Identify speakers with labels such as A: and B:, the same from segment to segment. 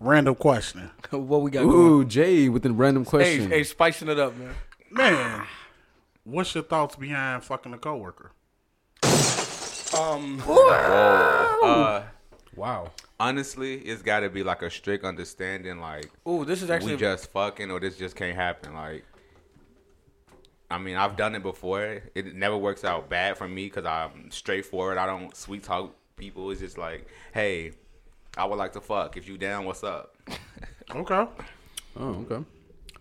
A: Random question.
B: what we got going?
C: Ooh, Jay with a random
B: Hey,
C: question.
B: hey, spicing it up, man.
A: Man, what's your thoughts behind fucking a coworker?
D: Uh,
C: Wow.
D: honestly, it's got to be like a strict understanding. Like
B: Ooh, this is actually
D: we just fucking, or this just can't happen. Like, I mean, I've done it before. It never works out bad for me because I'm straightforward. I don't sweet talk people. It's just like, hey, I would like to fuck. If you down, what's up?
A: Okay.
C: Oh, okay.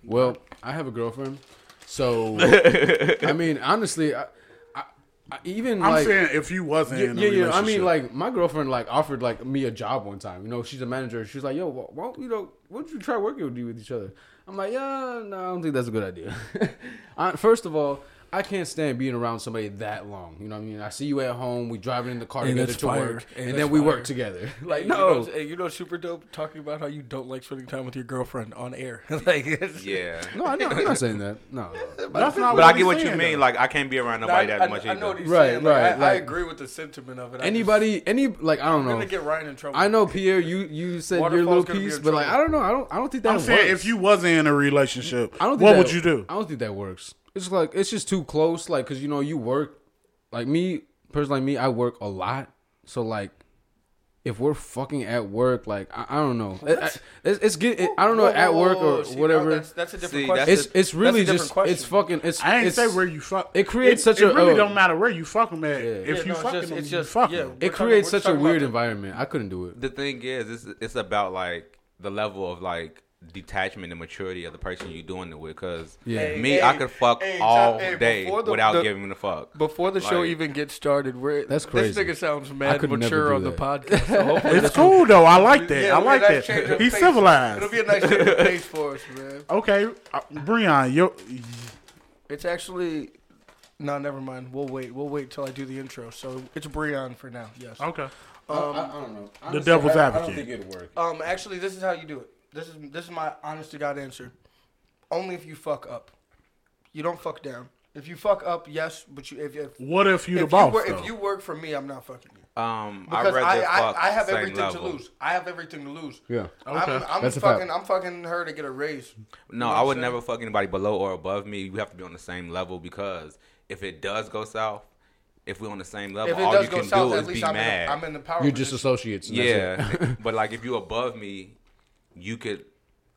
C: Well, I have a girlfriend, so I mean, honestly, I, I, I even
A: I'm
C: like
A: saying if you wasn't
C: yeah,
A: in a
C: yeah, yeah. I
A: relationship.
C: mean, like my girlfriend like offered like me a job one time. You know, she's a manager. She's like, "Yo, why don't you know? Why don't you try working with you with each other?" I'm like, "Yeah, no, I don't think that's a good idea." I, first of all, I can't stand being around somebody that long. You know what I mean? I see you at home. We driving in the car
B: Hey,
C: together
B: that's
C: to
B: fire.
C: work,
B: Hey,
C: and
B: that's
C: then we
B: fire.
C: work together. like,
B: You know
C: no,
B: what's- hey, you know, what's super dope talking about how you don't like spending time with your girlfriend on air. like, it's-
D: Yeah.
C: no, Oh, I know, I'm not saying that. No,
A: that's not
D: But I
A: he's
D: get what
A: saying,
D: you mean.
A: though.
D: Like I can't be around
B: I,
D: nobody
B: I,
D: that much
B: I know what
D: either.
B: he's
C: Right,
B: saying. Like,
C: right,
B: I, I
C: like-
B: agree with the sentiment of it. I just-
C: anybody, any like, I don't
B: I'm
C: know.
B: gonna get Ryan in trouble.
C: I know Pierre, you you said your
B: Waterfall's
C: little
B: gonna be
C: piece,
B: in
C: but like I
B: trouble.
C: don't know, I don't I don't think that
A: I'm
C: works.
A: saying if you wasn't in a relationship,
C: I don't think
A: what
C: that-
A: would you do?
C: I don't think that works. It's like it's just too close, like because you know you work, like me, person like me, I work a lot, so like if we're fucking at work, like I, I don't know, It- I- it's, it's get, it, I don't know
B: Whoa,
C: at
B: whoa,
C: work
B: whoa,
C: or
B: see, now
C: whatever.
B: That's, that's a different
D: See,
B: question.
D: that's
C: it's it's really
B: different
C: just
B: question.
C: it's fucking it's
A: I ain't
C: it's,
A: say where you fuck.
C: it creates such a,
A: It really
C: uh,
A: don't matter where you fuck them at. If
B: Yeah,
A: you
B: no, it's
A: fucking
B: just-
A: them,
B: it's
A: you
B: just-
A: fuck 'em.
B: yeah.
C: it
B: We're talking-
C: creates
B: we're
C: such a
B: talking about
C: weird
B: the-
C: environment. I couldn't do it.
D: The thing is, it's it's about like the level of like detachment and maturity of the person you're doing it with. Cause
C: Yeah.
D: me,
B: Hey,
D: I
B: hey,
D: could fuck
B: hey,
D: all
B: Tom, hey,
D: day
B: before the-
D: without
B: the-
D: giving a fuck.
B: Before the show
D: Like-
B: even gets started, we're
C: That's
B: This
C: crazy.
B: nigga sounds
C: I
B: mad
C: could never
B: mature
C: do
B: on the
C: that.
B: podcast. So hopefully
A: It's cool though. I like that.
B: Yeah,
A: I
B: it'll be a
A: like
B: nice change
A: that.
B: of
A: He's
B: pace. it'll
A: civilized.
B: be a nice change of pace for us, man.
A: Okay, uh, Breon, yo,
B: It's actually no, never mind. We'll wait. We'll wait till I do the intro. So it's Breon for now. Yes.
A: okay.
C: I, I don't know. Honestly,
A: devil's
C: I- I
A: advocate.
C: don't think it'd work.
B: Um, actually, this is how you do it. This is this is my honest to God answer. Only if you fuck up. You don't fuck down. If you fuck up, yes, but you if if,
A: What if you
B: if
A: the
B: you,
A: boss?
B: wor- if
A: though?
B: you work for me, I'm not fucking you.
D: Um, I'd
B: Because
D: rather
B: I,
D: fuck
B: I, I have
D: same
B: everything
D: level.
B: to lose. I have everything to lose.
C: Yeah.
B: I'm, I'm
C: That's a fact.
B: fucking. I'm fucking her to get a raise.
D: No,
B: You know
D: I
B: what
D: would
B: I'm
D: never fuck anybody below or above me. You have to be on the same level because if it does go south, if we're on the same level,
B: If it
D: all
B: does
D: you
B: go
D: can
B: south,
D: do
B: at
D: is be
B: least I'm in,
D: mad.
B: the, I'm in the power.
C: You're just
B: position.
C: associates. and that's it.
D: yeah, but like if you above me, you could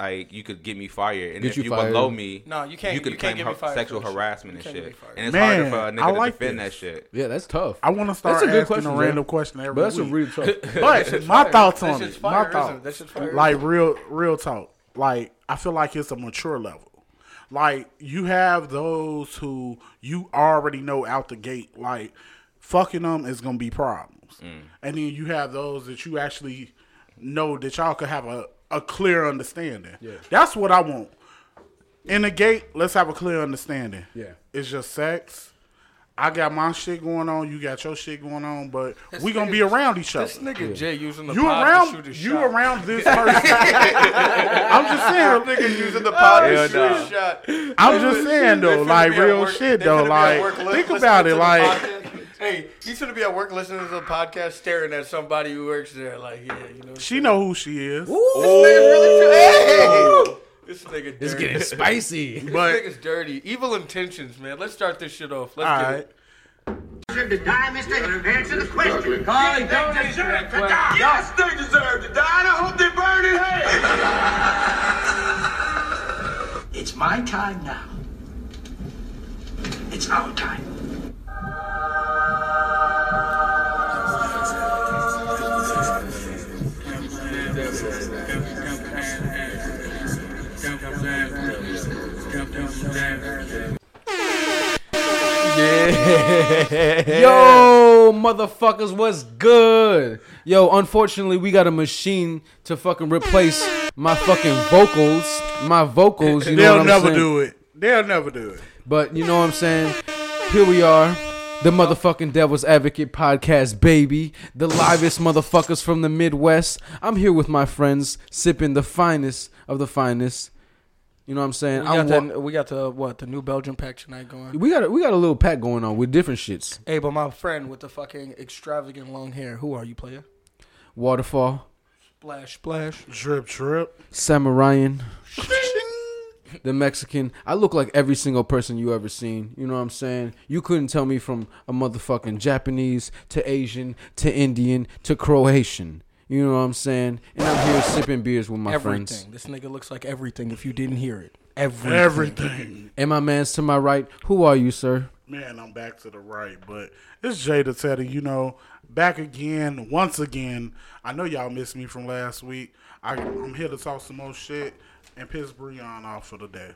D: like you could get me fired, and
C: Get
D: if
C: you
D: you, below
C: fired.
D: me,
B: No, you can't-
D: You could
B: you can't get
D: claim
B: me
D: har-
B: fired for
D: sexual
B: this shit.
D: harassment
B: You
D: and
B: can't
D: shit,
B: get me fired.
D: and it's
A: Man,
D: harder for a
A: I
D: nigga
A: like
D: to defend
A: this.
D: that shit.
C: Yeah, that's tough.
A: I want to start
C: That's a good
A: asking
C: question,
A: a
C: Jay.
A: random question every
C: but that's
A: week.
C: a real tough.
A: But
B: fire.
A: my
B: That
A: thoughts
B: shit's
A: on it.
B: fire,
A: my
B: isn't it?
A: thoughts.
B: That shit's fire,
A: like real, real talk. Like I feel like it's a mature level. Like you have those who you already know out the gate. Like fucking them is gonna be problems,
B: Mm.
A: and then you have those that you actually know that y'all could have a a clear understanding. That's what I want. In the gate, let's have a clear understanding.
C: Yeah.
A: It's just sex. I got my shit going on. You got your shit going on, but we gonna be around each other.
B: This nigga Jay using the
A: You
B: pod to
A: around
B: shoot his
A: you
B: shot.
A: around this person. I'm just saying.
B: using the pod
D: Hell
B: to shoot
D: nah.
B: his shot.
A: I'm just saying
B: They
A: though,
B: finna
A: like
B: be at
A: real
B: work-
A: shit
B: they
A: though.
B: finna be at
A: Like
B: work li-
A: think
B: listening
A: about
B: to
A: it.
B: the
A: Like
B: podcast. hey, he's gonna be at work listening to the podcast, staring at somebody who works there. Like, yeah, you know.
A: she know who she is,
B: Hey! This nigga
C: It's
B: dirty.
C: getting spicy.
A: but
B: this nigga's dirty. Evil intentions, man. Let's start this shit off. Let's
A: all
B: get
A: right.
B: it.
E: to die, mister? Answer the question.
B: Carly, don't answer that
E: Yes, they deserve to die, and I hope they burn in hell. it's my time now. It's our time.
C: Yo, motherfuckers, what's good? Yo, unfortunately, we got a machine to fucking replace my fucking vocals. My vocals, you know
A: They'll
C: what I'm
A: never
C: saying?
A: do it. They'll never do it.
C: But you know what I'm saying? Here we are. The motherfucking Devil's Advocate podcast, baby. The livest motherfuckers from the Midwest. I'm here with my friends, sipping the finest of the finest. You know what I'm saying?
B: We
C: I'm
B: got,
C: wa-
B: the, we got the what the new Belgian pack tonight going.
C: we got a, we got a little pack going on with different shits.
B: Hey, but my friend with the fucking extravagant long hair, who are you, player?
C: Waterfall,
B: Splash, splash.
A: Drip, drip.
C: Samurayan, the Mexican. I look like every single person you ever seen. You know what I'm saying? You couldn't tell me from a motherfucking Japanese to Asian to Indian to Croatian. You know what I'm saying? And I'm here sipping beers with my
B: everything.
C: friends.
B: This nigga looks like everything. If you didn't hear it, everything.
A: Everything.
C: And my man's to my right. Who are you, sir?
A: Man, I'm back to the right, but it's Jada Teddy, you know, back again, once again. I know y'all missed me from last week. I, I'm here to talk some more shit and piss Breon off for the day.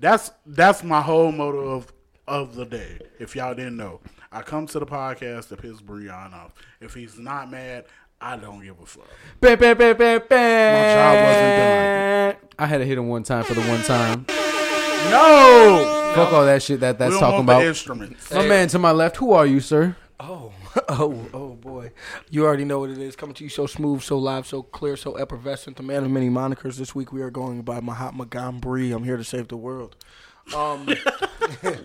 A: That's that's my whole motto of of the day. If y'all didn't know, I come to the podcast to piss Breon off. If he's not mad, I don't give a fuck.
C: Bam, bam, bam, bam, bam.
A: job wasn't done.
C: I had to hit him one time for the one time.
A: No,
C: Fuck all that shit that
A: we
C: that's
A: don't
C: talking
A: want
C: about.
A: the instruments.
C: My man to my left. Who are you, sir?
B: Oh, oh, oh, boy. You already know what it is. Coming to you so smooth, so live, so clear, so effervescent. The man of many monikers. This week we are going by Mahatma Gandhi. I'm here to save the world. Um,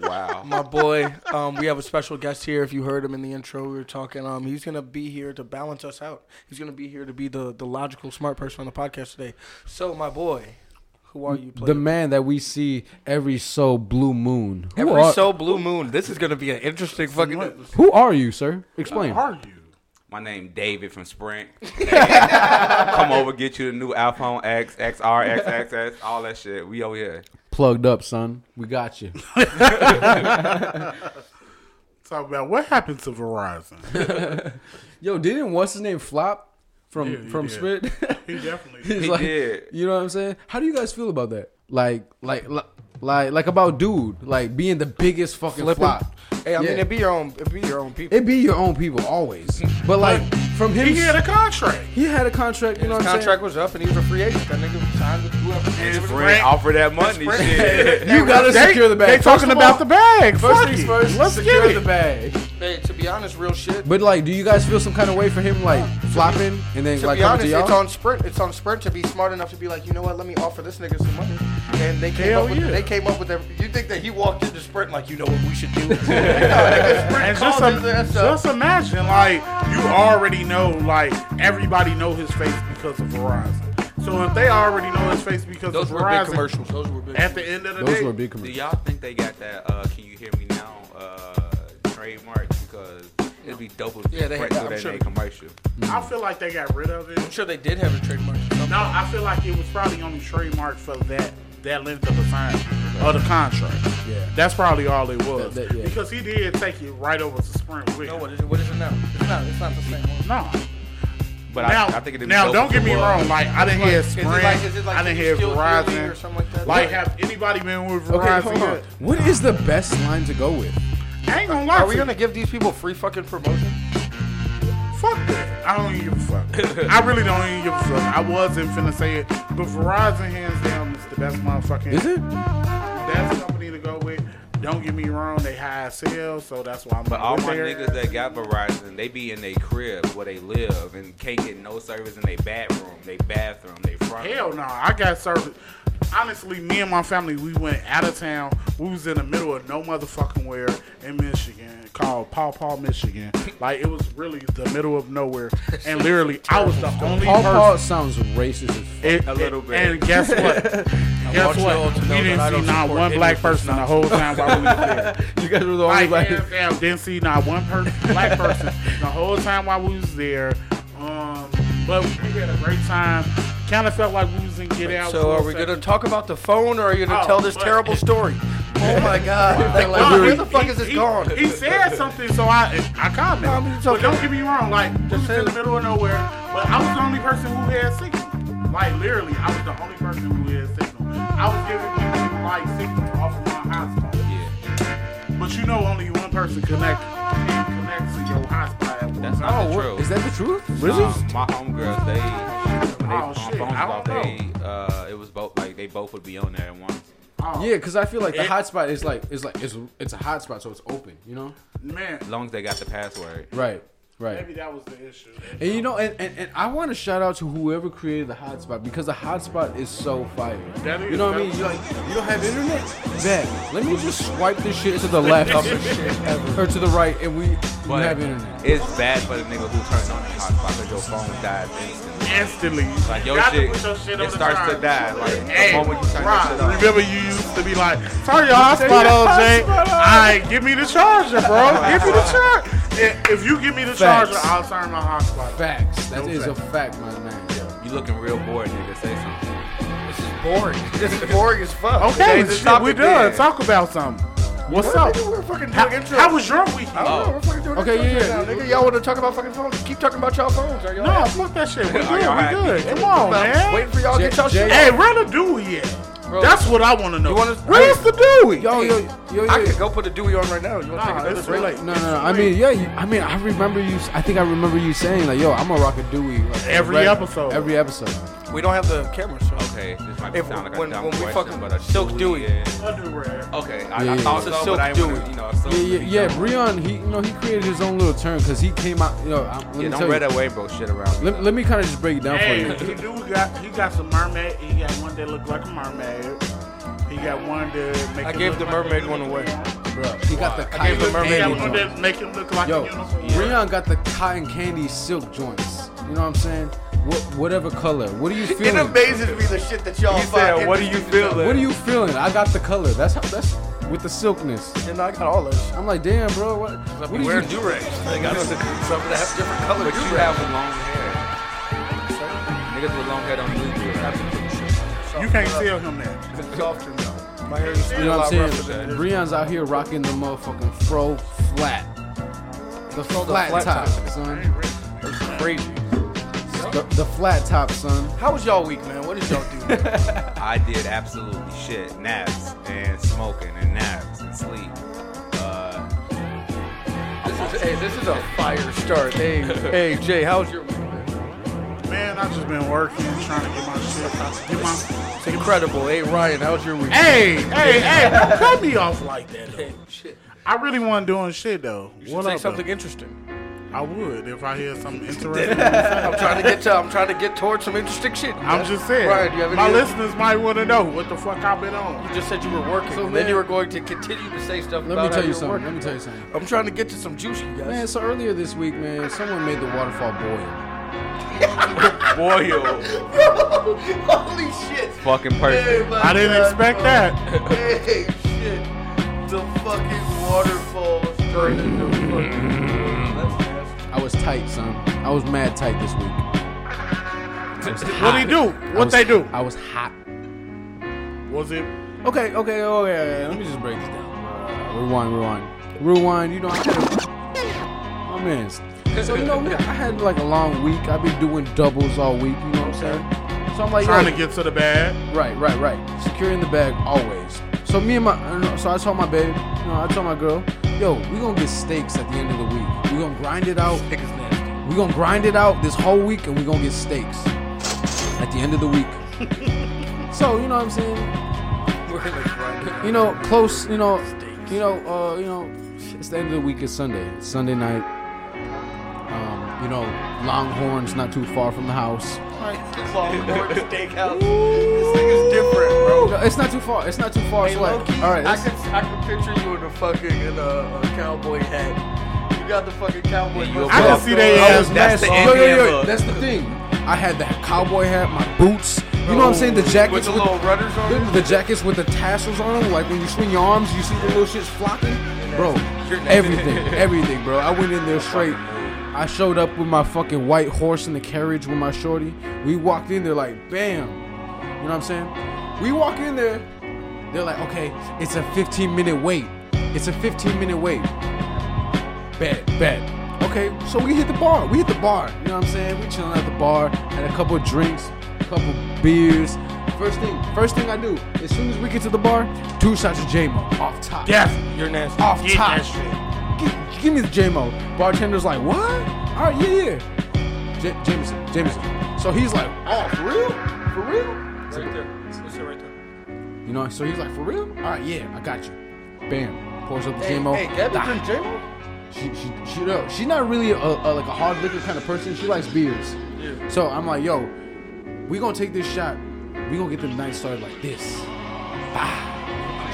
D: Wow.
B: my boy, um, we have a special guest here. If you heard him in the intro, we were talking. Um, he's gonna be here to balance us out. He's gonna be here to be the the logical, smart person on the podcast today. So, my boy, who are you?
C: The
B: Playing?
C: man that we see every so blue moon. Who,
B: Every
C: are,
B: so blue moon. This is gonna be an interesting fucking.
A: What
C: who are you, sir? Explain.
A: are you?
D: My name David from Sprint. Come over, get you the new iPhone X, XR, XXX, all that shit. We over here.
C: Plugged up, son. We got you.
A: Talk about what happened to Verizon.
C: Yo, didn't what's his name flop from
A: he
C: from
A: did.
C: Spit?
A: He definitely
C: He's
D: He
C: like,
D: did.
C: You know what I'm saying? How do you guys feel about that? Like, like, li- like, like about dude, like being the biggest fucking
B: Flipping?
C: flop.
B: Hey, I
C: Yeah.
B: mean, it be your own. It be your own people.
C: It be your own people always, but like from him,
A: He had a contract.
C: he had a contract. You know
B: His
C: what I'm
B: contract was up, and he was a free agent. That nigga signed with whoever.
D: And
A: It was
D: Sprint
A: Sprint.
D: offer that money. Shit.
C: saying? You gotta
A: They-
C: secure the bag.
A: They
C: First
A: talking
C: of
A: about
C: all-
A: the bag.
C: First
A: Fuck
C: things
A: it.
C: 1st
A: Let's
C: secure
A: get it.
C: the bag.
B: Hey, to be honest, real shit.
C: But like, do you guys feel some kind of way for him, like flopping and then
B: to
C: like
B: be
C: coming
B: honest,
C: to y'all?
B: it's on Sprint. It's on Sprint to be smart enough to be like, you know what? Let me offer this nigga some money. And they came
A: Hell
B: up with.
A: yeah.
B: They came up with. Their, you think that he walked into Sprint like, you know what we should do? no, nigga, Sprint
A: And just,
B: called
A: im-
B: his ass up.
A: just imagine, like, you already know, like, everybody know his face because of Verizon. So if they already know his face because
B: Those
A: of
B: were big
A: Verizon,
B: commercials. Those were big.
A: at the end of the
C: Those
A: day,
C: were big
D: Do
C: commercials.
D: y'all think they got that? Uh, can you hear me now? Uh, trademark because it'd be dope if
B: Yeah, they had
D: Sprint
B: that,
D: do
B: I'm
D: that
B: sure.
D: in a commercial.
A: I feel like they got rid of it.
B: I'm sure they did have a trademark.
A: No, I feel like it was probably only trademark for that that length of the time of the contract.
C: Yeah.
A: that's probably all it was
C: That- that- yeah.
A: because he did take it right over to Sprint with.
B: No,
A: him.
B: what is it? What is it now? It's not. It's not the same. one.
A: no.
D: But
A: now,
D: I, I think it'd be
A: now
D: dope
A: don't
D: if
A: get
D: it
A: me
D: was.
A: wrong. Like I didn't hear
B: Is it
A: Sprint.
B: like- is it like
A: I didn't
B: you
A: hear
B: steal Healy
A: Verizon
B: or something like that?
A: Like,
B: Yeah.
A: have anybody been with
C: Okay,
A: Verizon?
C: hold on.
A: yet?
C: What is the best line to go with?
A: I ain't gonna lie.
B: Are we
A: to
B: gonna give these people free fucking promotion?
A: you. fuck that? I don't even give a fuck. I really don't even give a fuck. I wasn't finna say it, but Verizon hands down is the best motherfucking.
C: Is it?
A: Best company to go with. Don't get me wrong. They high sales, so that's why I'm.
D: But all
A: with
D: my
A: there.
D: niggas that got Verizon, they be in their crib where they live and can't get no service in their bedroom, they bathroom, they front.
A: Hell no, I got service. Honestly, me and my family, we went out of town. We was in the middle of no motherfucking where in Michigan called Paw Paw, Michigan. Like it was really the middle of nowhere. And literally, I was the only
C: Paul
A: person.
C: Paul sounds racist as fuck.
A: It-
D: A little bit.
A: And guess what? guess
B: want you all
A: what?
B: to know
A: We
B: that I
A: didn't see
B: don't
A: not
B: support
A: one
B: any
A: black
B: of this
A: person the whole time while we was there.
C: You guys were the only
A: Like,
C: like,
A: hands down, didn't see not one person, black person, the whole time while we was there. Um, but we had a great time. Kind of felt like we was in Get Out.
B: So
A: for a
B: are we
A: second.
B: gonna talk about the phone, or are you gonna
A: Oh,
B: tell this
A: but-
B: terrible story? Oh my god! Like,
C: Like,
B: wow,
C: we were-
B: where the fuck
A: He-
B: is this
A: he,
B: gone?
A: He said something, so I I commented.
B: I mean, it's
A: But
B: okay.
A: don't get me wrong, like this is
B: say
A: in the
B: it.
A: middle of nowhere. But I was the only person who had signal. Like literally, I was the only person who had signal. I was giving people like signal off of my hotspot.
D: Yeah.
A: But you know, only one person connects and connects to your hotspot. at once.
D: That's not the
C: what?
D: truth.
C: Is that the truth?
D: Um, my homegirls, they, when
A: Oh,
D: they on
A: shit,
D: phones
A: I don't
D: off, they, uh, it was both like they both would be on there at once.
A: Oh,
C: Yeah, because I feel like the
A: It-
C: hotspot is like it's like it's it's a hotspot, so it's open. You know?
A: man.
D: As long as they got the password.
C: Right. Right.
A: Maybe that was the issue.
C: And you know, and, and, and I want to shout out to whoever created the hotspot because the hotspot is so fire.
A: That is-
C: you know what I mean?
A: that-
C: You're like, you don't have internet? Bet. Let me just swipe this shit to the left or to the right, and we, we
D: But
C: have internet.
D: it's bad for the nigga who turned on the hotspot because your phone dies instantly.
A: instantly.
D: Like your
A: Got to
D: shit,
A: put your shit on
D: it
A: the
D: starts
A: charger.
D: to die. Like
A: Hey,
D: the moment you turn that shit
A: right.
D: off.
A: Remember you used to be like, turn your hotspot on, Jay. I give me the charger, bro. Give me the charger. If you give me the
C: Facts.
A: charger, I'll turn my hotspot. on.
C: Facts. That
A: No
C: is
A: fact.
C: a fact, my man. Yo.
D: You looking real bored, nigga. Say something.
B: This is boring. This is boring as fuck.
A: Okay,
B: Change the
A: shit,
B: topic
A: we done.
B: then.
A: Talk about something. What's
B: What,
A: up?
B: nigga, we're fucking doing
A: How,
B: intro.
A: how was your weekend?
B: Oh, we're fucking doing
C: Okay,
B: intros
C: yeah,
B: right
C: yeah.
B: now, nigga. Y'all want to talk about fucking phones? Keep talking about y'all phones. Are y'all
A: No,
B: happy?
A: fuck that shit. We good.
D: Are y'all happy?
A: We good. Come on,
B: I'm waiting
A: man.
B: for y'all to get y'all
C: Jay-
B: shit.
A: Hey, where the Dewey at? That's what I want to know.
B: wanna-
A: Where's the Dewey?
C: Yo, yo, yo,
B: I
C: yo.
B: could go put a Dewey on right now. You want to
A: Nah,
B: take another
A: it's
B: break?
A: like-
C: No, no, no. I mean, yeah. You, I mean, I remember you. I think I remember you saying like, "Yo, I'm gonna rock a Dewey." Like,
A: Every episode.
C: Every episode.
F: We don't have the camera, so.
D: Okay, this might be
B: If-
D: sound like a
B: when-
D: dumb
B: when we
D: question,
B: fucking
D: but a
B: Silk
D: Dewey
B: Dewey.
D: is-
A: Underwear.
D: Okay, I,
C: Yeah,
D: I
C: yeah,
D: thought
B: yeah.
D: so,
B: Silk
D: but I didn't wanna,
B: Dewey.
D: you know, so
C: Yeah, yeah, yeah. Breon, he, you know, he created his own little term because he came out. You know, I'm, let me
D: Yeah,
C: tell
D: don't
C: you.
D: read that Weibo shit around. me.
C: Let, let me kind of just break it down
A: Hey,
C: for you.
A: he do got he got some mermaid. He got one that look like a mermaid. He got one that make.
F: I
A: it
F: gave
A: look
F: the
A: like a
F: mermaid one away.
A: unicorn.
C: Bro, he got the
A: He
C: cotton
A: got one
C: candy.
A: that make him look like
C: Yo,
A: a unicorn.
C: Breon got the cotton candy silk joints. You know what I'm saying? What, whatever color. What are you
B: It
C: feeling?
B: amazes me the shit that y'all
D: You said,
B: find
D: what do you
B: interesting to
D: feel?
B: know."
C: What are you feeling? I got the color. That's how. That's with the silkness.
B: And I got all this.
C: I'm like, damn, bro. What? What
B: I'm
C: did
B: wearing
C: you?
B: do rags. Like, I don't something that have different
D: But
B: colors.
D: you have long hair. Niggas with long hair don't do Dewey.
A: You can't tell him that.
B: softer now. My hair is
C: You
B: still
C: know what
B: a lot
C: I'm
B: rougher
C: saying?
B: than it is.
C: Breon's out here rocking the motherfucking fro flat. The flat,
B: flat
C: top,
B: top.
C: son.
B: Crazy.
C: The, the flat top, son.
B: How was y'all week, man? What did y'all do? man?
D: I did absolutely shit. Naps and smoking and naps and sleep. Uh,
B: this is, hey, this is a fire start. Hey, hey, Jay, how's your week? man?
A: Man, I just been working, trying to get my shit. Get my.
B: It's incredible. Hey, Ryan, how's your week?
A: Hey, hey, hey! Don't cut me off like that. Though.
B: shit.
A: I really want doing shit though. What
B: Say
A: up,
B: something
A: though?
B: interesting.
A: I would if I hear something interesting.
B: I'm trying to get to. I'm trying to get towards some interesting shit.
A: I'm just saying.
B: Ryan, do you have any?
A: my listeners might want to know what the fuck I've been on.
B: You just said you were working,
C: So,
B: and then
C: man-
B: you were going to continue to say stuff
C: Let me
B: about how
C: tell you
B: you're
C: something. Let
B: working.
C: me tell you something.
B: I'm trying to get to some juice, you guys.
C: Man, so earlier this week, man, someone made the waterfall boil.
D: boy, yo,
B: Holy shit!
D: fucking perfect.
A: I didn't expect that.
B: Hey, shit! The fucking waterfall turned into fucking.
C: I was tight, son. I was mad tight this week.
A: What would he do?
C: I
A: What
C: was-
A: they do?
C: I was hot.
A: Was it
C: Okay, okay, okay. Let me just break this down. Uh, Rewind, rewind, rewind. You know, I had a, my man's. So you know, we- I had like a long week. I've been doing doubles all week. You know what I'm saying? So I'm like,
A: trying
C: yo,
A: to get to the bag?
C: Right, right, right. Securing the bag always. So me and my, I don't know, so I told my babe, you know, I told my girl, yo, we gonna get steaks at the end of the week. We gonna grind it out.
B: Niggas nasty.
C: We gonna grind it out this whole week, and we gonna get steaks at the end of the week. so you know what I'm saying?
B: We're like right.
C: You know, close. You know, you know, uh, you know, it's the end of the week. It's Sunday. It's Sunday night. Um, you know, Longhorns not too far from the house.
B: Longhorn Steakhouse. This thing is different, bro.
C: No, it's not too far. It's not too far.
B: Hey,
C: it's like,
B: low-key,
C: all right,
B: I
C: let's-
B: could I could picture you in a fucking in a, a cowboy hat. You got the fucking cowboy.
D: Yeah, you
B: boots
D: a I can
B: on.
A: see they
C: I
A: ass
C: was
D: That's
C: mad-
D: the
C: yo, yo, yo,
D: Indian look.
C: That's the thing. I had the cowboy hat, my boots. You know what I'm saying? The jackets
B: with the little runners on.
C: the,
B: it.
C: the jackets with the tassels on them. Like when you swing your arms, you see the little shits flocking. Bro, everything, everything, bro. I went in there straight. I showed up with my fucking white horse in the carriage with my shorty. We walked in there like, bam. You know what I'm saying? We walk in there. They're like, okay, it's a 15 minute wait. It's a 15 minute wait. Bad, bad. Okay, so we hit the bar. We hit the bar. You know what I'm saying? We chilling at the bar, had a couple drinks, couple beers. First thing, first thing I do, as soon as we get to the bar, two shots of J-Mo off top.
A: Definitely.
F: You're nasty.
C: Off
A: Get
C: top.
A: that shit.
C: Give, give me the J-Mo. Bartender's like, what? All right, yeah, yeah. J- Jameson, Jameson. So he's like, oh, for real? For real?
F: Right there. What's it right there?
C: You know, so he's like, for real? All right, yeah, I got you. Bam. Pours up the
B: Hey,
C: J-Mo.
B: hey, Gabby
C: Ah.
B: drink J-Mo?
C: She she she no, she's not really a, a like a hard liquor kind of person. She likes beers. So I'm like, yo, we gonna take this shot. We gonna get the night started like this. Bah.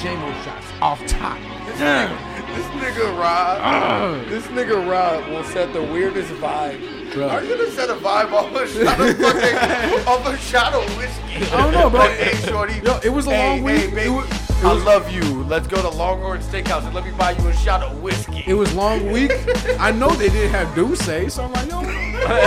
C: J-Mo shots off top.
G: Ah.
B: This nigga Rob. This nigga Rob will set the weirdest vibe
G: Are you gonna set a vibe off a shot of fucking off a shot of whiskey?
C: I don't know, bro.
G: Like, hey, shorty.
C: Yo, it was a
G: hey,
C: long
G: Hey,
C: week.
G: baby,
C: It was- it
G: I
C: was-
G: love you. Let's go to Longhorn Steakhouse and let me buy you a shot of whiskey.
C: It was long week. I know they didn't have do say, so I'm like, yo,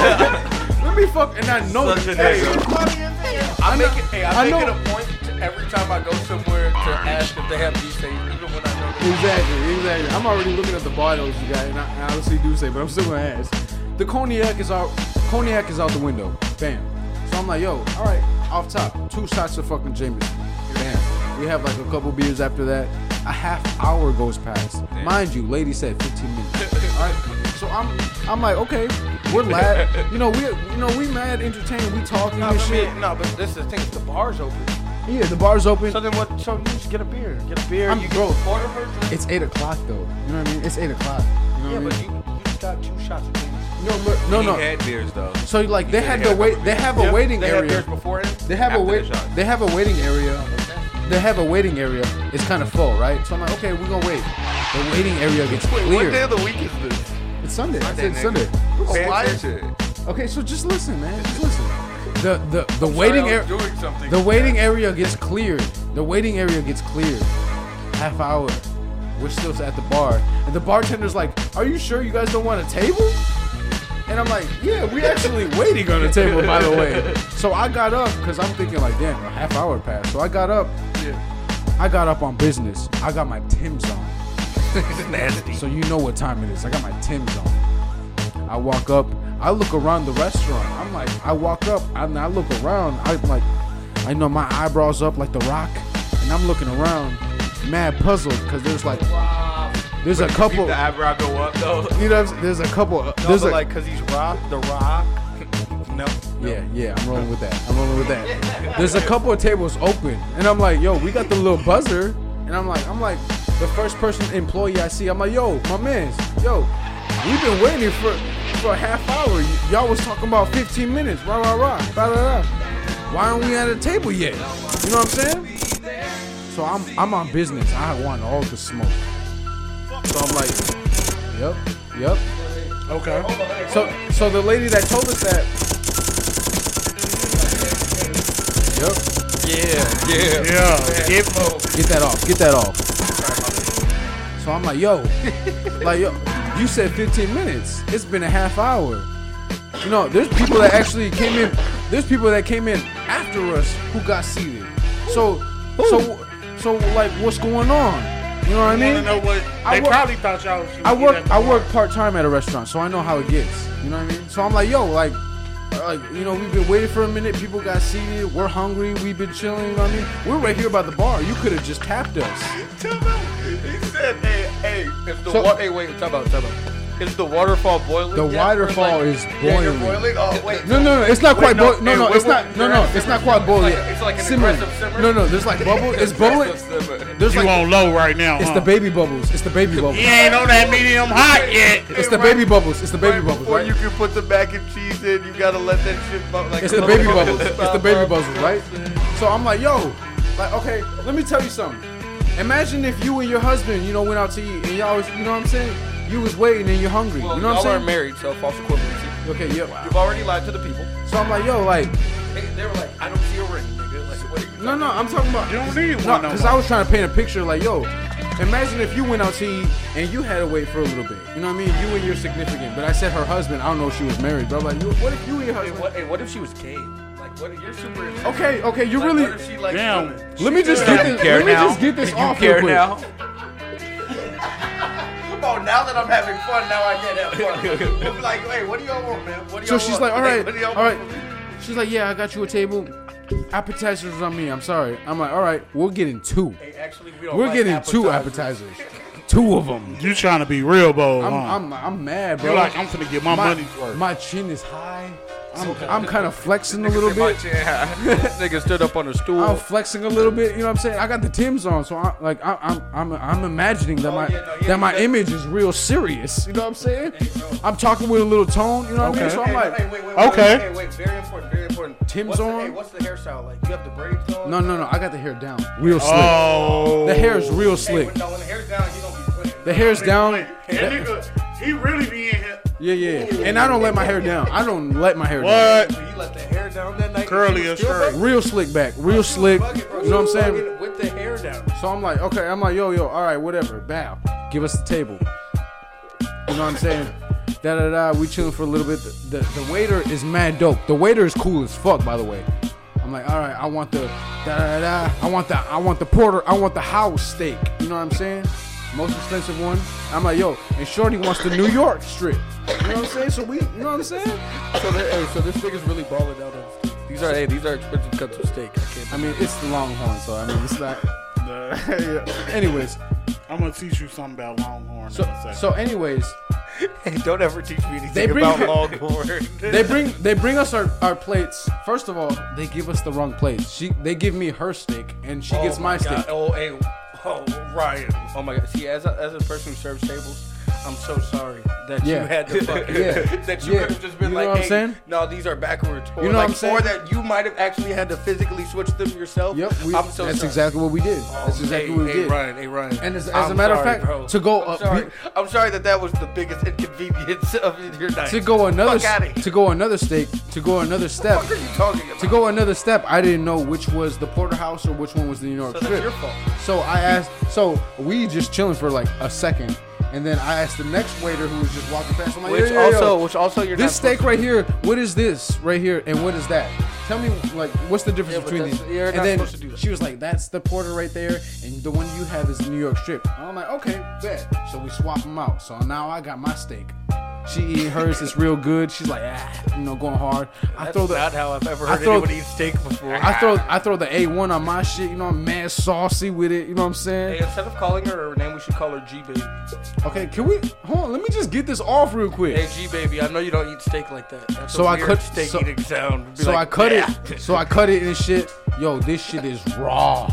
C: let me fuck. And I know,
G: Such a
C: hey,
G: nigga. I make it. Hey, I,
C: I
G: make it
C: know-
G: a point to, every time I go somewhere to ask if they have these things, even when I know. they
C: Exactly, exactly. I'm already looking at the bottles you got, and I, I obviously do say, but I'm still gonna ask. The cognac is out. Cognac is out the window. Bam. So I'm like, yo, all right, off top, two shots of fucking Jameson. Bam. We have like a couple beers after that. A half hour goes past. Mind you, lady said 15 minutes. All right. So I'm, I'm like, okay, we're lad. You know, we, you know, we mad, entertained, we talking
F: No,
C: and
F: but,
C: shit.
F: me- no, but this is the thing. The bar's open.
C: Yeah, the bar's open.
F: So then what? So you just get a beer. Get a beer.
C: I'm
F: you
C: broke.
F: get to order her a drink.
C: It's eight o'clock though. You know what I mean? It's eight o'clock. You know
F: Yeah,
C: what
F: but
C: I
F: you, you just got two shots of Jameson.
C: mean? no, but, no,
D: He
C: no.
D: had beers though.
C: So like they
D: Yeah,
C: had
D: they
C: the
D: have
C: wait.
D: a-
C: They have a waiting
G: they Have
C: area.
G: beers before him.
C: They have a
D: after
C: wait.
D: the shot.
C: They have a waiting area. They have a waiting area. It's kind of full, right? So I'm like, okay, we're gonna wait. The waiting area gets
G: What day
C: clear.
G: of the week is this?
C: It's Sunday. I
D: Sunday,
C: said
D: nigga.
C: Sunday.
D: Pay
G: Why-
D: attention.
C: Okay, so just listen, man. Just listen. The the the
G: Sorry, I
C: waiting
G: was
C: area.
G: Doing something.
C: The waiting area gets cleared. The waiting area gets cleared. Half hour. We're still at the bar. And the bartender's like, Are you sure you guys don't want a table? And I'm like, Yeah, we actually waiting on a table, by the way. So I got up because I'm thinking, like, damn, a half hour passed. So I got up. I got up on business. I got my Tim's on. So you know what time it is. I got my Tim's on. I walk up, I look around the restaurant. I'm like, I walk up, and I look around. I'm like, I know my eyebrows up like the rock, and I'm looking around, mad puzzled, because there's like, there's a
D: Keep
C: couple,
D: the eyebrow go up though.
C: you know, what I'm saying? there's a couple,
G: No,
C: there's
G: but
C: a,
G: like, cause he's rock, the rock. no.
C: yeah, yeah, I'm rolling with that. I'm rolling with that. There's a couple of tables open, and I'm like, yo, we got the little buzzer, and I'm like, I'm like, the first person employee I see, I'm like, yo, my man's, yo, we've been waiting for for a half hour. Y- y'all was talking about 15 minutes, rah rah rah, rah rah rah. Why aren't we at a table yet? You know what I'm saying? So I'm I'm on business. I want all the smoke. So I'm like, yep, yep.
A: Okay.
C: So so the lady that told us that. Yep.
A: Yeah.
C: Get that off. Get that off. So I'm like, yo, like yo, you said 15 minutes. It's been a half hour. You know, there's people that actually came in. There's people that came in after us who got seated. So, so, so, like, what's going on? You know what I mean?
A: I know what
C: I
A: they
C: work-
A: probably thought y'all. was-
C: I work I work part time at a restaurant, so I know how it gets. You know what I mean? So I'm like, yo, like, like you know, we've been waiting for a minute. People got seated. We're hungry. We've been chilling. You know what I mean? We're right here by the bar. You could have just tapped us.
G: Tell them. He said, hey, hey, if the
C: So-
G: wa- hey, wait, talk about, talk about. Is the waterfall boiling?
C: The
G: yet? Or,
C: waterfall
G: like-
C: is
G: Yeah, you're boiling.
C: boiling.
G: Oh wait.
C: No, no, no. It's not
G: Wait,
C: quite.
G: no,
C: boil- No,
G: hey,
C: no,
G: wait,
C: it's
G: wait,
C: not. No, no,
G: you're
C: it's not quite boiled
G: like-
C: yet.
G: it's like an
C: Simmering.
G: aggressive simmer?
C: No, no, there's like bubble. It's bubbling. There's
A: You
C: like
A: on low right now?
C: it's
A: huh?
C: the baby bubbles. It's the baby bubbles.
A: He ain't on that medium hot yet.
C: It's the
G: Right
C: baby bubbles. It's the baby bubbles.
G: Before
C: Right?
G: you can put the mac and cheese in, you gotta let that shit bubble. Like
C: It's the baby bubbles. It's the baby bubbles, right? So I'm like, yo, like, okay, let me tell you something. Imagine if you and your husband, you know, went out to eat and y'all was, you know what I'm saying? You was waiting and you're hungry. you know
G: y'all
C: what I'm
G: aren't
C: saying?
G: married, so false equivalency.
C: Okay, yeah.
G: You've already lied to the people.
C: So I'm like, yo, like,
G: They, they were like, I don't see a ring, nigga. Like, what are you?
C: no, no, I'm talking about.
A: You don't need
C: No,
A: one no
C: because
A: more.
C: I was trying to paint a picture like, yo, imagine if you went out to eat and you had to wait for a little bit. You know what I mean? You and your significant. But I said her husband. I don't know if she was married, but I'm like, yo, what if you and your
G: Hey,
C: husband?
G: what, hey, what if she was gay? Like, what? You're super.
C: Okay, okay, you
G: Like,
C: really.
G: What if she likes
A: Damn.
G: women?
C: Let me just get this. Let me just get this off real quick.
G: Come on, now that I'm having fun, now I get that fun. I'm like, wait, what do y'all want, man? What do
C: So
G: y'all
C: she's
G: want?
C: like, all
G: Hey,
C: right,
G: what do y'all
C: all
G: want
C: right. She's like, yeah, I got you a table. Appetizers on me. I'm sorry. I'm like, all right, we're getting two.
G: Hey, actually, we don't
C: We're
G: like
C: getting two
G: appetizers.
C: appetizers. Two of them.
A: You trying to be real bold?
C: I'm,
A: huh?
C: I'm, I'm mad,
A: you
C: bro.
A: like I'm finna get my,
C: my,
A: money's worth.
C: my chin is high. I'm, I'm kind of flexing a little
G: Say my
C: bit.
G: chin high. This nigga stood up on a stool.
C: I'm flexing a little bit. You know what I'm saying? I got the Tim's on, so I, like I, I'm I'm I'm imagining that
G: Oh,
C: my
G: yeah, no, yeah,
C: that my
G: you said-
C: image is real serious. You know what I'm saying? I'm talking with a little tone. You know what I mean?
A: Okay.
C: So
G: Hey,
C: I'm like,
G: wait, wait, wait, wait,
A: okay.
G: Hey, wait, very important, very important.
C: Tim's
G: what's
C: on?
G: The, hey, what's the hairstyle like? You have the braids on?
C: no, no, no. I got the hair down, real slick.
A: oh,
C: The hair is real
G: Hey,
C: slick.
G: when, no, when the hair's down, you don't be playing.
C: The hair's down.
A: That nigga, he really be in here.
C: Yeah, yeah. And I don't let my hair down. I don't let my hair down.
H: What?
B: You let the hair down that night.
H: Curly and straight.
C: Real slick back, real slick. You know what I'm saying?
B: With the hair down.
C: So I'm like, okay, I'm like, yo, yo, all right, whatever. Bow. Give us the table. You know what I'm saying? Da da da. We chilling for a little bit. The, the, the waiter is mad dope. The waiter is cool as fuck, by the way. I'm like, all right, I want the da da da. I want the I want the porter. I want the house steak. You know what I'm saying? Most expensive one. I'm like, yo, and Shorty wants the New York strip. You know what I'm saying? So we, you know what I'm saying?
B: So, they- hey, so this nigga's really balling out of. These are hey, these are expensive cuts of steak. I can't.
C: I mean, it's the Longhorn, so I mean, it's not. Anyways,
A: I'm gonna teach you something about Longhorn.
C: so
A: in a second.
C: so anyways,
H: Hey, don't ever teach me anything
C: They bring-
H: about Longhorn.
C: they bring they bring us our, our plates. First of all, they give us the wrong plates. She they give me her steak and she gets my,
B: God.
C: steak.
B: Oh, hey, oh Ryan.
F: Oh my god. See, as a, as a person who serves tables, I'm so sorry that
C: Yeah.
F: you had to fucking
C: Yeah.
F: that you
C: Yeah.
F: could have just been
C: You know
F: like,
C: what I'm
F: hey,
C: saying?
F: no, these are backwards. Or
C: You know
F: like,
C: what I'm saying?
F: Or that you might have actually had to physically switch them yourself.
C: Yep, we,
F: I'm so
C: that's
F: sorry.
C: exactly what we did. that's exactly
F: Oh, hey,
C: what we
F: hey,
C: did.
F: Ryan, hey Ryan.
C: And as, as
F: I'm
C: a matter
F: sorry,
C: of fact,
F: bro.
C: to go
F: I'm
C: up,
F: sorry. I'm sorry that that was the biggest inconvenience of your night.
C: to go another
F: Fuck outta here.
C: to go another steak to go another step
F: What are you talking about?
C: to go another step. I didn't know which was the porterhouse or which one was the New York
F: So that's
C: strip.
F: your fault.
C: So I asked. So we just chilling for like a second, and then I asked the next waiter who was just walking past. I'm like,
F: Which
C: "Yo, yo, yo,
F: also, which also, you're
C: this
F: not
C: steak right here, what is this right here, and what is that? Tell me, like, what's the difference
F: Yeah, but
C: between these?
F: that's- you're
C: and
F: not
C: then
F: supposed to do that.
C: she was like, "That's the porter right there, and the one you have is New York strip." And I'm like, "Okay, bet." So we swap them out. So now I got my steak. She eating hers. It's real good. She's like, ah, you know, going hard. I throw the
F: not how I've ever
C: I
F: heard
C: throw-
F: anyone eat steak before.
C: I throw I throw the A one on my shit. You know, I'm mad saucy with it. You know what I'm
F: Hey,
C: saying?
F: instead of calling her her name, we should call her G Baby.
C: Okay, can we hold on? Let me just get this off real quick.
F: Hey G Baby, I know you don't eat steak like that. That's
C: So
F: a
C: I
F: weird
C: cut-
F: steak
C: so-
F: eating sound. Be
C: So I
F: like,
C: cut
F: "Yeah."
C: it. So I cut it and shit. Yo, this shit is raw.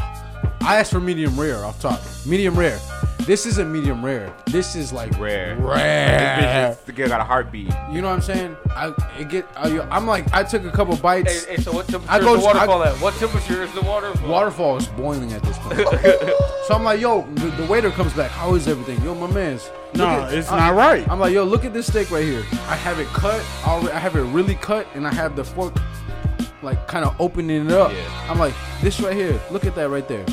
C: I asked for medium rare off top. Medium rare. This isn't medium rare. This is like
D: Rare.
C: Rare.
D: This bitch is, got a heartbeat.
C: You know what I'm saying? I it get. I, I'm like I took a couple bites.
F: Hey, hey, so what temperature
C: I go
F: is
C: to-
F: the waterfall
C: I-
F: at? What temperature is the waterfall?
C: Waterfall is boiling at this point. so I'm like, yo, the, the waiter comes back. How is everything? Yo, my man's. look
A: Nah,
C: at-
A: it's
C: I-
A: not right.
C: I'm like, yo, look at this steak right here. I have it cut. alre- I have it really cut, and I have the fork, like, kind of opening it up. I'm like, this right here. Look at that right there.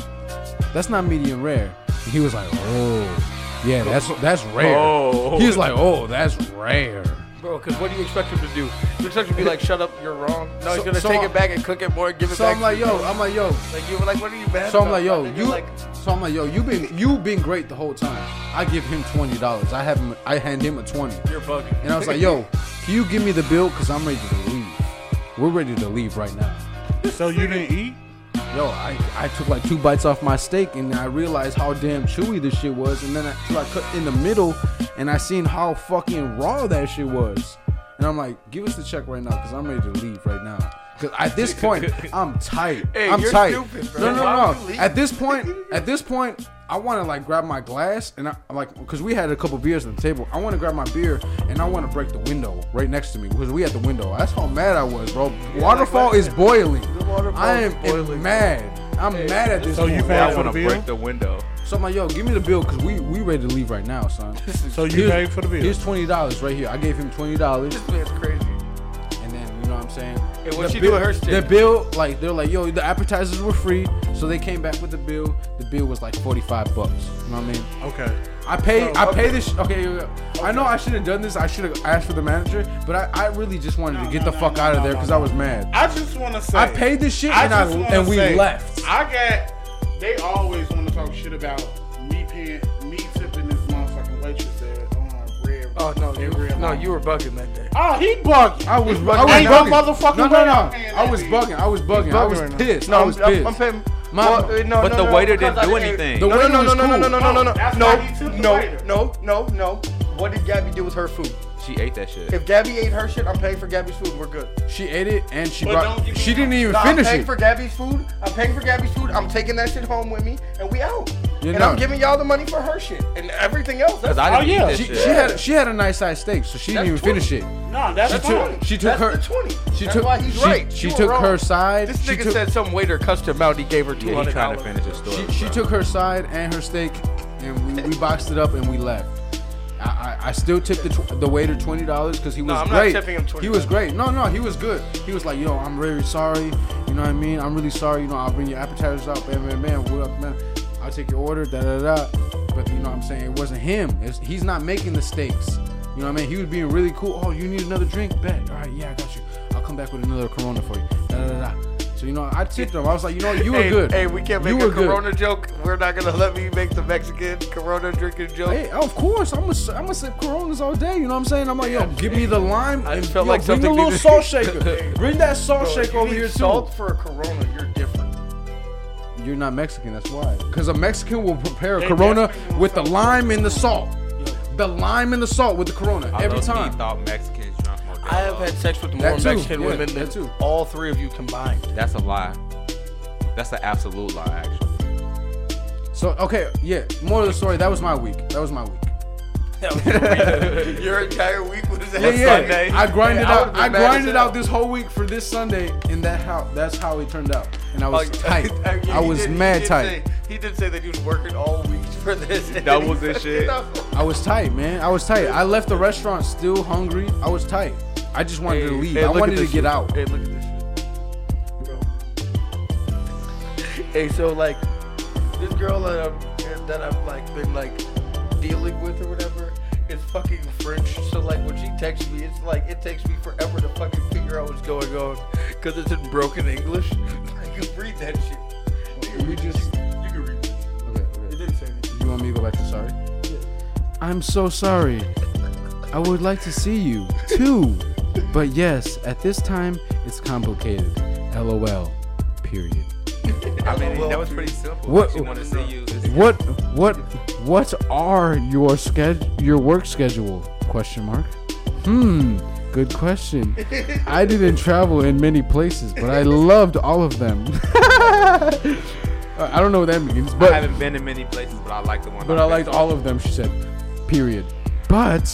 C: That's not medium rare. And he was like, oh, yeah, that's that's rare.
D: Oh.
C: He was like, oh, that's rare.
F: Bro, because what do you expect him to do? You expect him to be like, shut up, you're wrong? No,
C: So-
F: he's going to
C: so
F: take
C: I-
F: it back and cook it more and give it
C: So
F: back.
C: I'm like, yo, I'm like, yo,
F: like, you were like, what are you mad
C: So I'm
F: about?
C: like, yo,
F: And
C: you.
F: you're like,
C: so I'm like, yo, you been you been great the whole time. I give him twenty dollars. I have him. I hand him a twenty.
F: you're bugging.
C: And I was like, yo, can you give me the bill? Cause I'm ready to leave. We're ready to leave right now.
A: so you didn't eat?
C: Yo, I, I took like two bites off my steak and I realized how damn chewy this shit was. And then I, till I cut in the middle and I seen how fucking raw that shit was. And I'm like, give us the check right now because I'm ready to leave right now. Because at this point, I'm tight.
F: Hey,
C: I'm
F: you're
C: tight.
F: stupid, bro.
C: No,
F: Why
C: no,
F: would you
C: no.
F: leave?
C: At this point, at this point, I want to like grab my glass and I I'm like because we had a couple beers on the table. I want to grab my beer and I want to break the window right next to me because we had the window. That's how mad I was, bro. Waterfall is boiling.
F: waterfall
C: I
F: is
C: am
F: boiling.
C: mad. I'm mad at this.
A: So you
C: point.
A: paid
D: I
A: for
D: want
A: the
D: to
A: bill?
D: break the window.
C: So I'm like, yo, give me the bill because we we ready to leave right now, son.
A: So you
C: Here's-
A: paid for the bill?
C: Here's twenty dollars right here. I gave him twenty dollars,
F: This man's crazy.
C: and then you know what I'm saying.
F: Hey,
C: The
F: what'd she do
C: bill-
F: with her
C: The
F: steak?
C: bill, like they're like, yo, the appetizers were free, so they came back with the bill. The bill was like forty five bucks. You know what I mean?
A: Okay.
C: I pay. I pay this. Okay, yo, yo. I know I should have done this. I should have asked for the manager, but I, I really just wanted to
A: No,
C: get
A: no,
C: the
A: no,
C: fuck
A: no,
C: out of
A: no,
C: there
A: no,
C: because
A: no.
C: I was mad.
A: I just want to say
C: I paid this shit and I-
A: just wanna
C: and we
A: say,
C: left.
A: I got. They always want to talk shit about me paying, me tipping this motherfucking waitress at uh, Red.
F: Oh, no,
A: at
F: you,
A: Red
F: no,
A: Lion.
F: you were bugging that day.
A: Oh, he bugging.
C: I was, I was
A: Ain't no
C: bugging.
A: motherfucking
C: no,
A: way
C: no, no.
A: I'm paying
C: I
A: that
C: was
A: bitch.
C: bugging. I was bugging. I
F: bugging
C: was
F: right now.
C: pissed.
F: No,
C: I
F: I'm,
C: was
F: I'm-
C: pissed.
F: I'm paying.
C: My-
F: well, uh, no,
D: but
F: no,
D: the
F: no,
D: waiter
F: because
D: didn't do
F: I- hey,
D: anything.
C: The
F: No, no,
C: waiter
F: no,
C: was
F: no, no, no, no, no,
C: cool.
F: no, no, no,
A: That's
F: no,
A: why he took the
F: no,
A: waiter.
F: no, no, no. What did Gabby do with her food?
D: She ate that shit.
F: If Gabby ate her shit, I'm paying for Gabby's food. We're good.
C: she ate it and she
A: But
C: brought.
A: don't give me
C: She didn't even
F: No, I'm
C: finish
F: paying
C: it.
F: for Gabby's food. I'm paying for Gabby's food. I'm taking that shit home with me, and we out.
C: You're
F: and
C: not.
F: I'm giving y'all the money for her shit and everything else.
D: Cause
F: That's
D: I didn't
A: Oh, yeah.
D: eat that
C: she,
D: shit.
C: she had she had a nice sized steak, so she didn't even
F: That's
C: finish it.
A: No, that's
C: She
A: fine.
C: took she took
F: That's
C: her
F: the 20.
C: She
F: That's
C: took
F: why he's
C: she,
F: right.
C: She
F: You were
C: took her
F: wrong.
C: side.
F: This
C: she
F: nigga
C: took,
F: said some waiter cussed him out. He gave her two
D: yeah, he
F: hundred
D: trying
F: dollars.
D: to finish the story.
C: she, she
D: bro.
C: took her side and her steak, and we, we boxed it up and we left. I, I, I still tipped the, tw- the waiter twenty dollars because he was
F: I'm not
C: great.
F: tipping him $20.
C: He was great. No, no, he was good. He was like, yo, I'm really sorry. You know what I mean? I'm really sorry. You know, I'll bring your appetizers out. Man, man, man, what up, man? I'll take your order. Da da da. But you know what I'm saying? It wasn't him. It's, he's not making the stakes. You know what I mean? He was being really cool. Oh, you need another drink? Bet. All right, yeah, I got you. I'll come back with another Corona for you. Da da da. So you know, I tipped him. I was like, you know, what? you were
H: hey,
C: good.
H: Hey, we can't
C: You
H: make a
C: were good.
H: Corona joke. We're not gonna let me make the Mexican Corona drinking joke.
C: Hey, of course, I'm gonna I'm gonna sip Coronas all day. You know what I'm saying? I'm like, yo, give me the lime.
F: I
C: and,
F: felt
C: yo,
F: like
C: bring the
F: something
C: little
F: needed-
C: salt shaker. bring that salt
F: Bro,
C: shaker
F: you
C: over
F: need
C: here too.
F: salt for a Corona. You're different.
C: You're not Mexican, that's why. Because a Mexican will prepare a Corona with the lime and the salt. The lime and the salt with the Corona
D: I
C: every
D: low-key
C: time.
D: thought Mexicans drunk more
F: I have
D: than-
F: had sex with more
C: That too.
F: Mexican
C: yeah,
F: women than
C: that too.
F: all three of you combined.
D: um, That's a lie. That's an absolute lie, actually.
C: So okay, yeah. More of the story. That was my week. That was my week.
H: Your entire week was that
C: Yeah, yeah.
H: Sunday.
C: I grinded
H: Hey,
C: out.
H: would've
C: I
H: been mad as
C: grinded
H: hell.
C: out this whole week for this Sunday, and that how that's how it turned out. And I was
H: Like,
C: tight.
H: I- yeah,
C: I
H: he
C: was
H: did- he
C: mad
H: did
C: tight.
H: say- he did say that he was working all week for this.
D: Doubles and shit.
C: I was tight, man. I was tight. I left the restaurant still hungry. I was tight. I just wanted to leave. I wanted to get out.
H: Hey, look at this shit.
B: Hey, so like this girl that I'm that I've like been like dealing with or whatever is fucking French. So like when she texts me, it's like it takes me forever to fucking figure out what's going on because it's in broken English. I can read that shit.
C: We just.
H: You can read this.
C: Okay, okay.
H: It didn't say anything.
C: You want me to go back to sorry? I'm so sorry. I would like to see you too, but yes, at this time it's complicated. LOL. Period.
D: I mean, that was pretty simple.
C: What-
D: She wanted to see you.
C: What? What? What are your sched your work schedule? Question mark. Hmm. Good question. I didn't travel in many places, but I loved all of them. I don't know what that means,
D: I
C: but
D: haven't been in many places, but I like the one.
C: but I liked all of them, she said. Period. But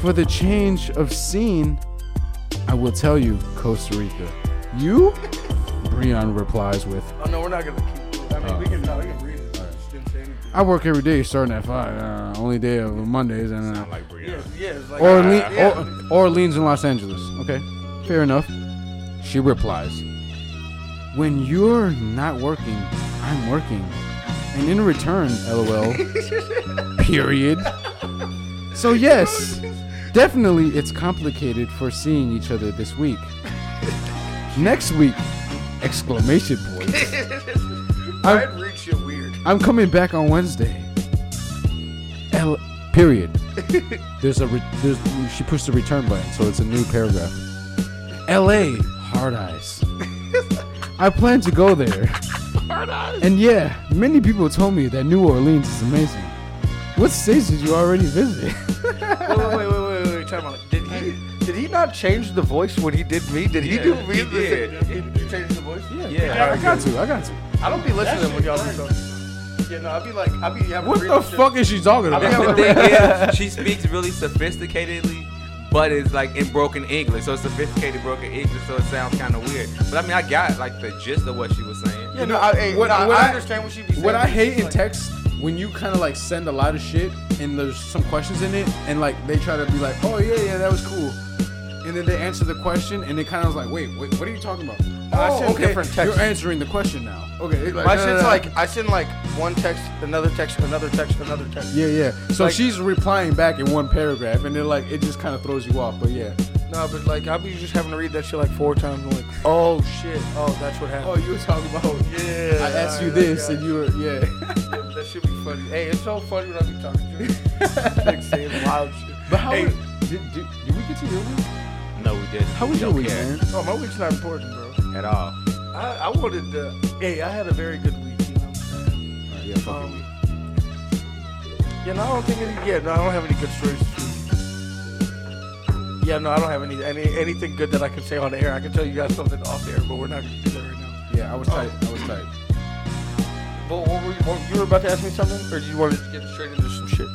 C: for the change of scene, I will tell you, Costa Rica. You? Breon replies with,
F: Oh no, we're not gonna keep doing. That. I mean,
C: Uh.
F: we can. No, we can read it. Just didn't say anything.
C: I work every day starting at 5, uh, only day of Mondays, and uh,
D: Like Brianna.
F: Yeah, it's like
C: Orle- or- Orleans in Los Angeles. Okay, fair enough. She replies, When you're not working, I'm working. And in return, lol, period. So, yes, definitely it's complicated for seeing each other this week. Next week, exclamation point.
H: I'd read shit weird.
C: I'm coming back on Wednesday. L. Period. there's a re- there's she pushed the return button, so it's a new paragraph. L.A. Hard eyes. I plan to go there. Hard eyes. And yeah, many people told me that New Orleans is amazing. What states did you already visit?
B: Wait, wait, wait, wait, wait, wait. Time out. Did he? Did he not change the voice when he did me? Did he do me?
D: He did.
B: He changed the voice.
C: yeah,
D: Yeah.
C: I got to. I got to.
B: I don't be listening when y'all be talking. Yeah, no, I be like, I be having
C: What
B: real
C: the
B: shit.
C: fuck is she talking
D: That's
C: about?
D: the thing is, she speaks really sophisticatedly, but it's like in broken English. So it's sophisticated broken English, so it sounds kind of weird. But I mean, I got like the gist of what she was saying.
B: Yeah, no, I, hey,
C: What-
B: no, I,
C: what I-
B: understand what she be saying.
C: What I
B: but
C: hate
B: it's
C: in
B: like-
C: text when you kind of like send a lot of shit and there's some questions in it and like they try to be like, oh yeah yeah that was cool, and then they answer the question and it kind of was like, wait, wait what are you talking about?
B: I
C: oh,
B: send
C: okay,
B: different texts.
C: you're answering the question now. Okay,
B: My shit's like I send like one text, another text, another text, another text.
C: yeah yeah. So
B: like-
C: she's replying back in one paragraph and then like it just kind of throws you off. But yeah.
B: No, but like I'll be just having to read that shit like four times. I'm like, oh shit, oh that's what happened.
C: you were talking about.
F: Oh,
B: yeah,
C: I asked you this and you were yeah.
B: That should be funny. Hey, it's so funny when I be talking to you, like saying wild shit.
C: But how
B: Hey.
C: did, did, did, did we get to your week?
D: No, we didn't.
C: How was
D: We
C: your
D: don't
C: week,
D: care
C: man?
B: Oh, my week's not important, bro.
D: At all.
B: I, I wanted to. Hey, I had a very good week. You know what I'm saying?
C: yeah, fuck your
B: Um, Yeah, no, I don't think any. Yeah, no, I don't have any good stories. this week. Yeah, no, I don't have any, any anything good that I can say on air. I can tell you guys something off air, but we're not gonna do that right now.
C: Yeah, I was tight. I was tight.
B: But what were you, what, you were about to ask me something, or do you want to get straight into some shit?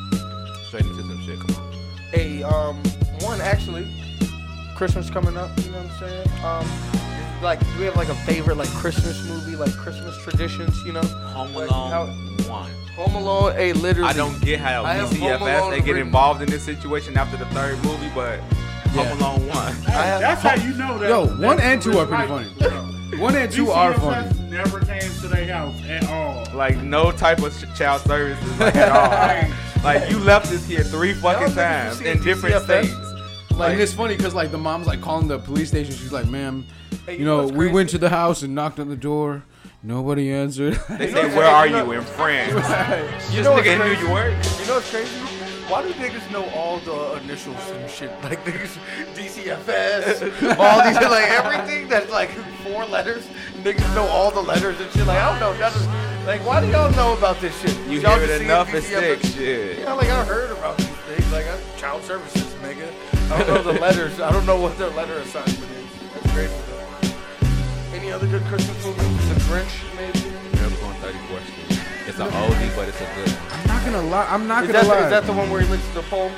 D: Straight into some shit. Come on.
B: Hey, um, one actually, Christmas coming up. You know what I'm saying? Um, is- like, do we have like a favorite like Christmas movie, like Christmas traditions? You know?
D: Home
B: Like,
D: Alone
B: how-
D: one.
B: Home Alone, hey, literally.
D: I don't get how E
B: I have Home
D: DCFS
B: Alone
D: they get
B: written-
D: involved in this situation after the third movie, but Home Alone one.
B: I have-
A: That's how you know that.
C: Yo,
A: that
C: one and two are
A: was
C: pretty
A: right.
C: funny. One and two are funny.
A: DCFS Never came to their house at all.
D: like no type of sh- child services like, at all. like you left this here three fucking times in different states.
C: Like, and it's funny because like the mom's like calling the police station. She's like, "Ma'am, you
B: you know
C: know,
B: what's
C: we
B: crazy?
C: went to the house and knocked on the door. Nobody answered."
D: They say, "Where are you in France?"
B: You
D: This
B: know what's
D: nigga in
B: crazy?
D: New York.
B: You know what's crazy? Why do niggas know all the initials and shit? Like niggas, DCFS, all these, like everything that's like four letters. Niggas know all the letters and shit. Like I don't know, that's like why do y'all know about this shit?
D: You
B: Y'all
D: hear
B: just
D: it
B: see
D: enough, it's
B: DCFS.
D: sick. Shit.
B: Yeah, like I heard about these things. Like I, child services, nigga. I don't know the letters. I don't know what their letter assignment is. That's crazy. though. Any other good Christmas movies? The Grinch, maybe.
D: Miracle on 34th Street. It's an oldie, but it's a good. one.
C: I'm not gonna lie. I'm not
B: Is
C: gonna
B: that,
C: lie.
B: is that the one where he licks the pole?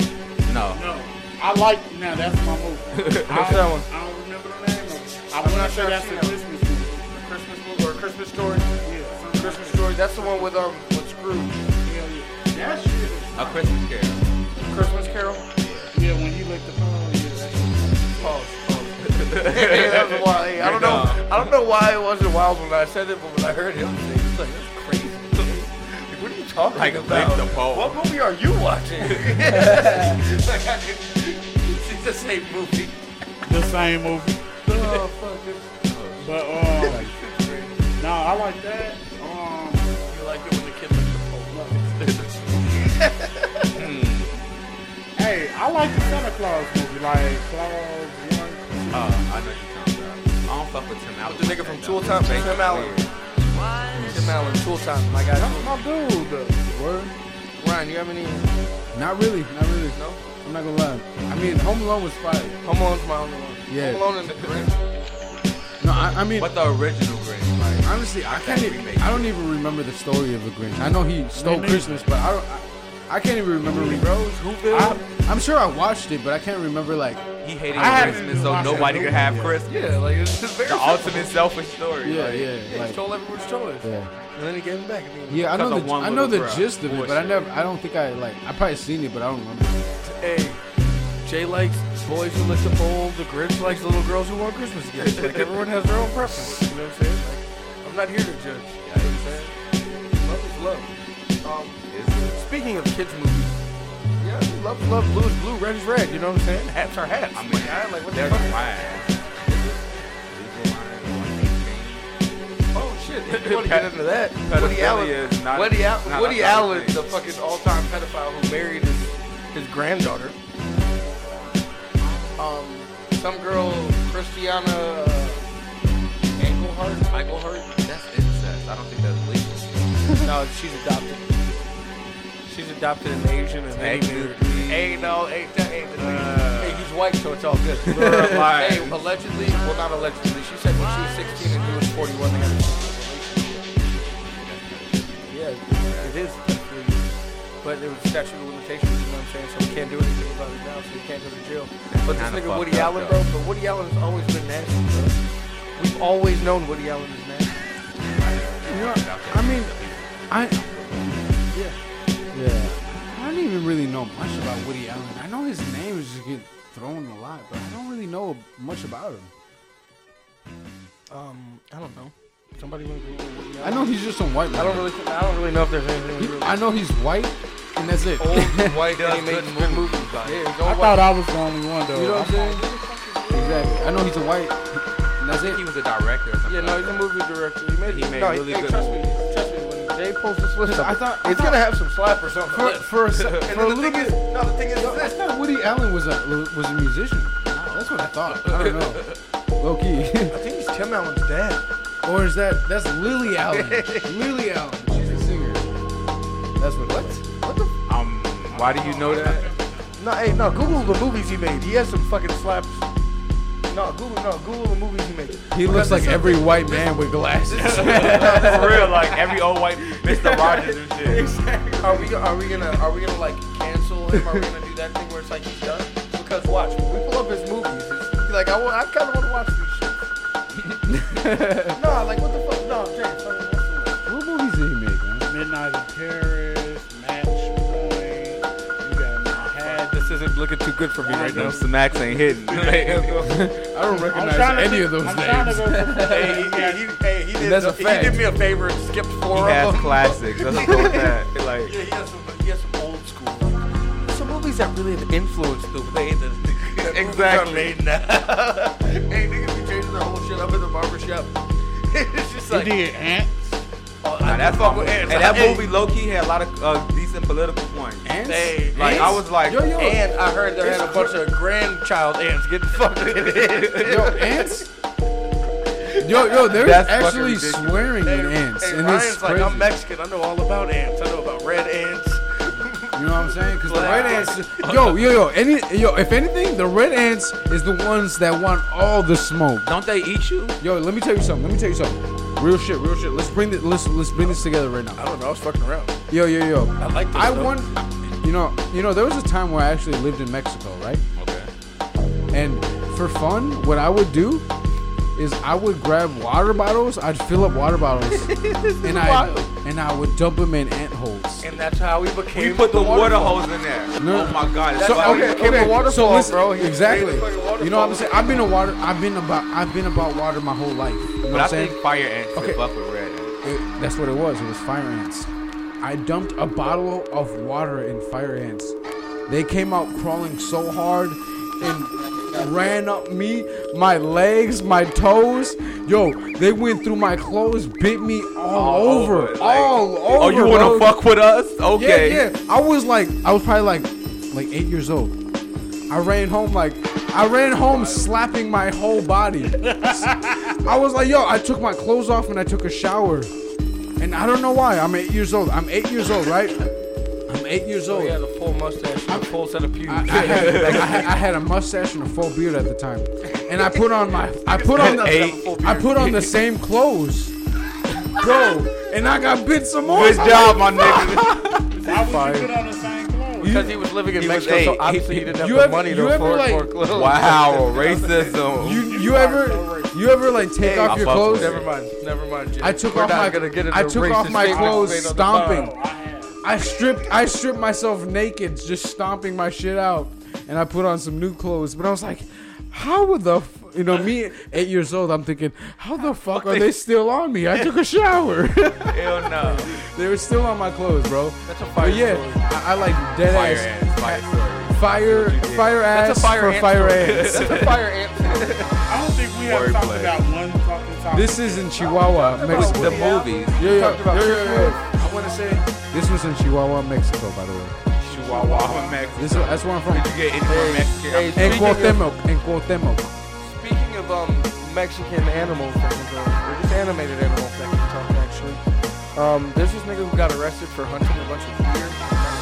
D: No,
A: No, I like now. That's my movie. I,
B: that one?
A: I don't remember the name. Of it. I'm,
B: not
A: not
B: sure
A: sure that's a
B: I've seen
A: Christmas movie.
B: Christmas movie or Christmas story?
A: Yeah, some Christmas.
B: Christmas story. That's the one with um with Scrooge.
A: Hell yeah. That shit. is-
D: a Christmas Carol.
B: Christmas Carol.
A: Yeah, when he licked the phone. Yeah.
B: Pause. pause. hey, that was wild. Hey, I don't know. I don't know why it wasn't wild when I said it, but when I heard it, I was like, that's crazy. Like, what are you talking
D: Like, lick
B: about?
D: the pole.
B: What movie are you watching? like, I did, it's the same movie.
A: The same movie.
B: Oh fuck!
A: But um, no, I like that. Um,
B: You like it when the kid licked the pole?
A: hey, I like the Santa Claus movie, like Claus. Young.
D: Uh, I know you're talking about. I don't fuck with Tim Allen.
B: The nigga from
D: like that,
B: Tool
D: though.
B: Time,
D: Make
B: Tim
D: it
B: Allen.
D: clear.
B: Tim Allen, Tool Time, my guy.
A: That's my dude. though.
C: Word?
B: Ryan, you have any?
C: Not really. Not really.
B: No.
C: I'm not gonna lie. I mean, Home Alone was fire.
B: Home Alone's my only one.
C: Yeah.
B: Home Alone and the Grinch.
C: No, I, I mean,
D: But the original Grinch, like,
C: honestly, I can't.
D: that
C: Even,
D: remake.
C: I don't even remember the story of the Grinch. I know he stole
A: neither.
C: Christmas, but I don't. I, I can't even remember. Rose, Whoville. I, I'm sure I watched it, but I can't remember like.
D: he hated
A: I haven't
D: Christmas,
A: even
D: so
A: watched that
D: nobody could
A: movie
D: have
A: yet.
D: Christmas.
B: Yeah, like it's just very.
D: The ultimate selfish story.
C: Yeah,
D: like,
C: yeah,
B: He
C: like.
B: stole everyone's toys,
C: Yeah.
B: and then he gave them back. I mean,
C: Yeah, I know
D: Because of
C: the
D: one
C: I know the
D: little bruh.
C: gist of it, but I
D: Bullshit.
C: never I don't think I like I probably seen it, but I don't remember.
B: Hey, Jay likes boys who lick the pole. The Grinch likes little girls who want Christmas gifts. Like everyone has their own preference. You know what I'm saying? Like, I'm not here to judge. You know what I'm saying? Love is love. Um, speaking of kids movies, yeah, love, is love, blue is blue, red is red. You know what I'm saying? Hats are hats.
D: I mean,
B: my guy. like what the
D: there's
B: fuck?
D: lines. Legal lines,
B: Oh shit! You want to get into that? Woody
D: Pedophilia
B: Allen.
D: is not-
B: Woody, Al-
D: not
B: Woody
D: a
B: Allen,
D: thing.
B: the fucking all-time pedophile who married his his granddaughter. Um, some girl, Christiana uh, Englehart. Englehart.
D: 118. That's incest. I don't think that's legal.
B: No, she's adopted. She's adopted an Asian and then he married.
D: Technically.
B: Hey, no, hey, that ain't the
D: Uh.
B: Hey, he's white, so it's all good.
D: You're lying.
B: hey, allegedly, well, not allegedly. She said when she was 16 and he was 41, they had a Yeah, it is. technically, But it was statute of limitations, you know what I'm saying? So we can't do anything about it now, so we can't go to jail. But this
D: Kinda
B: nigga Woody
D: fucked up,
B: Allen,
D: though.
B: bro, but Woody Allen has always been nasty, bro. We've always known Woody Allen is nasty.
C: You know, I mean, I yeah yeah. I don't even really know much about Woody Allen. I know his name is just get thrown a lot, but I don't really know much about him.
F: Um, I don't know. Somebody want to Google Woody
C: I know he's just some white.
B: I don't really, I don't really know if there's anything
C: He-
B: really
C: I know he's white, and that's it.
B: old and white and he
D: does
B: made
D: good
B: good movies about it.
A: I thought I was the only one though.
C: You know what I'm saying? Exactly. I know he's a white, and that's
D: He
C: it.
D: was a director or something.
B: Yeah, no, he's a movie director. He made,
D: He made
B: no,
D: really
B: hey,
D: good
B: Trust me, trust me. When Jay pulls this list,
C: I
B: up,
C: thought I
B: it's
C: thought-
B: gonna have some slap or something.
C: for for a, se-
B: and
C: for
B: then
C: a
B: the
C: little
B: thing
C: bit.
B: is, no, the thing is
C: I
B: this.
C: thought Woody Allen was a was a musician. That's what I thought. I don't know. Low key.
B: I think he's Tim Allen's dad.
C: or is that that's Lily Allen? Lily Allen. She's a singer. That's what. What?
B: What the? f-
D: Um, why do you know that?
B: No, hey, no. Google the movies he made. He has some fucking slaps. No, Google, no, Google the movies he made.
C: He looks like every white man with glasses.
D: For real, like every old white Mr. Rogers and shit.
B: Are we are we gonna are we gonna like cancel him? Are we gonna do that thing where it's like he's done? Because watch, we pull up his movies. It's like I want, I kind of want to watch these shit. nah, like what the fuck? No, Jay, fucking what's the
C: what movies did he make, man?
A: Midnight in Paris.
F: looking too good for me right now.
D: Them smacks ain't hitting.
C: I don't recognize any of those names.
H: hey, he, he, hey, he did,
C: That's a
H: he
C: fact.
H: did me a favor and skipped
D: he
H: four of
D: has
H: them.
D: classics. Let's go with that. Like,
B: Yeah, he has some, he has some old school. like, Some movies that really have influenced the way that, that movies
D: Exactly.
B: are made now. hey, niggas be changing their whole shit up in the barbershop. it's just like,
A: did ants.
B: oh,
D: nah,
B: I
D: that
B: do
D: fuck
B: fuck with
D: and
B: ants.
D: that
B: Hey,
D: movie low key had a lot of uh, decent political points.
B: Hey,
D: Like, I
B: ants?
D: was like,
C: Yo, yo.
B: And I heard there had a bunch of grandchild ants getting fucked in.
C: Yo, ants. Yo, yo, there's
D: That's fucking
C: actually
D: ridiculous.
C: swearing in
B: Hey,
C: ants,
B: hey,
C: and
B: Ryan's
C: it's
B: like,
C: crazy.
B: I'm Mexican. I know all about ants. I know about red ants.
C: you know what I'm saying? Because the red ants, yo, yo, yo, any, yo, if anything, the red ants is the ones that want all the smoke.
D: don't they eat you?
C: Yo, let me tell you something. Let me tell you something. Real shit, real shit. Let's bring this. Let's let's bring this together right now.
B: I don't know. I was fucking around.
C: Yo, yo, yo. I
B: like this,
C: I
B: though.
C: want. You know, you know, there was a time where I actually lived in Mexico, right?
D: Okay.
C: And for fun, what I would do is I would grab water bottles. I'd fill up water bottles, and I and I would dump them in ant holes.
B: And that's how we
D: We
B: became.
D: put the water hose in there.
C: No.
D: Oh my god. That's
C: So
D: why we-
C: okay,
B: became a
C: okay.
B: waterfall,
C: so listen,
B: bro. He made
C: Exactly.
B: a fucking
C: You know what
B: waterfall.
C: I'm saying? I've been a water. I've been about. I've been about water my whole life. You know what
D: But I
C: I'm saying?
D: think fire ants
C: Okay.
D: okay. up with red ants.
C: It- that's what it was. It was fire ants. I dumped a bottle of water in fire ants. They came out crawling so hard and ran up me, my legs, my toes. Yo, they went through my clothes, bit me all, over,
D: Like,
C: all over.
D: Oh, you wanna
C: bro.
D: fuck with us? Okay.
C: Yeah, yeah. I was like, I was probably like, like eight years old. I ran home like, I ran home slapping my whole body. I was like, yo, I took my clothes off and I took a shower, and I don't know why. I'm eight years old. I'm eight years old, right? I'm eight years old.
F: He had a Oh, full mustache, and a full set of pubes.
C: I, I had, like, I, had, I had a mustache and a full beard at the time, and I put on my, I put on the, I put on the same clothes, bro, and I got bit some more.
D: Good job, my nigga.
A: Why would you put on the same clothes?
F: because he was living in
D: He was
F: Mexico, so
D: eight.
F: obviously he, didn't have
C: you
F: the
C: ever-
F: money
C: you
F: to
C: ever,
F: afford
C: like-
F: more clothes.
D: Wow, racism.
C: You, you ever you ever like take
B: Hey,
C: off
D: I
C: your
D: fuck
C: clothes?
D: with
B: Never mind. Never mind. Jay.
C: I took
B: We're
C: off
B: not
C: my
B: gonna get into
C: I took off
B: racist
C: my
B: statements
C: clothes
B: made on the
C: stomping.
B: pod.
C: I stripped I stripped myself naked, just stomping my shit out, and I put on some new clothes. But I was like, how would the f-? you know me eight years old? I'm thinking, how the fuck are they still on me? I took a shower.
D: Hell no.
C: they were still on my clothes, bro.
B: That's a fire
C: But yeah,
B: story.
C: I, I like dead
D: Fire
C: ass
D: ants. Fire ants.
C: fire fire ass
B: That's a fire
C: for
B: ant
C: fire
B: story.
C: ants.
B: That's a fire ant. story.
A: I don't think we have
D: Wordplay.
A: talked about one fucking topic.
C: This is in Chihuahua, Mexico.
D: The movies.
C: Yeah,
B: talked about
C: yeah,
B: Chris
C: yeah, yeah.
B: I want to say.
C: This was in Chihuahua, Mexico, by the way.
D: Chihuahua in Mexico.
C: This that's where I'm from.
D: Did you get any more Mexican?
B: Hey,
C: In
B: speaking of-
C: Cuauhtemoc, in Cuauhtemoc.
B: Speaking of um Mexican animals that can go, or just animated animals that can talk actually. Um, there's this nigga who got arrested for hunting a bunch of deer.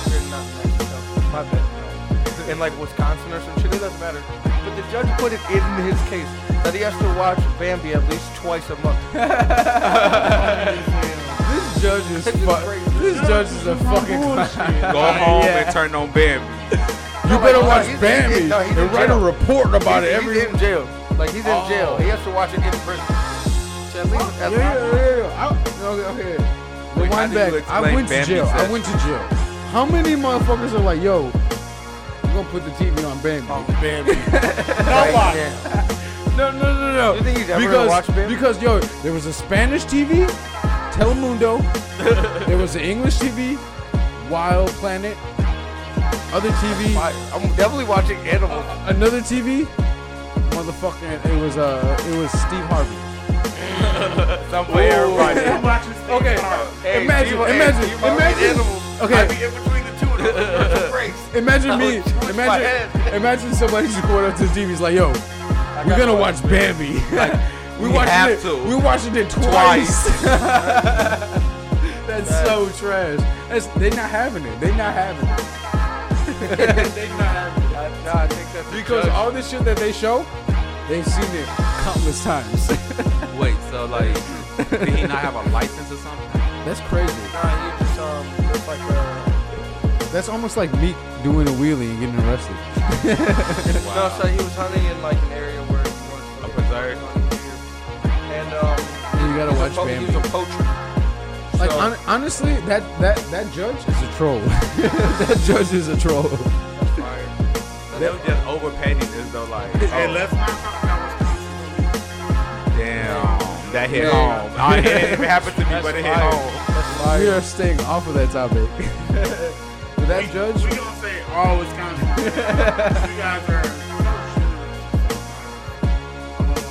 B: They're not Mexico, my bad. In like Wisconsin or some shit, it doesn't matter. But the judge put it in his case that he has to watch Bambi at least twice a month.
C: This judge is fu- This judge is a fucking. clown.
D: Go home
C: Yeah.
D: and turn on Bambi.
C: You better
B: no,
C: watch
B: he's in-
C: Bambi
B: he's- no, he's in
C: and write a
B: jail.
C: report about it
B: he's,
C: every. Oh.
B: he's in jail. Like he's in jail. He has to watch it in prison. So at least,
C: Yeah,
B: at
C: yeah,
B: least-
C: yeah, yeah. I, okay, okay.
D: Wait, how
C: Rewind
D: do you
C: back. I
D: explain
C: went to
D: Bambi
C: jail. I
D: session?
C: went to jail. How many motherfuckers are like, yo, we're gonna put the TV on Bambi?
B: Oh,
A: nobody.
C: No, no, no, no.
B: You think he's ever gonna
C: because,
B: watch Bambi?
C: Because, yo, there was a Spanish TV, Telemundo. there was an English TV, Wild Planet. Other TV,
B: I, I'm definitely watching animals.
C: another TV, motherfucking. It was uh, it was Steve Harvey.
D: Somewhere right
A: I'm watching Steve
C: Okay.
A: Harvey.
B: Hey,
C: Imagine,
B: Steve- hey,
C: imagine,
B: Steve Harvey
C: imagine.
B: Animals.
C: Okay.
B: I'd be in between the two of them. That's a race.
C: Imagine me,
B: my
C: imagine,
B: head.
C: imagine somebody just going up to the TV. He's like, yo, we're gonna watch Bambi. like, we, watching
D: have
C: it.
D: to.
C: We watching it twice. That's so trash. That's they not having it. They not having it.
B: I- nah, I think that's a
C: Because
B: judge.
C: all this shit that they show, they've seen it countless times.
D: Wait, so like, did he not have a license or something?
C: That's crazy.
B: Nah, you just, um, it's like a-
C: That's almost like Meek doing a wheelie and getting arrested.
B: No, so he was hunting in like an area where he was
D: A preserve?
B: And um,
C: You gotta
B: he's a
C: watch
B: po-
C: Bambi.
B: He was a poacher.
C: Like
B: So-
C: hon- honestly, that that that judge is a troll. that judge is a troll.
B: Fire.
D: So they was just overpaying niggas though, like,
A: Hey,
D: oh,
A: let's
D: damn, that hit home. Oh, it didn't even happen to me, but it hit home.
C: We are staying off of that topic. Did that judge?
A: We gonna say all is kind of. you guys are.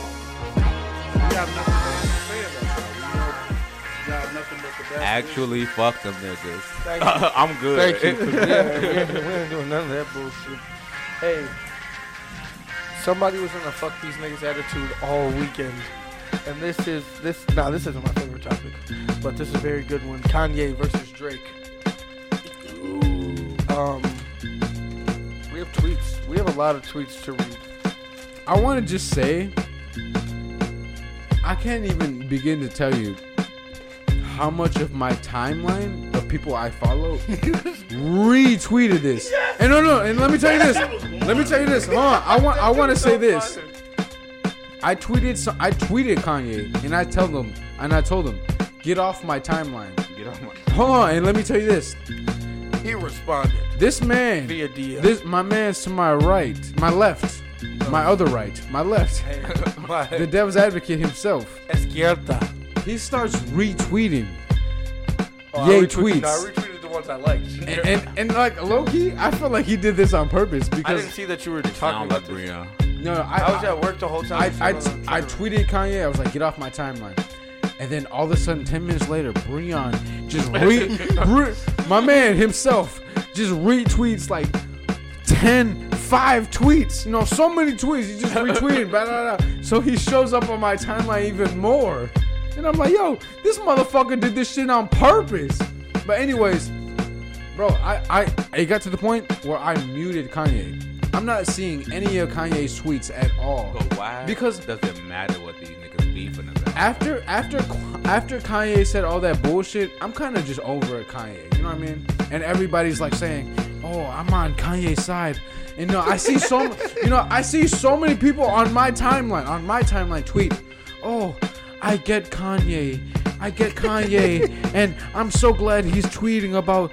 A: We have nothing bad to say about y'all. We know you have nothing but the best.
D: Actually, fuck them niggas. I'm good.
F: Thank you. yeah, we, ain't, we ain't doing none of that bullshit. Hey, somebody was in a fuck these niggas attitude all weekend. And this is this nah, this isn't my favorite topic. But this is a very good one. Kanye versus Drake. Um We have tweets. We have a lot of tweets to read.
C: I want to just say, I can't even begin to tell you how much of my timeline of people I follow retweeted this. And no, no, and let me tell you this. Let me tell you this. Hold on. I want, I want to say this. I tweeted, so, I tweeted Kanye, and I tell them, and I told them, get off my timeline.
D: Get off my-
C: Hold on, and let me tell you this.
F: He responded.
C: This man,
F: Via DM.
C: this my man's to my right, my left, my other right, my left. The
F: My
C: devil's advocate himself.
F: izquierda.
C: He starts retweeting.
B: Oh, I
C: Yay
B: retweeted-
C: tweets.
B: No, I retweeted the ones I liked.
C: and, and, and like Loki, I feel like he did this on purpose
F: I
C: because
F: didn't see that you were talking
D: Sound
F: about
D: like
F: this.
D: Brianna.
C: no, no, I,
B: I was at work the whole
C: I,
B: time.
C: I, I tweeted Kanye. I was like, get off my timeline. And then all of a sudden, ten minutes later, Breon just re, re- my man himself just retweets like 10, 5 tweets. You know, so many tweets. He just retweeted. blah, blah, blah. So he shows up on my timeline even more. And I'm like, yo, this motherfucker did this shit on purpose. But anyways, bro, I, I it got to the point where I muted Kanye. I'm not seeing any of Kanye's tweets at all.
D: But why?
C: Because
D: does it matter what these niggas beefing about?
C: after after after Kanye said all that bullshit, I'm kind of just over it, Kanye. You know what I mean? And everybody's like saying, "Oh, I'm on Kanye's side." And no, I see so m- you know I see so many people on my timeline on my timeline tweet, "Oh, I get Kanye, I get Kanye, and I'm so glad he's tweeting about."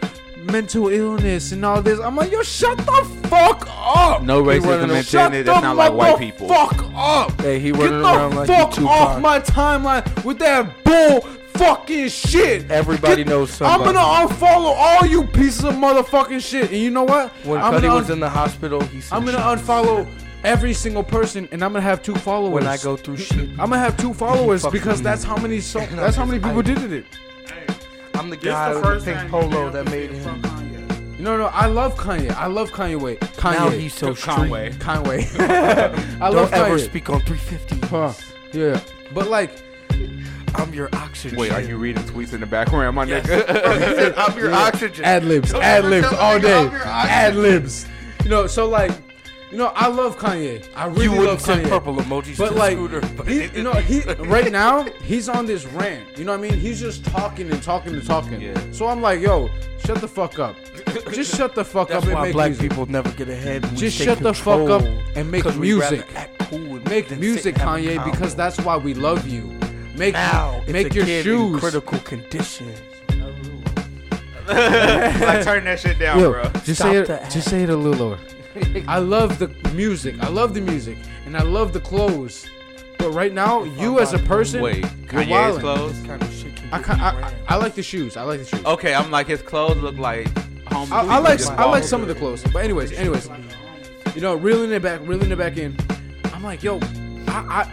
C: Mental illness and all this. I'm like, yo, shut the fuck up.
D: No
C: He
D: racism
C: wanted to-
D: intended.
C: Shut
D: It's
C: the
D: not like white people.
C: Fuck up.
F: Hey, he
C: Get
F: running
C: the
F: around like he
C: fuck
F: Tupac.
C: off my timeline with that bull fucking shit.
F: Everybody knows somebody.
C: I'm gonna unfollow all you pieces of motherfucking shit. And you know what?
F: When
C: I'm
F: Cuddy
C: gonna,
F: was in the hospital, he said
C: I'm gonna
F: "Shit."
C: unfollow every single person, and I'm gonna have two followers.
F: when I go through shit.
C: I'm gonna have two followers
F: fucking
C: because
F: me.
C: that's how many so that's how many people did it.
F: I'm the
A: This
F: guy
A: the
F: with
A: first
F: the pink
A: time
F: polo
A: you
F: that made
A: fuck
F: him.
A: Kanye.
C: No, no, I love Kanye. I love Kanye. Wait, Kanye.
F: Now he's so strong.
D: Conway.
C: Conway. I love
F: Don't ever
C: Kanye.
F: speak on 350.
C: Huh. Yeah, but like,
F: I'm your oxygen.
D: Wait, are you reading tweets in the background, my nigga?
G: I'm your oxygen.
C: Ad libs, ad libs all day, ad libs. You know, so like, you know, I love Kanye. I really
F: You wouldn't
C: love
F: send
C: Kanye.
F: purple emojis
C: but
F: to
C: like,
F: Scooter. But
C: he- you know, he right now he's on this rant. You know what I mean? He's just talking and talking and talking.
D: Yeah.
C: So I'm like, yo, shut the fuck up. Just shut the fuck
F: That's
C: up and
F: why
C: make
F: black
C: music.
F: people never get ahead. and we
C: Just
F: take
C: shut the fuck
F: control,
C: up and make
F: 'cause we rather
C: music.
F: act cool and
C: Make
F: than
C: music,
F: sit and have a
C: Kanye, because
F: convo.
C: that's why we love you. Make
F: now it's
C: make
F: a
C: your
F: kid
C: shoes.
F: in critical condition.
D: like, turn that shit down,
C: Yo,
D: bro.
C: just
F: Stop
C: say it.
F: the ad.
C: Just say it a little lower. I love the music. I love the music, and I love the clothes. But right now, you as a person,
D: Wait,
C: you're
D: Kanye's
C: wildin'.
D: clothes?
F: Kind of shit can
C: I,
F: get
C: ca-
F: you
C: I,
F: ran.
C: I like the shoes. I like the shoes.
D: Okay, I'm like his clothes look like. Home
C: I, I like I like some of the clothes. But anyways, anyways, you know, reeling it back, reeling it back in. I'm like, yo, I, I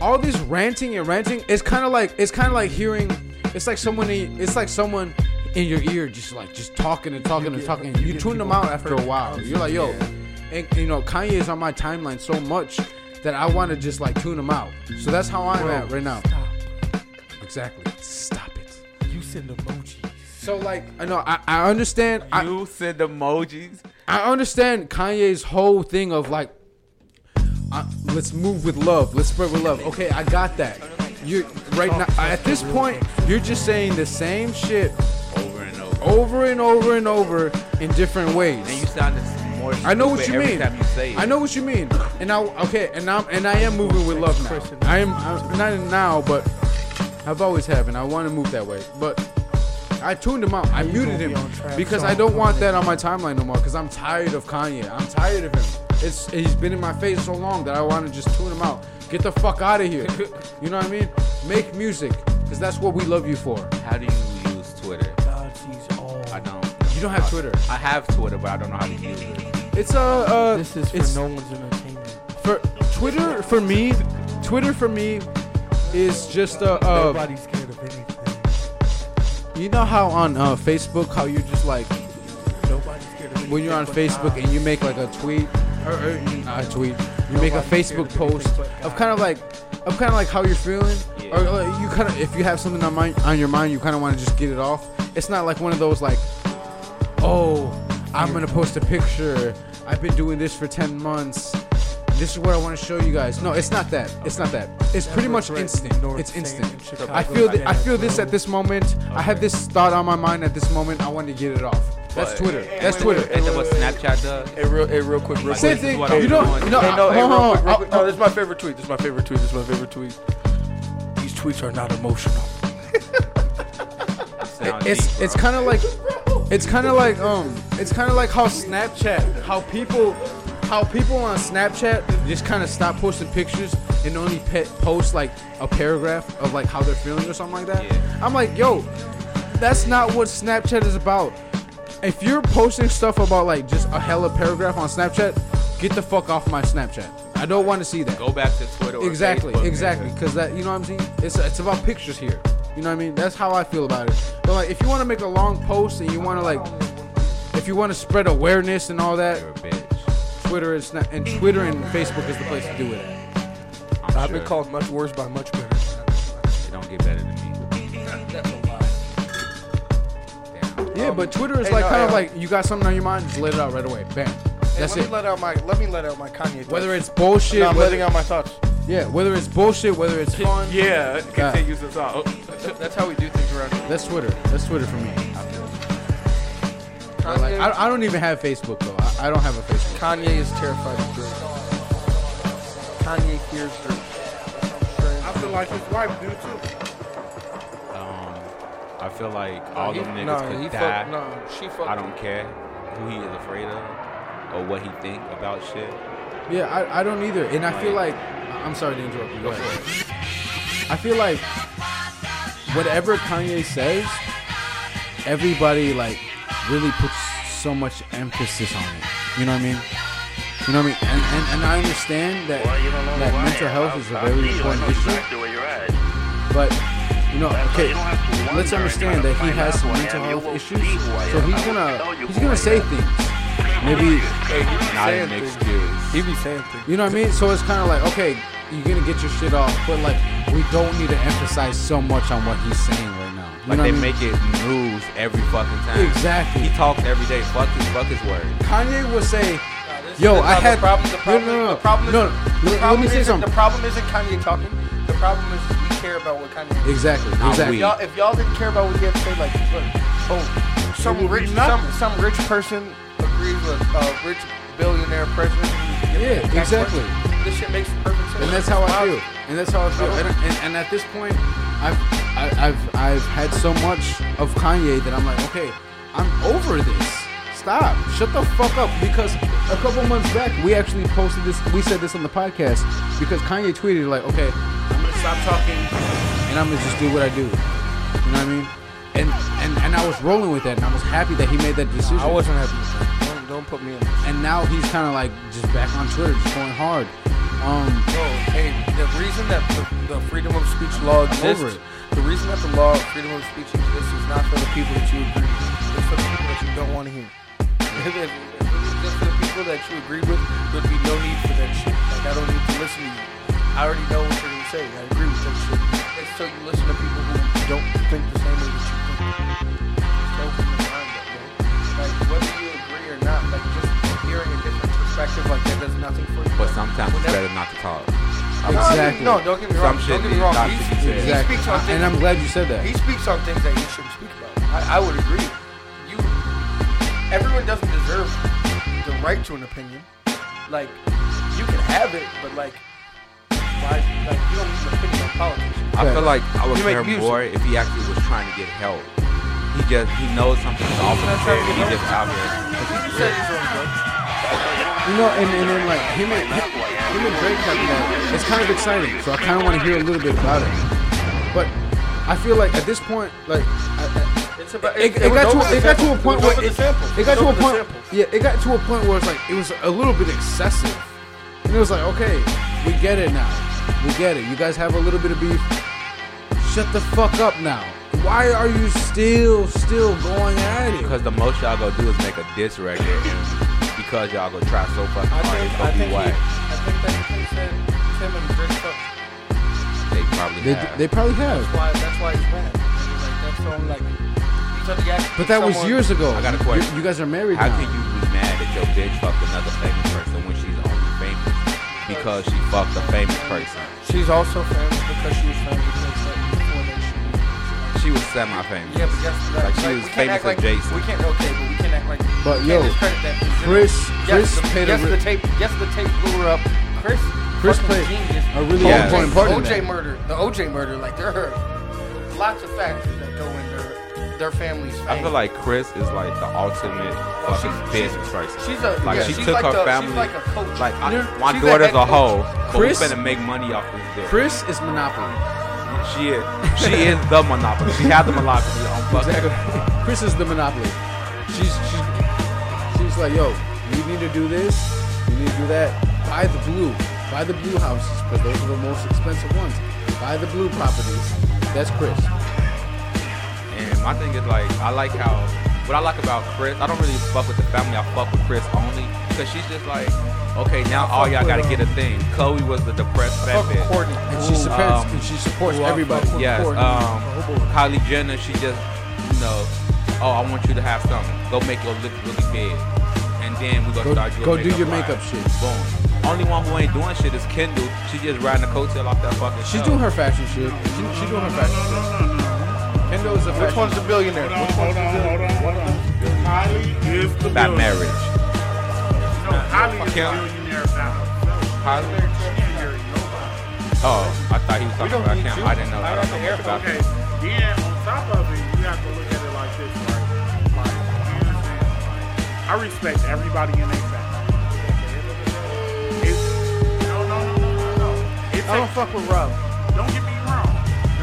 C: all this ranting and ranting. It's kind of like it's kind of like hearing. It's like someone. In, it's like someone in your ear, just like just talking and talking and talking. You, tune them out after a while. You're like, yo, and you know, Kanye is on my timeline so much that I want to just like tune him out. So that's how I'm at right now.
F: Stop.
C: Exactly. Stop it.
F: You send emojis.
C: So like, I know I, I understand. I,
D: You send emojis.
C: I understand Kanye's whole thing of like, I, let's move with love, let's spread with love. Okay, I got that. You're right now at this point, you're just saying the same shit
D: Over and over.
C: over and over and over in different
D: And you
C: ways.
D: sound more.
C: I know what
D: stupid
C: you
D: every
C: mean.
D: Time you say it.
C: I know what you mean. And now, okay, and I'm and I am moving with love now. I am I'm not now, but I've always have, and I want to move that way. But I tuned him out. I muted
F: gonna be
C: him
F: on Trap
C: because
F: Song
C: I don't want that on my timeline no more. Because I'm tired of Kanye. I'm tired of him. It's he's been in my face so long that I want to just tune him out. Get the fuck out of here. you know what I mean? Make music, cause that's what we love you for.
D: How do you use Twitter?
F: God sees all.
D: I don't.
C: You don't have Twitter.
D: I have Twitter, but I don't know how to use it.
C: It's uh, uh
F: This is for
C: it's
F: no one's entertainment.
C: for Twitter for me. Twitter for me is just a. Uh,
F: Nobody's scared of anything.
C: You know how on uh, Facebook, how you just like
F: Nobody's scared of anything.
C: when you're on
F: but
C: Facebook
F: I.
C: and you make like a tweet or, or not a tweet, you make a
F: Nobody's
C: Facebook
F: scared of
C: post
F: anything but
C: of kind of like of kind of like how you're feeling,
D: Yeah.
C: or like, you kind of if you have something on mind on your mind, you kind of want to just get it off. It's not like one of those like, oh, I'm gonna post a picture. I've been doing this for ten months. This is what I want to show you guys. No, it's not that. It's not that. It's pretty much
F: Everett
C: instant.
F: North
C: It's
F: Stand in
C: instant.
F: Chicago
C: I feel th- I
F: Dance,
C: feel this
F: bro.
C: at this moment. I have this thought on my mind at this moment. I want to get it off. That's
B: But-
C: Twitter. That's Twitter.
D: Is that what Snapchat does?
B: Hey, real, hey, real quick, real quick.
C: Same
D: This is
C: thing.
D: what I'm
C: You don't.
D: doing.
C: No,
B: Hey, no,
C: hold
B: hey,
C: on, oh,
B: real
C: hold
B: quick,
C: on.
B: real quick.
C: I'll-
B: No, this is my favorite tweet. This is my favorite tweet. This is my favorite tweet.
F: These tweets are not emotional.
D: Sound
C: It's
D: deep,
C: it's
D: bro.
C: kind of like it's kind of like um it's kind of like how Snapchat how people how people on Snapchat just kind of stop posting pictures and only pet post like a paragraph of like how they're feeling or something like that.
D: Yeah.
C: I'm like, yo, that's not what Snapchat is about. If you're posting stuff about like just a hella paragraph on Snapchat, get the fuck off my Snapchat. I don't want to see that.
D: Go back to Twitter. Or
C: Exactly,
D: Facebook,
C: exactly.
D: nigga.
C: Because that, you know what I'm saying? It's it's about pictures here. You know what I mean? That's how I feel about it. But like, if you want to make a long post and you want to like, if you want to spread awareness and all that,
D: You're a bitch.
C: Twitter is not, and Twitter and Facebook is the place to do it. At.
D: I'm
F: I've
D: sure
F: been called much worse by much better.
D: It don't get better than me.
F: That's a lie.
D: Damn.
C: Yeah, but Twitter is
B: Um, hey,
C: like
B: no,
C: kind of
B: hey,
C: like you got something on your mind, just let it out right away. Bam. That's it.
B: let me let out my let me let out my Kanye. Thoughts.
C: Whether it's bullshit,
B: no, I'm
C: whether,
B: letting out my thoughts.
C: yeah, whether it's bullshit, whether it's fun,
D: Yeah,
C: continue
D: continue this out.
B: That's how we do things around here.
C: that's Twitter. That's Twitter for me.
B: Kanye,
C: Like, I, I don't even have Facebook though. I, I don't have a Facebook.
F: Kanye is terrified of Drake. Kanye fears Drake.
A: I feel like his wife do too.
D: Um, I feel like all them niggas
F: nah,
D: could
F: he
D: die.
F: fuck, nah, she fuck.
D: I don't care who he is afraid of or what he think about shit.
C: Yeah, I, I don't either. And I feel like I'm sorry to interrupt you. Go ahead. I feel like whatever Kanye says, everybody like really puts so much emphasis on it. You know what I mean? You know what I mean? And and, and I understand that that mental health is a very important issue. But you know, okay, let's understand that he has some mental health issues. So he's gonna he's gonna say things. Maybe
D: Not an excuse.
F: He be saying things.
C: you know what I mean? So it's kind of like, okay, you're gonna get your shit off, but like, we don't need to emphasize so much on what he's saying right now. You
D: Like
C: know
D: they
C: what I mean?
D: make it news every fucking time.
C: Mm. Exactly.
D: He talks every day. Fuck his fuck his word.
C: Kanye will say, "Yo, I had
B: problem. The problem,
C: no, no, no,
B: the problem,
C: no, no,
B: is, the
C: Let, let
B: problem
C: me say
B: isn't-
C: something.
B: The problem isn't Kanye talking. The problem is we care about what Kanye.
C: exactly,
D: Not
C: exactly.
D: we.
B: Y'all, if y'all didn't care about what you have to say, like, look, oh, some rich, some, some rich person agrees with a rich billionaire president. who's giving
C: Yeah,
B: tax
C: exactly.
B: breaks. This shit makes perfect sense.
C: and that's how I feel. And that's how I feel. And, and, and at this point, I've I, I've I've had so much of Kanye that I'm like, okay, I'm over this. Stop. Shut the fuck up. Because a couple months back, we actually posted this. We said this on the podcast because Kanye tweeted like, okay, I'm gonna stop talking and I'm gonna just do what I do. You know what I mean? And and and I was rolling with that, and I was happy that he made that decision.
F: I wasn't happy. Don't, don't put me in.
C: And now he's kind of like just back on Twitter, just going hard. Um,
B: Bro, hey, the reason that the, the freedom of speech law
C: over it.
B: exists, the reason that the law of freedom of speech exists is not for the people that you agree with. It's for the people that you don't want to hear. if, if, if it was just for the people that you agree with, there'd be no need for that shit. Like, I don't need to listen to you. I already know what you're going to say. I agree with that shit. It's so you listen to people who don't think the same way that you think. So open your mind up, bro. Like, whether you agree or not, like, just hearing a different perspective like that does nothing for you.
D: But sometimes it's
B: Whenever-
D: better not to talk.
B: no, I mean,
C: Exactly.
B: No, don't get me wrong.
D: Some shit
B: Don't get me
D: is
B: wrong.
D: not
B: He,
D: to be said.
B: he
C: Exactly.
B: speaks on
C: I-
B: things.
C: and I'm glad you said that.
B: he speaks on things that he shouldn't speak about. I, I would agree. You, everyone doesn't deserve the right to an opinion. Like, you can have it, but like, why? Like, you don't need an opinion on politics.
D: I feel like I would
B: You make
D: care
B: music.
D: more if he actually was trying to get help. He just he knows something's off.
B: not trying to get
D: He
B: help.
D: just out there.
B: You said he's on drugs.
C: You know, and, and then like him and him and Drake have like it's kind of exciting, so I kind of want to hear a little bit about it. But I feel like at this point, like
B: It's about,
C: it, it got to it got to a point where it, it got to a point
B: Sample.
C: yeah it got to a point where it's like it was a little bit excessive and it was like okay we get it now we get it you guys have a little bit of beef shut the fuck up now why are you still still going at it
D: Because the most y'all gonna do is make a diss record, and because y'all gonna try so fucking
B: I
D: hard,
B: think, I
D: it's gonna
B: think,
D: be
B: he, I
D: whack.
B: think that he said Tim and Drake fucked.
D: They probably
C: they,
D: have.
C: they probably have
B: Why, that's why he's mad. Like, that's so like, he's on the act-
C: but that was
B: someone-
C: years ago
D: I got a question.
C: you, you guys are married
D: How
C: now
D: can you be mad that your bitch fucked another famous person when she's only famous because she fucked a famous person?
B: She's also famous because she was famous like, before they should be.
D: She was semi-famous.
B: Yeah, but guess what?
D: Like, she was
B: we can't
D: famous
B: act
D: as
B: like,
D: Jason.
B: We can't okay, but we can't act like.
C: But, yo,
B: we can't discredit that because, you know,
C: Chris- Chris
B: yes, the,
C: played a
B: yes,
C: re-
B: the tape. Yes, the tape blew her up. Chris,
C: Chris played
B: fucking genius.
C: a really
D: Yeah.
C: important
B: The
C: part in
B: OJ
C: that.
B: murder, the OJ murder, like there are lots of factors that go in their their family's. Fame.
D: I feel like Chris is like the ultimate fucking
B: she's-
D: business person.
B: she's a-
D: like
B: yeah,
D: she
B: she's
D: took
B: like
D: her
B: the- she's
D: family.
B: like a coach.
D: like, I-
B: You know,
D: my
B: she's a
D: daughter's
B: head
D: a,
B: coach.
D: hoe, but we
C: Chris-
D: finna make money off this dick.
C: Chris is Monopoly
D: She is, she is the monopoly. She has the monopoly on fucking.
C: Exactly. Chris is the monopoly. She's she's she's like, yo, you need to do this, you need to do that. Buy the blue, buy the blue houses because those are the most expensive ones. Buy the blue properties. That's Chris.
D: And my thing is like, I like how what I like about Chris. I don't really fuck with the family. I fuck with Chris only because she's just like, okay, now all y'all gotta get a thing. Chloe was the depressed fat
B: Fuck
D: bitch.
B: Courtney.
C: And she supports
D: um,
C: and she supports everybody.
D: Yes. Um,
C: Oh,
D: Kylie Jenner, she just, you know, oh, I want you to have something. Go make your look really big. And then we gonna
C: Go-
D: start your
C: go do your
D: line.
C: makeup shit.
D: Boom. Only one who ain't doing shit is Kendall. She just riding the coattail off that fucking
C: She's
D: show.
C: doing her fashion shit. She, she's doing her fashion shit. Kendall is a fashion.
B: which one's the billionaire?
A: Hold on, hold on, hold on, hold on. Kylie is the
D: by
A: billionaire.
D: marriage.
A: No, Kylie is the
D: Kim.
A: billionaire now.
D: Kylie? Oh, I thought he was talking
B: don't
D: about
B: need
D: Kim.
B: you.
D: I didn't know.
B: I
D: I
B: got
D: don't know
B: the
D: much about
A: Okay,
D: Kim.
A: then on top of it, you have to look at it like this, right? Like, you understand? Like, I respect everybody in their family. It's- No, no, no, no, no, no. It
B: I don't
A: takes-
B: fuck with Rob.
A: Don't get me wrong.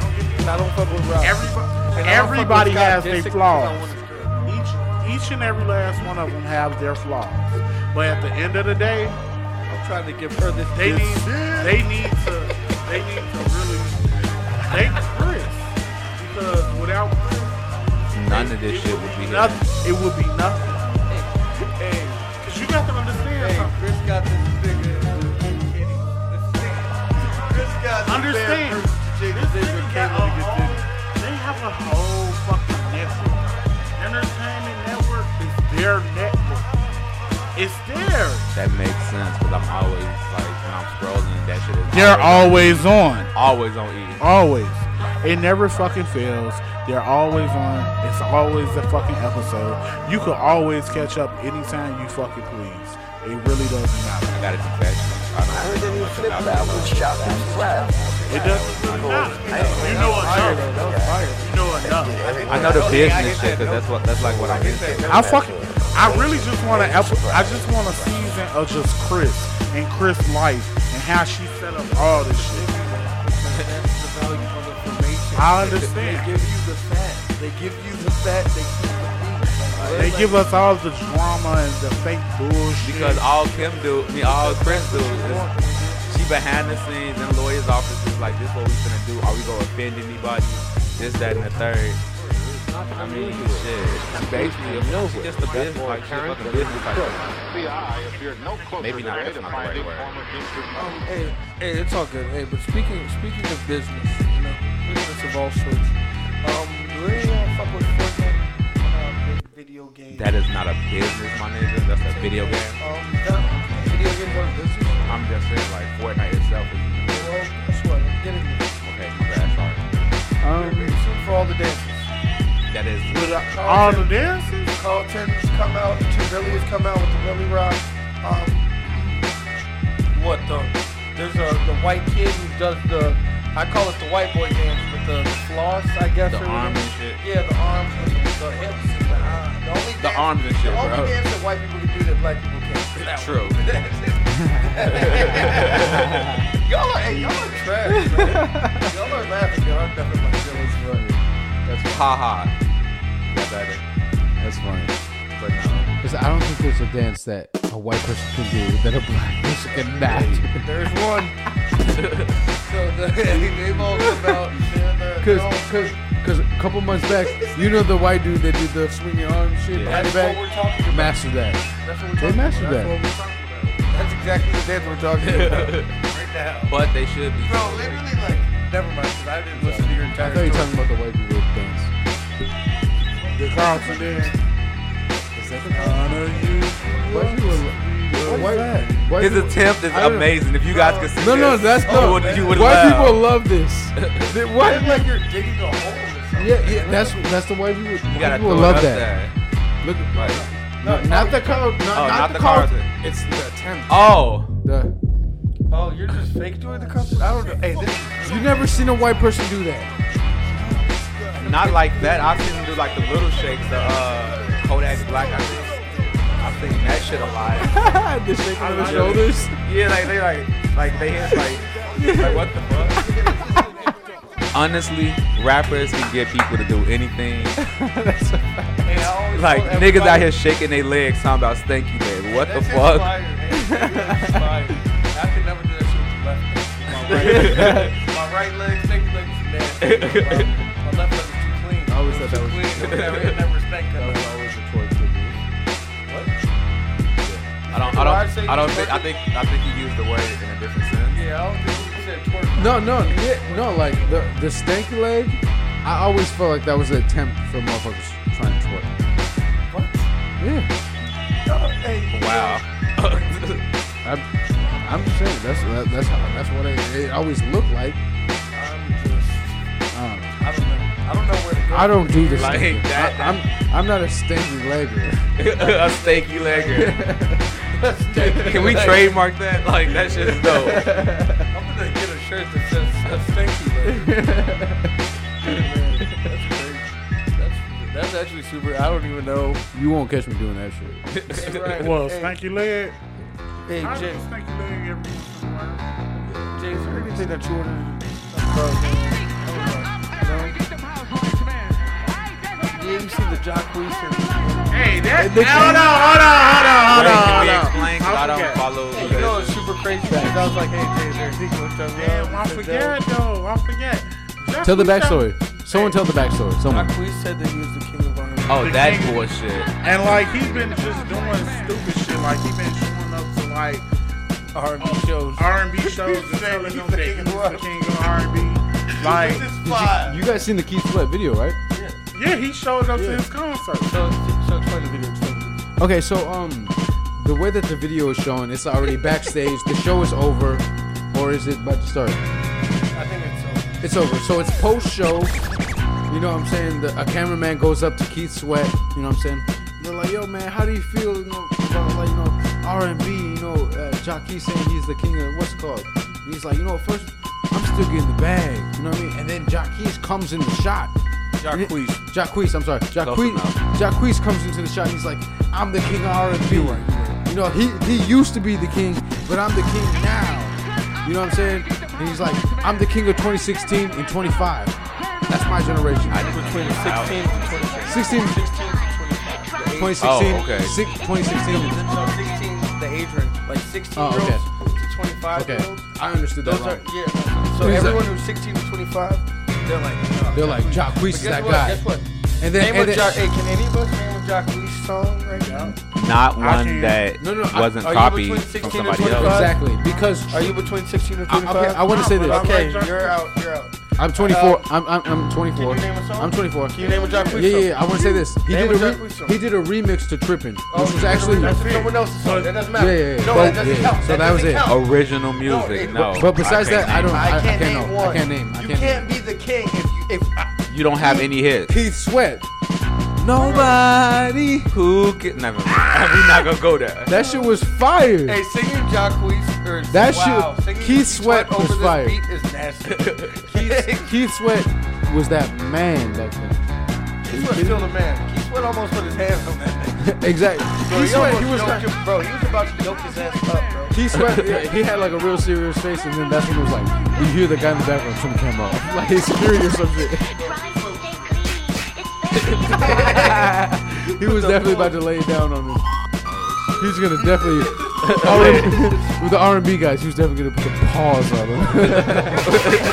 A: Don't get me wrong.
B: I don't fuck with Rob.
A: Everybody,
B: And I don't fuck with
A: everybody
B: Scott
A: has their
B: Disick 'cause I
A: flaws.
B: wanna-
A: each each and every last one of them have their flaws. But at the end of the day,
B: I'm trying to give her this.
A: they
B: this-
A: need they need to they need to really thank Chris because without Chris,
D: None of this
A: it
D: shit would be here.
A: nothing. It would be nothing. Hey, cause you got to understand
B: Hey,
A: something.
B: Chris got this nigga.
A: Understand? This nigga got a whole- They have a whole fucking network. Entertainment network is their network. It's theirs.
D: That makes sense because I'm always like when I'm scrolling, that shit is.
A: They're always on.
D: always on E.
A: Always. It never fucking fails. They're always on. It's always the fucking episode. You can always catch up anytime you fucking please. It really doesn't matter.
D: I got a confession. I don't really know much about that.
A: It doesn't really matter. You know enough. You know enough.
D: I know the business shit because that's what that's like what I'm into.
A: I fucking. I really just want to. I just want a season of just Chris and Chris life and how she set up all this shit.
B: That's the value of information.
A: I
B: They
A: understand.
B: give you the fat. They give you the fat. They keep the meat.
A: They give us all the drama and the fake bullshit.
D: Because all Kim do, I mean, all Chris do is she behind the scenes in lawyers' offices like this. What we finna do? Are we gonna offend anybody? This, that, and the third. I mean, shit. She basically, she just a business like she's a fucking business like. Maybe not. That's not the right word.
F: Um, hey, hey, it's all good. Hey, but speaking speaking of business, you know, business of all sorts. Um, really don't fuck with Fortnite. Uh, the video game.
D: That is not a business, my nigga. That's a video game.
F: um, that video game one business.
D: I'm just saying, like Fortnite itself is.
F: Well, guess what? I'm getting this.
D: Okay, my bad. Sorry.
C: Um,
B: For all the dancers.
D: That is.
A: all
B: Um,
A: the dances.
B: Carlton's come out. Trilli's come out with the Billy Rock. Um, what the? There's a the white kid who does the. I call it the white boy dance, but the floss, I guess.
D: The
B: or
D: arm
B: whatever.
D: and shit.
B: Yeah, the arms, and the hips, and the, the only
D: The my arms and shit,
G: The
D: bro.
G: only dance that white people can do that black people can't. That
D: True.
G: one. y'all are, hey, y'all are trash, man. Y'all are laughing. Y'all are nothing like Dylan's running.
D: Ha ha. Yeah, better.
C: That's funny.
D: But no.
C: Because I don't think there's a dance that a white person can do that a black person cannot do.
B: There's one. so the, they've all come out. and they're- they're all-
C: Cause, cause, cause a couple months back, you know the white dude that did the swinging arm shit
D: Yeah.
C: behind the back? Mastered that.
B: That's what we're
C: They
B: talking
C: mastered
B: about. That's
C: that.
B: what we're talking about. That's exactly the dance we're talking about right now.
D: But they should be.
B: Bro, literally, like, never mind, 'cause I didn't listen to your
C: I
B: entire
C: thought you were
B: story.
C: talking about the white people dance.
A: The Carlton dance. Honor you.
C: White people are-
A: What is
C: white-
A: that?
C: white
D: His
C: people-
D: attempt is
C: I don't-
D: amazing. If you guys could see
C: No, no,
D: this,
C: that's
D: you
C: no.
D: would, Oh, you would
C: white
D: laugh.
C: people love this. They- white,
G: It's like you're digging a hole or something.
C: yeah, yeah, that's that's the white people.
D: You
C: white
D: gotta
C: people
D: throw it
C: love
D: up
C: that.
D: there.
C: Look,
D: Like,
C: no, not the color. Not,
D: oh,
C: not,
D: not
C: the,
D: the
C: color.
D: color.
C: It's the attempt.
D: oh,
C: The,
B: Oh, you're just fake doing the concert? I don't know. Hey, this
C: you never seen a white person do that.
D: not like that. I've seen them do like the little shakes, the uh, Kodak Black. I think I've seen that shit a lot.
C: the shaking of the
D: I-
C: shoulders.
D: yeah, like they like like they hit like like what the fuck. Honestly, rappers can get people to do anything.
B: Hey, I always
C: Oh,
D: Like
B: tell
D: niggas
B: everybody-
D: out here shaking their legs, talking about stanky leg. What
B: That
D: the
B: shit's
D: fuck?
B: Fire, man. That shit's fire. I could never do that shit with the left leg. My right, my right leg, second leg is nasty. bro. My left leg is too clean. I
C: always said that was-
B: clean. It never, it never stank up.
D: I don't. I don't. I don't think. I think. I think he used the word in a different sense.
B: Yeah, I don't think you said twerk.
C: No, no, yeah, no. Like the the stanky leg, I always felt like that was an attempt for motherfuckers trying to twerk.
B: What?
C: Yeah,
B: No, hey,
D: Wow.
C: I'm, I'm just saying that's that, that's how, that's what it, it always looked like. Um,
B: I'm just,
C: I don't, know.
B: I don't know. I don't know where to go.
C: I don't do this.
D: Like
C: stanky.
D: that-
C: I, I'm I'm not a stanky legger.
D: a stanky legger. Can we trademark that? Like that shit is dope.
B: I'm gonna get a shirt that says uh, stanky leg. Man, that's crazy. That's, that's actually super. I don't even know.
C: You won't catch me doing that shit.
A: Well, stanky leg.
B: Hey,
A: I do
B: Jay.
A: stanky leg every once in a while.
B: James, is there anything that you ordered? Yeah, you see the Jacques and
A: Hey, that. Hold on, hold on, hold on, hold on, hold on.
D: Can we explain? 'Cause I don't
A: forget.
D: follow.
B: You know it's super crazy because I was like, hey, Jay, there's equal stuff.
A: Damn, I forget though. I forget. That's
C: Tell the
A: what y'all-
C: backstory. Someone tell the backstory. Someone.
B: Jacques said that he was the king of R&B.
D: Oh, that's bullshit.
A: And like he been just doing stupid shit. Like he been showing up to like
B: R&B shows.
A: R and B shows and telling them that he's the king of R and B. Like
C: You guys seen the Keith Sweat video, right?
A: yeah, he showed up to his concert.
B: So, so explain the video. Explain the video.
C: Okay, so um, the way that the video is shown, it's already backstage. the show is over, or is it about to start?
B: I think it's uh,
C: It's over. So it's post show. You know what I'm saying? The, a cameraman goes up to Keith Sweat. You know what I'm saying? They're like, "Yo, man, how do you feel? You know, about like you know R&B? You know, uh, Jackie saying he's the king of what's it called?" And he's like, "You know, first I'm still getting the bag. You know what I mean?" And then Jackie comes in the shot.
B: Jacquees.
C: Jacquees, I'm sorry. Jacquees,
D: enough.
C: Jacquees comes into the shot and he's like, I'm the king of R&B. You know, he, he used to be the king, but I'm the king now. You know what I'm saying? And he's like, I'm the king of 2016 and 25. That's my generation.
B: between the 16th and 26th.
C: 16,
B: 16th to
C: 2016,
D: Oh, okay.
C: six- 2016. and-
B: No, 16, the age range. Like 16
C: Oh,
B: year
C: okay.
B: olds to 25
C: Okay,
B: year olds.
C: I understood that
B: Those are,
C: wrong.
B: yeah. So
C: Who's that?
B: everyone who's 16 to 25, they're like, no.
C: They're like, Jacquees
B: But
C: is
B: guess
C: that
B: what?
C: guy.
B: Guess what?
C: And
B: Name
C: then, and
B: a
C: then
B: Jack. Hey, can any of us name a Jack Lee song right now?
D: Not
A: I
D: one
A: can't-
D: that
C: No, no, I-
D: wasn't
B: are you
D: copied
B: between
D: from
B: 16 and
D: somebody
B: 25?
D: else.
C: exactly because
B: Are you between 16 and
C: I- okay,
B: 25?
C: I want to say this.
B: Okay,
A: Jack
B: you're
A: Lee.
B: out. You're out.
C: I'm 24. I'm, I'm, I'm 24.
B: uh, Can you name a song?
C: I'm 24.
B: Can you name a Jack Lee
C: Yeah, yeah,
B: song?
C: yeah. I want to say this. He
B: Name
C: did,
B: a
C: a
B: Jack
C: re-
B: Lee song.
C: he did a remix to Trippin', which was actually.
B: that's someone else's song. That doesn't matter.
C: Yeah, yeah, yeah.
B: No,
C: But-
B: that doesn't
C: yeah.
B: count.
C: So that was
B: doesn't
C: it.
B: count.
D: Original music,
B: No,
D: no.
B: it-
C: But besides
D: I can't
C: that, I
D: name
C: don't.
D: it.
C: I,
B: I
C: I
B: can't,
C: can't
B: name
C: know.
B: one.
C: I can't name. I
B: you
C: can't.
B: can't
C: name.
B: be the king if you if I,
D: You don't have any hits.
C: Keith Sweat.
D: Nobody who can. Never mind. we not gonna go there.
C: That shit was fire.
B: hey singing Jacquees or
C: That
B: wow,
C: shit-
B: singing
C: Keith Sweat
B: over
C: was
B: this
C: fire.
B: beat is nasty. Keith,
C: Keith Sweat was that man back then.
I: Keith was still the man. Keith Sweat almost put his hands on that nigga.
C: Exactly.
I: Bro,
C: He
I: he,
C: sweat.
I: almost
C: He was
I: yoked
C: like,
I: him, bro. He was about to yoke his ass up, bro.
C: he sweat. yeah, he had like a real serious face, and then that's when it was like, you hear the guy in the background, some camera off, like he's furious or some shit. He was definitely about to lay it down on him. He was gonna definitely. R&B with the R and B guys, he was definitely gonna put the paws on him.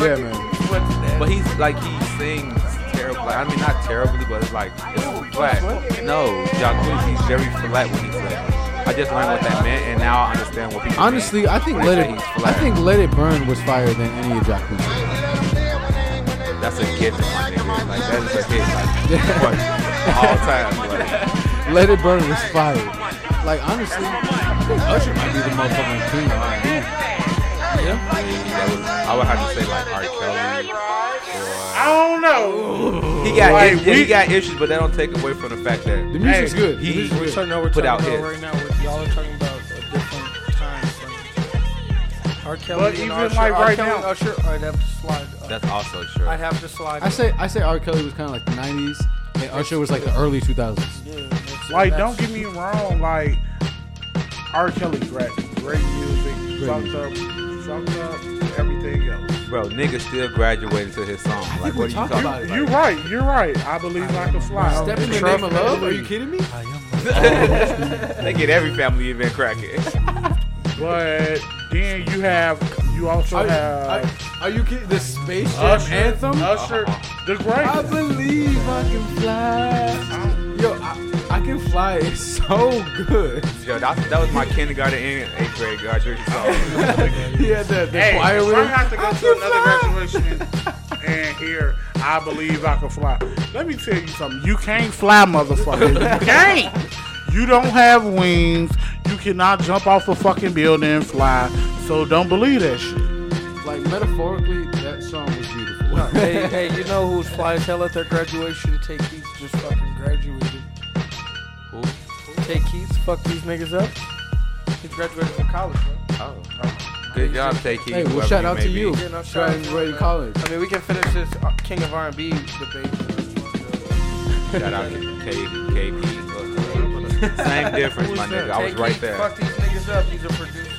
C: yeah, man.
D: But he's like he sings terribly. I mean, not terribly, but it's like it's flat. No, Jacquees, Jerry Flat when he said. I just learned what that meant, and now I understand what people. mean
C: Honestly, I think
D: when
C: Let
D: they say
C: It.
D: he's
C: I
D: flat.
C: think Let It Burn was fire than any of Jack Queen's.
D: that's a gift, my nigga. Like that's a hit, like for all time. Like,
C: Let It Burn was fire. Like honestly, I think Usher might be the motherfucking king. of R&B.
D: that was, I would have to say like R.
A: I don't know.
D: Kelly. He got
A: Like,
D: issues, yeah, he
A: we-
D: got issues, but that don't take away from the fact
C: The
D: that
C: music's
A: Hey,
C: good. The
D: he
C: music's
B: We're
C: good.
B: talking, no, we're
D: Put
B: talking
D: out
B: about
D: hits.
B: right now. We're, y'all are talking about a different time frame. R. Kelly
A: But
B: and
A: even
B: Usher-
A: like
B: R.
A: right
B: Kelly
A: now-
B: and Usher, I'd have to slide. Up.
D: that's also sure.
B: I'd have to slide.
C: I say I say R. Kelly was kind of like the '90s, and Usher was like the early 2000s.
B: yeah, that's-
A: Like,
B: that's-
A: don't get me wrong. Like, R. Kelly, great, great music, fucked up, fucked up, everything else.
D: Bro, nigga still graduating to his song. Like, what are you talking about?
C: it.
A: You right, you're right. I believe I, can fly.
C: Step in the
A: Trust
C: name of
A: me,
C: love? Are
A: believe.
C: you kidding me?
D: They get every family event cracking.
A: But then you have, you also
C: Are,
A: have
C: are, are you kidding? The Space Jam
A: Usher,
C: anthem. Uh-huh.
A: Usher, the
C: I
A: greatest.
C: believe I can fly. Yo, I, I can fly. It's so good.
D: Yo, that, that was my kindergarten and eighth grade graduation song.
C: He had the, the
A: Hey,
C: choir
A: if
C: with
A: I
C: him.
A: have to
C: I
A: go
C: can
A: to another
C: fly.
A: graduation and hear "I believe I can fly," let me tell you something. You can't fly, motherfucker. You can't. You don't have wings. You cannot jump off a fucking building and fly. So don't believe that shit.
C: Like metaphorically, that song was beautiful.
B: hey, hey, you know who's fly as hell at their graduation? Take Keith just fucking graduated.
D: Who?
B: Take Keith, fuck these niggas up. He graduated from college, bro.
D: Oh. Good job, Takey.
C: Hey, well,
D: whoever
C: shout out
D: may
C: to
D: be.
C: you.
B: Yeah, no, shout out to
C: Graduating
B: you,
C: college.
B: I mean, we can finish this uh, King of R&B debate.
D: Shout out to K- KP. Same difference, my nigga. I was
B: Take
D: right
B: Keith,
D: there.
B: Fuck these niggas up. He's a producer.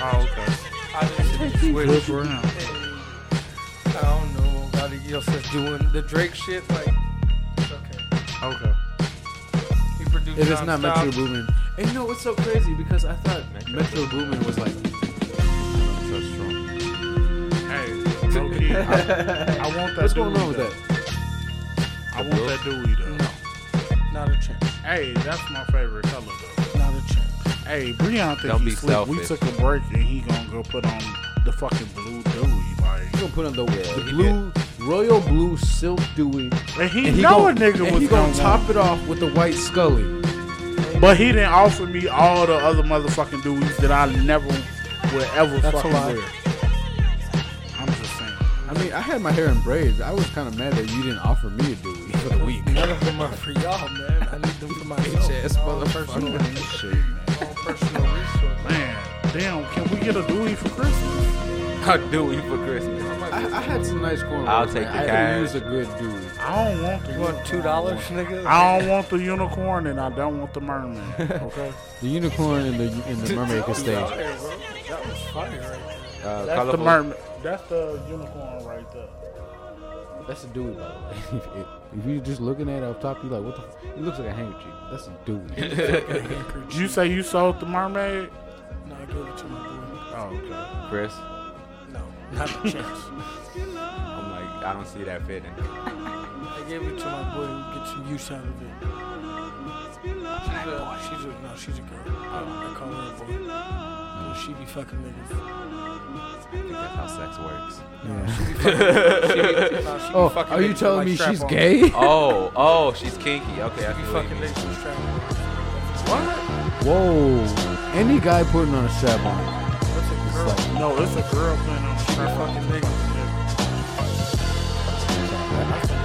A: Oh, okay.
B: I just
A: Good for him.
B: I don't know about it. else that's doing the Drake shit. Like, it's okay.
A: Okay.
B: He produced
C: If it's not Metro
B: nonstop.
C: Boomin. And you know what's so crazy? Because I thought Metro Boomin was like. So strong.
A: Hey, low key, I, I want that.
C: What's going
A: Dewey
C: on with
A: though.
C: that?
A: I want that Dewey though.
B: Not a chance.
A: Hey, that's my favorite color though.
B: Not a chance.
A: Hey, Breon think
D: Don't
A: he
D: be
A: sleep. We
D: selfish.
A: took a break and he gonna go put on the fucking blue Dewey. Like,
C: He gonna put on the, the
D: he
C: blue, royal blue silk Dewey.
A: and he, know
C: gon-
A: a nigga
C: and
A: was
C: he gonna top
A: want
C: it off with the white Scully.
A: it. But he didn't offer me all the other motherfucking Deweys that I never would ever
B: That's
A: fucking
B: a lie.
A: wear. I'm just saying.
C: I mean, I had my hair in braids. I was kind of mad that you didn't offer me a Dewey for the week.
B: None of them are for y'all, man. I need them for myself.
C: Bitch ass
B: My own
C: motherfucker.
B: personal,
A: Shit, man.
B: my own personal resource.
A: Man, damn, can we get a Dewey for Christmas?
D: How do we for Christmas?
C: I, I had some nice cornrows.
D: I'll take
C: man.
D: the
C: I
D: cash.
C: use a good Dewey.
A: I don't want the
B: You want two
A: unicorn.
B: dollars, nigga?
A: I don't want the unicorn and I don't want the mermaid. Okay.
C: The unicorn and the and the mermaid can stay.
B: Hey, bro, that was funny, right?
D: Uh,
A: That's the
D: colorful-
A: mermaid. That's the unicorn right there.
C: That's a Dewey, by the way. if, if, if you're just looking at it up top, you're like, what the? F-? It looks like a handkerchief. That's a Dewey.
A: Did you say you sold the mermaid?
B: No, I gave it to my boy.
A: Oh, okay.
D: Chris.
B: No, not a chance.
D: I'm like, I don't see that fitting.
B: I gave it to my boy who get some use out of it. She's a, she's a no, she's a girl. I, I call her a boy. 'Cause She be fucking niggas.
D: I think that's how sex works.
B: She be fucking. she be, nah, she be
C: oh,
B: fucking
C: are you
B: niggas
C: telling
B: with,
C: me
B: like,
C: she's
B: strap-ons.
C: gay?
D: Oh, oh, she's kinky. Okay, I
B: She be
D: feel
B: fucking
D: you.
B: niggas with strap on.
C: Whoa! Any guy putting on a strap on.
B: That's a girl.
A: No, it's a girl playing on the
B: She
A: strap.
B: fucking niggas.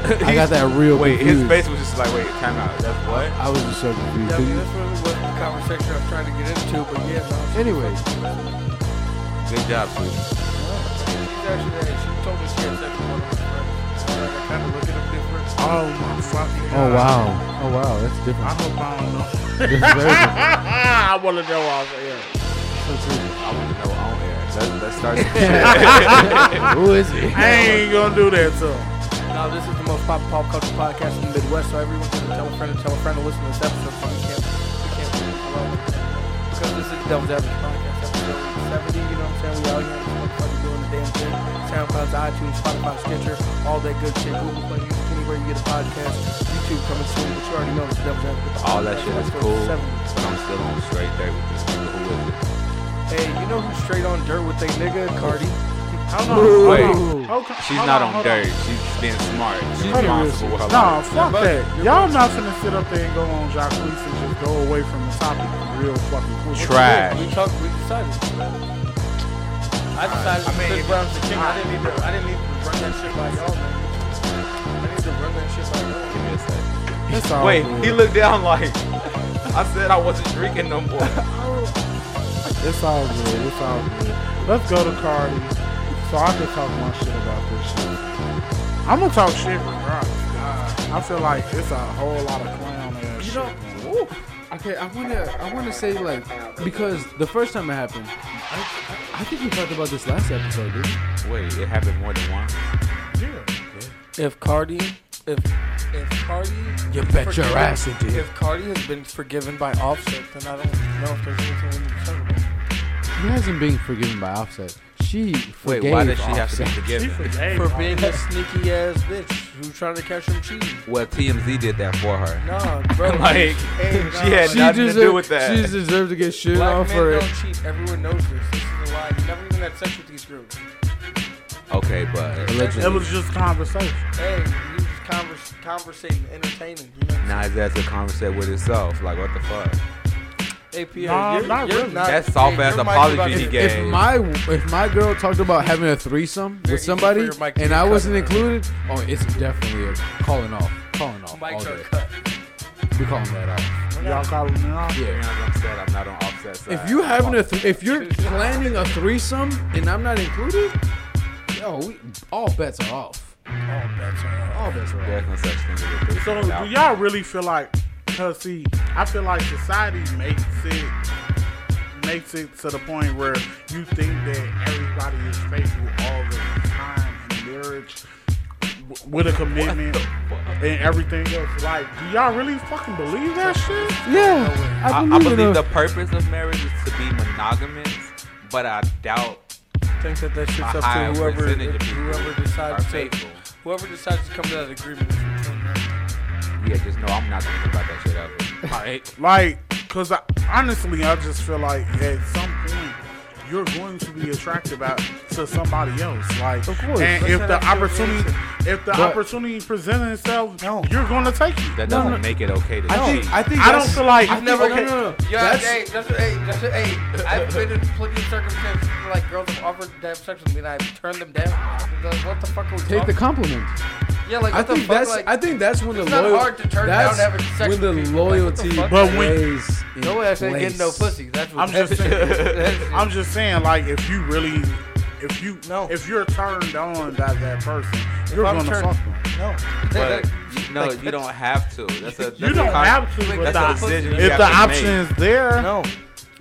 C: I got that real
D: Wait,
C: confused.
D: his face was just like, wait, time out. That's what?
C: I was just so confused.
B: Yeah, I mean, that's really what the conversation I was trying to get into, but yeah, no,
C: Anyway,
D: Good job, sweetie.
F: actually ready. She told me she had sex with one of her friends. So like, I kind of look at them different.
A: Oh my fucking
C: Oh
A: god.
C: wow! Oh wow! That's
A: I
C: different.
A: hope I don't know.
C: That's very different.
A: Ah, I want to know off air.
D: I want to know on air.
J: Let's, let's start. some
C: Who is he?
A: I ain't gonna do that to him.
B: Now, this is the most pop pop culture podcast in the Midwest, so everyone should tell a friend to tell a friend to listen to this episode. Fucking can't, we can't do it alone. Because this is the Devil's Advocate podcast, episode 70, you know what I'm saying? We out here in this motherfucker doing the damn thing. SoundCloud, iTunes, Spotify, Stitcher, all that good shit. Google Play, YouTube, anywhere you get a podcast. YouTube coming soon, but you already know it's the Devil's Advocate.
D: All that shit is
B: Episode
D: cool,
B: 70.
D: but I'm still on straight there with this nigga. Who is it?
B: Hey, you know who's straight on dirt with they nigga? Cardi.
A: Hold on. hold
D: Wait.
A: on. Okay,
D: She's
A: hold
D: not
A: hold
D: on dirt. She's being smart. She's
A: Hold on.
D: responsible with her
A: Nah,
D: life.
A: fuck that. Y'all not finna sit up there and go on Jacques and just go away from the topic real fucking quick.
D: Trash.
F: We talked. We decided. I decided. I mean, since when I was a king, I didn't need to. I didn't need to run that shit by y'all, man. I need to run that shit by y'all.
A: It's all
D: Wait,
A: good.
D: he looked down like I said I wasn't drinking no more.
A: It's all good. It's all good. Let's go to Cardi so I can talk my shit about this shit. I'm gonna talk shit regardless. I feel like it's a whole lot of clown ass
C: You
A: shit.
C: know, ooh, okay, I wanna, I wanna say like, because the first time it happened, I, I, I think we talked about this last episode, dude.
D: Wait, it happened more than once.
B: If Cardi, if if Cardi, you
C: bet your ass it did.
B: If Cardi has been forgiven by Offset, then I don't know if there's anything we can talk about.
C: She hasn't been forgiven by Offset. She
D: Wait,
C: forgave
D: why does she have to
C: Offset.
D: be forgiven?
A: Hey,
B: For being a sneaky ass bitch who's trying to catch some cheating.
D: Well, TMZ did that for her.
B: Nah, bro.
D: Like
B: hey, nah.
D: she had nothing to do with that.
C: She deserved to get shit
B: Black
C: off
B: men
C: for
B: don't
C: it.
B: cheat. Everyone knows this. This is a lie. You never even had sex with these groups.
D: Okay, but
A: It was just conversation.
B: Hey, you just converse, conversating, entertaining. You know?
D: now that's a conversation with itself. Like what the fuck?
B: Hey, Pierre,
A: Nah,
B: you're,
A: not
B: you're
A: really.
B: not.
D: That soft
B: hey,
D: ass
B: your mic about
D: apology
B: to-
D: he
C: If
D: gave.
C: my if my girl talked about having a threesome
B: Very
C: with
B: easy for
C: somebody
B: your mic to
C: and
B: be
C: I
B: cut
C: wasn't
B: out.
C: included, oh, it's definitely a calling off, calling off. All
B: Mics are
C: day.
B: cut.
C: We calling that off.
A: Y'all calling me off?
D: Yeah, I'm upset. I'm not on offset side.
C: If you having a th- if you're planning a threesome and I'm not included, yo, we all bets are off.
A: Oh,
C: All bets are off.
D: there's no such thing as a threesome
A: So
D: without-
A: do y'all really feel like? Cause see, I feel like society makes it makes it to the point where you think that everybody is faithful all the time in marriage w- with a commitment and everything else. Like, do y'all really fucking believe that shit?
C: Yeah,
D: I, I believe the purpose of marriage is to be monogamous, but I doubt
B: think that that shit's
D: a
B: up
D: high
B: to whoever
D: percentage of people
B: whoever
D: are
B: decides to
D: faithful.
B: whoever decides to come to that agreement. is between them.
D: Yeah, just know I'm not gonna think about that shit ever. Alright.
A: Like, cause I, honestly, I just feel like at some point you're going to be attracted by, to somebody else. Like,
C: Of course.
A: and
C: That's
A: if
B: not
A: the
B: how it
A: opportunity, if the
C: But-
A: opportunity presents itself, you're going to take it.
D: That doesn't make it okay to
C: I
D: cheat.
C: think I think
A: I don't
C: that's-
A: feel like
C: I
A: I've
C: think-
A: never.
C: no, no, no, no.
F: Yeah,
C: That's-
F: hey, that's hey, that's hey. I've been in plenty of circumstances where, like girls have offered to have sex with me and I've turned them down. Like, what the fuck are we
C: Take the
F: talking?
C: compliment.
F: yeah, like
C: I
F: what the
C: think
F: fuck?
C: that's
F: like,
C: I think that's when the
F: it's not
C: loyal-
F: hard to turn down
C: that's
F: having sex
C: when
F: with
C: the
F: people. Like, what the
C: loyalty
F: fuck?
A: But when-
C: plays in
F: no ass ain't
C: place.
F: getting no pussy. That's what
A: I'm just saying.
F: That's it.
A: I'm just saying, like, if you really, if you,
B: No.
A: if you're turned on by that person, you're
F: I'm
A: gonna
F: turned-
A: fuck them.
B: No.
D: but no, you don't have to. That's a that's
A: You don't
D: a con-
A: have to, but
D: That's
A: the,
D: a decision you
A: if
D: have
A: the
D: to make.
A: option is there,
B: No.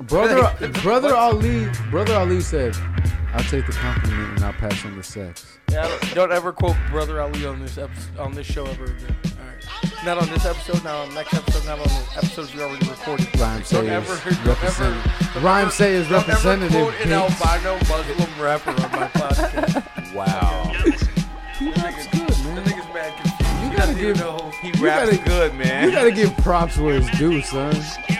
C: Brother Brother Ali Brother Ali said, "I'll take the compliment and I'll pass on the sex."
B: Yeah, I don't, don't ever quote Brother Ali on this episode, on this show ever again. All right. Not on this episode. Not on next episode. Not on the episodes we already recorded.
C: Rhyme
F: Don't
C: say
F: ever,
C: is
F: don't ever,
C: representative. Rhyme say is
F: don't ever
C: representative.
F: quote an
C: bitch.
F: albino Muslim rapper on my podcast.
D: Wow.
C: He raps good,
F: The
C: man.
F: nigga's mad confused.
C: You gotta
F: He doesn't even
C: give-
F: know
D: He
C: You
D: raps
C: gotta-
D: good,
C: You
D: man.
C: gotta give props where it's due, son.
F: he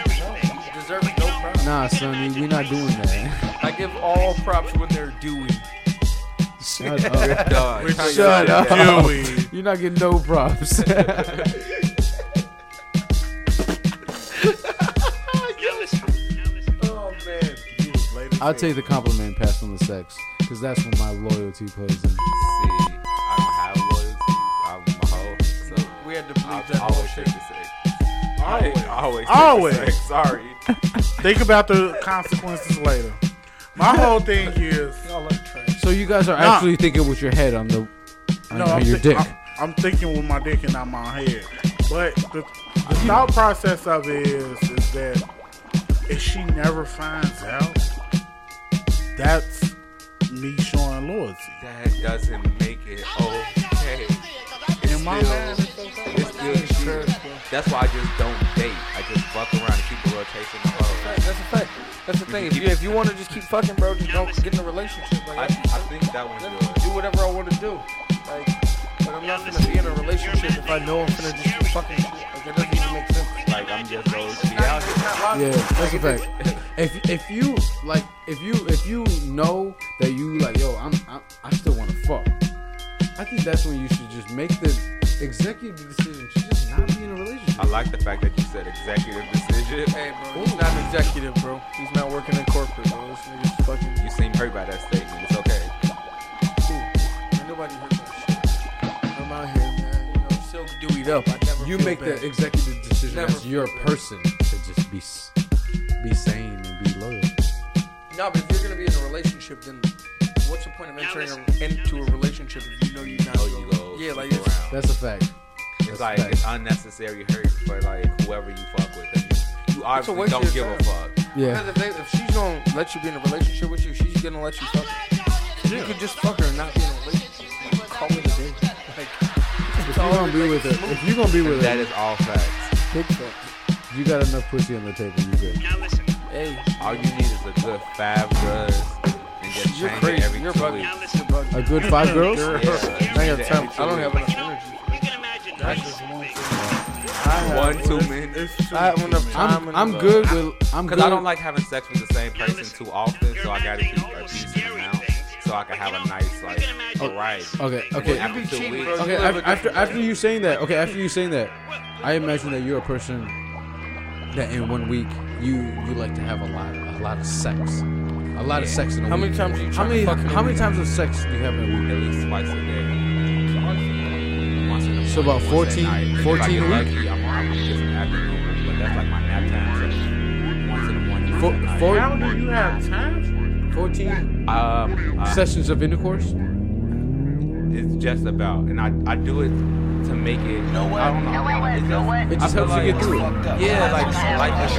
F: deserves no props.
C: Nah, son, we're not doing that.
F: I give all props when they're due.
C: Shut up.
D: Dog, turn your
C: Shut
D: shit
C: up.
D: down.
A: Dewey.
C: You're not getting no props.
F: Oh man.
C: I'll take the compliment and pass on the sex, because that's when my loyalty plays in.
D: See, I don't have loyalties. I'm a hoe, so
F: We had to believe
D: I
F: that
D: always take
F: bullshit.
D: the sex. Always, always,
A: Always.
D: always. Take the sex. Sorry.
A: Think about the consequences later. My whole thing is
B: Y'all like trash.
C: So you guys are
A: Nah.
C: actually thinking with your head on the on
A: I'm
C: your
A: thi-
C: dick.
A: I'm, I'm thinking with my dick and not my head. But the, the thought process of it is, is that if she never finds out, that's me showing loyalty.
D: That doesn't make it okay. It's
A: In my mind,
D: still, it's still shit. That's why I just don't date. I just fuck around and keep the rotation going.
B: That's a fact. That's the thing. If you, if you want to just keep fucking, bro, just don't get in a relationship.
D: I, I
B: Like,
D: think that one's
B: let me
D: good.
B: do whatever I want to do. Like, but I'm not gonna be in a relationship if I know I'm gonna just keep fucking. shit. Like, it doesn't even make sense.
D: Like I'm just going to be out here.
C: Yeah, that's a fact. If if you like, if you if you know that you like, yo, I'm, I'm I still want to fuck. I think that's when you should just make the executive decision to just not be in a relationship.
D: I like the fact that you said executive decision.
B: Hey, bro, he's not an executive, bro. He's not working in corporate, bro. This nigga's fucking.
D: You seem hurt by that statement. It's okay.
B: Cool. Ain't nobody heard that shit. I'm out here, man. You know, silk deweyed up. I never
C: You
B: feel
C: make
B: bad.
C: the executive decision
B: Never
C: as your
B: feel bad.
C: person to just be s- be sane and be loyal.
B: No, but if you're gonna be in a relationship, then what's the point of entering a, into a relationship if you know you're not?
D: Oh, you go.
B: gonna- yeah, like
D: sleep
B: it's,
D: around.
C: That's a fact.
D: It's like it's unnecessary hurt for like whoever you fuck with. 'Cause You, you obviously
B: waste
D: don't
B: of
D: give
B: your
D: a fuck.
C: Yeah,
B: because if, they, if she's gonna let you be in a relationship with you, she's gonna let you fuck. Her. You could just fuck her and not be in a relationship. You could Call it a day. Like,
C: if you're gonna be with her, if you're gonna be with
D: That
C: her,
D: is all facts.
B: big fuck.
C: you got enough pussy on the table. You good?
B: Hey,
D: All you need is a good five drugs and just
B: you're
D: change it
B: crazy.
D: every
B: You're
D: two
B: bugging.
D: weeks.
B: You're bugging.
C: A good five girls?
D: Yeah.
B: I ain't got time.
D: Every two
B: I don't have
D: weeks.
B: enough energy.
D: one too many.
B: I have enough time.
C: I'm
B: and
C: I'm
B: enough-
C: good with I'm good.
D: Because I don't like having sex with the same person too often, so I gotta keep a decent amount so I can have a nice like variety.
C: Okay,
D: And
C: Oh, okay.
D: then after two weeks,
C: Okay, after, after after you saying that, okay, after you saying that, I imagine that you're a person that in one week you you like to have a lot a lot of sex, a lot of sex in a
B: How
C: week.
B: many times do you try
C: how many
B: to fuck in a
C: how many
B: week?
C: times of sex do you have in a week?
D: at least twice a day. Once in the
C: So
D: morning,
C: about
D: once at
C: 14
D: night. If I
C: 14
D: get
C: a week?
D: lucky, I'm, I'm just an afternoon, but that's like my nap time. So once in the morning, once
C: Four,
D: at
A: How
D: night.
C: four,
A: do you have time?
C: 14
D: Um, uh,
C: sessions of intercourse.
D: it's just about, and I, I do it to make it. No way. I don't know. It's just,
C: It just
D: I feel
C: helps you get through it.
D: Yeah, like life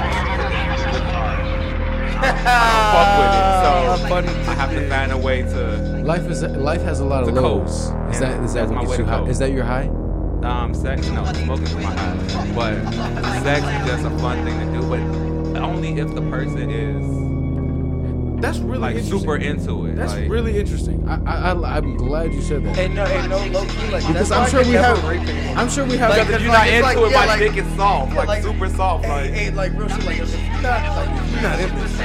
D: is I don't fuck with it, so I have to find a way to
C: Life is life has a lot of
D: The
C: lows.
D: cold.
C: Is that is that
D: That's
C: what
D: my
C: gets
D: way
C: you
D: to
C: high?
D: cope.
C: Is that your high?
D: um sex. No, smoking is my high, but sex is just a fun thing to do, but only if the person is
C: That's really
D: like
C: interesting.
D: super into it.
C: That's
D: like,
C: really interesting. I, I I I'm glad you said that.
B: Hey, no, hey, no, low key, like,
C: Because
B: that's
C: I'm
B: why I
C: sure
B: could
C: we
B: never
C: have.
B: rape anyone.
C: I'm sure we have.
D: Like,
C: that-
D: if you're not
B: like-
D: into
B: like-
D: it,
B: yeah,
D: my
B: like-
D: dick is soft,
B: yeah,
D: like,
B: like-
D: super soft.
B: Hey,
D: Like,
B: hey, like, real shit, like, if you're not, like, if you're not in this,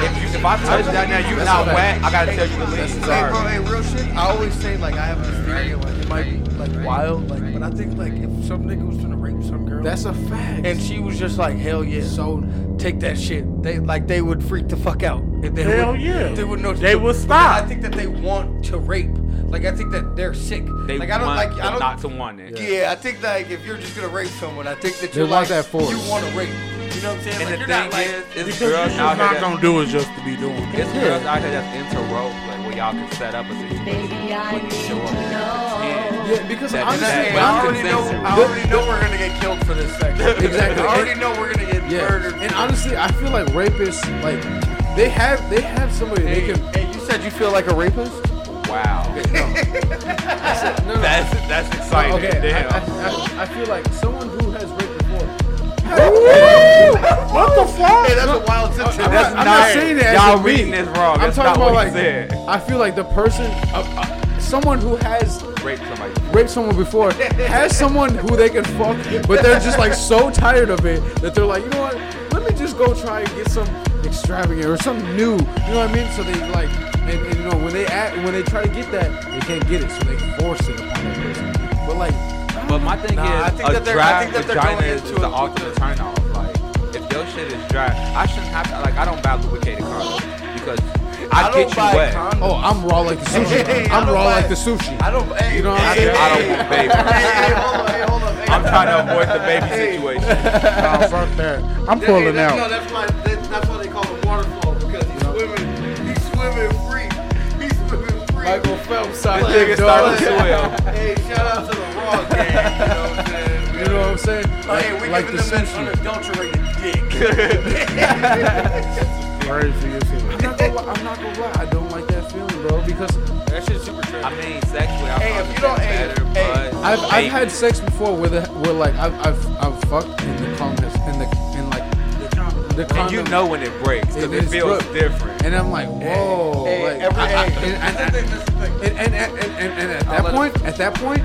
D: if, you, if I touch that now, you
C: That's
D: not
C: a fact.
D: wet. I gotta tell you to leave.
B: Hey, bro,
D: Sorry.
B: hey, real shit. I always say like I have this theory, like it might be like wild, like, but I think like if some nigga was gonna rape some girl,
C: That's a fact.
B: and she was just like hell yeah,
C: so
B: take that shit. They like they would freak the fuck out. If they
A: Hell
B: would,
A: yeah.
B: they would know.
A: They would
B: Because
A: stop.
B: I think that they want to rape. Like I think that they're sick.
D: They
B: like I don't
D: want
B: like
D: them
B: I don't.
D: not to want it.
B: yeah, I think like if you're just gonna rape someone, I think that
C: They
B: you're
C: want
B: like
C: that force.
B: you want to rape. You know what I'm saying?
D: And
B: like,
D: the
B: you're
D: thing
B: not like
D: is, it's
A: Because you're
D: girls
A: just not
D: out here
A: gonna
D: that
A: do it just to be doing it.
D: it's girls out here that's into rope, like where y'all can set up a situation when you show up. Yeah.
C: yeah, because
D: That-
C: I'm
D: that-
C: saying,
B: Hey,
D: But
B: I
D: I'm
B: already know.
D: convinced-
B: I already know we're gonna get killed for this section.
C: Exactly.
B: I already know we're gonna get
C: yeah.
B: murdered.
C: And honestly, I feel like rapists, like they have they have somebody they can.
B: Hey, you said you feel like a rapist?
D: Wow.
C: No, no,
D: That's that's exciting.
C: okay. I,
D: Damn.
C: I, I, I feel like someone who has raped before.
A: What the fuck?
B: Hey, that's a wild sentence.
C: I'm,
D: That's
C: not, I'm not
D: not-
C: saying that.
D: y'all
C: as a
D: reading
C: me.
D: this wrong.
C: I'm
D: That's
C: talking
D: not
C: about
D: what
C: like
D: he said.
C: I feel like the person, uh, uh, someone who has
D: Rape somebody.
C: raped someone before has someone who they can fuck, but they're just like so tired of it that they're like, you know what? Let me just go try and get some extravagant or something new. You know what I mean? So they like, and, and you know when they act, when they try to get that, they can't get it, so they force it upon that person. But like,
D: But my thing
B: Nah, I
D: is,
B: think
D: a
B: that they're- I
D: dry
B: think that they're
D: vagina
B: going
D: is
B: into
D: the
B: it
D: ultimate
B: with
D: turnoff. Like, if your shit is dry, I shouldn't have to. Like, I don't buy lubricated condoms because
B: I
D: I,
B: don't
D: get
B: buy
D: you wet.
B: condoms.
C: oh, I'm raw like the sushi.
B: Hey, I
C: I'm
B: don't
C: raw
B: buy-
C: like the sushi.
B: I don't. Hey,
C: You know what I'm
B: hey,
C: saying?
B: hey,
D: I
B: hey,
D: don't want baby.
B: hey, hold up, hey, hold up. Hey,
D: I'm trying to avoid the baby situation.
A: Nah, fuck that. I'm
B: Hey,
A: pulling
B: that- No,
A: out.
B: that's why. That, that's why they call him waterfall because he's swimming. He's swimming free. He's swimming free.
C: Michael Phelps signed that
D: This nigga
C: dog.
D: started swell.
G: Hey, shout out to the Raw gang. You know what I'm saying?
C: You know what I'm saying?
G: Hey, we
C: like
G: giving
C: the
G: them
C: sushi.
G: an unadulterated dick.
A: Crazy as hell.
C: I'm not gonna lie- I'm not gonna lie. I don't like that feeling, bro, because
D: That shit's super trippy. I mean, sexually, I'm
G: Hey, if you don't- hey,
D: better,
G: hey,
D: but
C: I've, I've
D: maybe.
C: had sex before where the where like I've I've, I've fucked in the comments and the and like the condom.
D: And you know when it breaks because
C: it
D: it,
C: is
D: feels
C: good.
D: different.
C: And I'm like, whoa.
G: Hey,
C: like,
G: every-
C: I- I-
G: hey,
C: and-
G: this is the thing, this is the thing.
C: and, and, and, and, and, and at
G: I'll
C: that
G: let
C: point, at that point,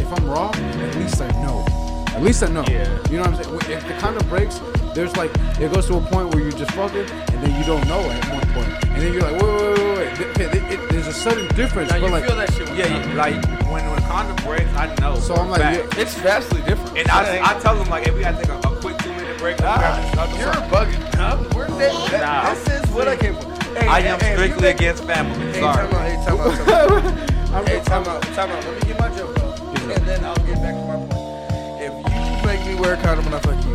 C: if I'm wrong, at least I know. At least I know.
D: Yeah.
C: You know what I'm saying? Wh- If the condom breaks, there's like it goes to a point where you just fuck it, and then you don't know at one point, and then you're like, wait, wait, wait, wait. Th- th- it- there's a sudden difference.
G: Now
C: but
G: you
C: like,
G: feel that shit when
D: Yeah, you- like when when condom breaks, I know.
C: so
D: for
C: I'm
D: a
C: like,
D: fact.
C: yeah,
B: It's vastly different.
D: and I, I tell them like, hey, we gotta take a, a quick two minute break. Let's grab this other
B: You're
D: something.
B: bugging.
G: We're that, that,
D: Nah.
G: This is what I came for. Hey,
D: I
G: hey,
D: am
G: hey, you
D: strictly
G: think-
D: against family.
G: Hey,
D: Sorry.
G: time out. Hey, time out. Time out. hey, time out. Time out. Let me get my joke off, and then I'll get back to my point.
B: If you make me wear a condom when I fuck you,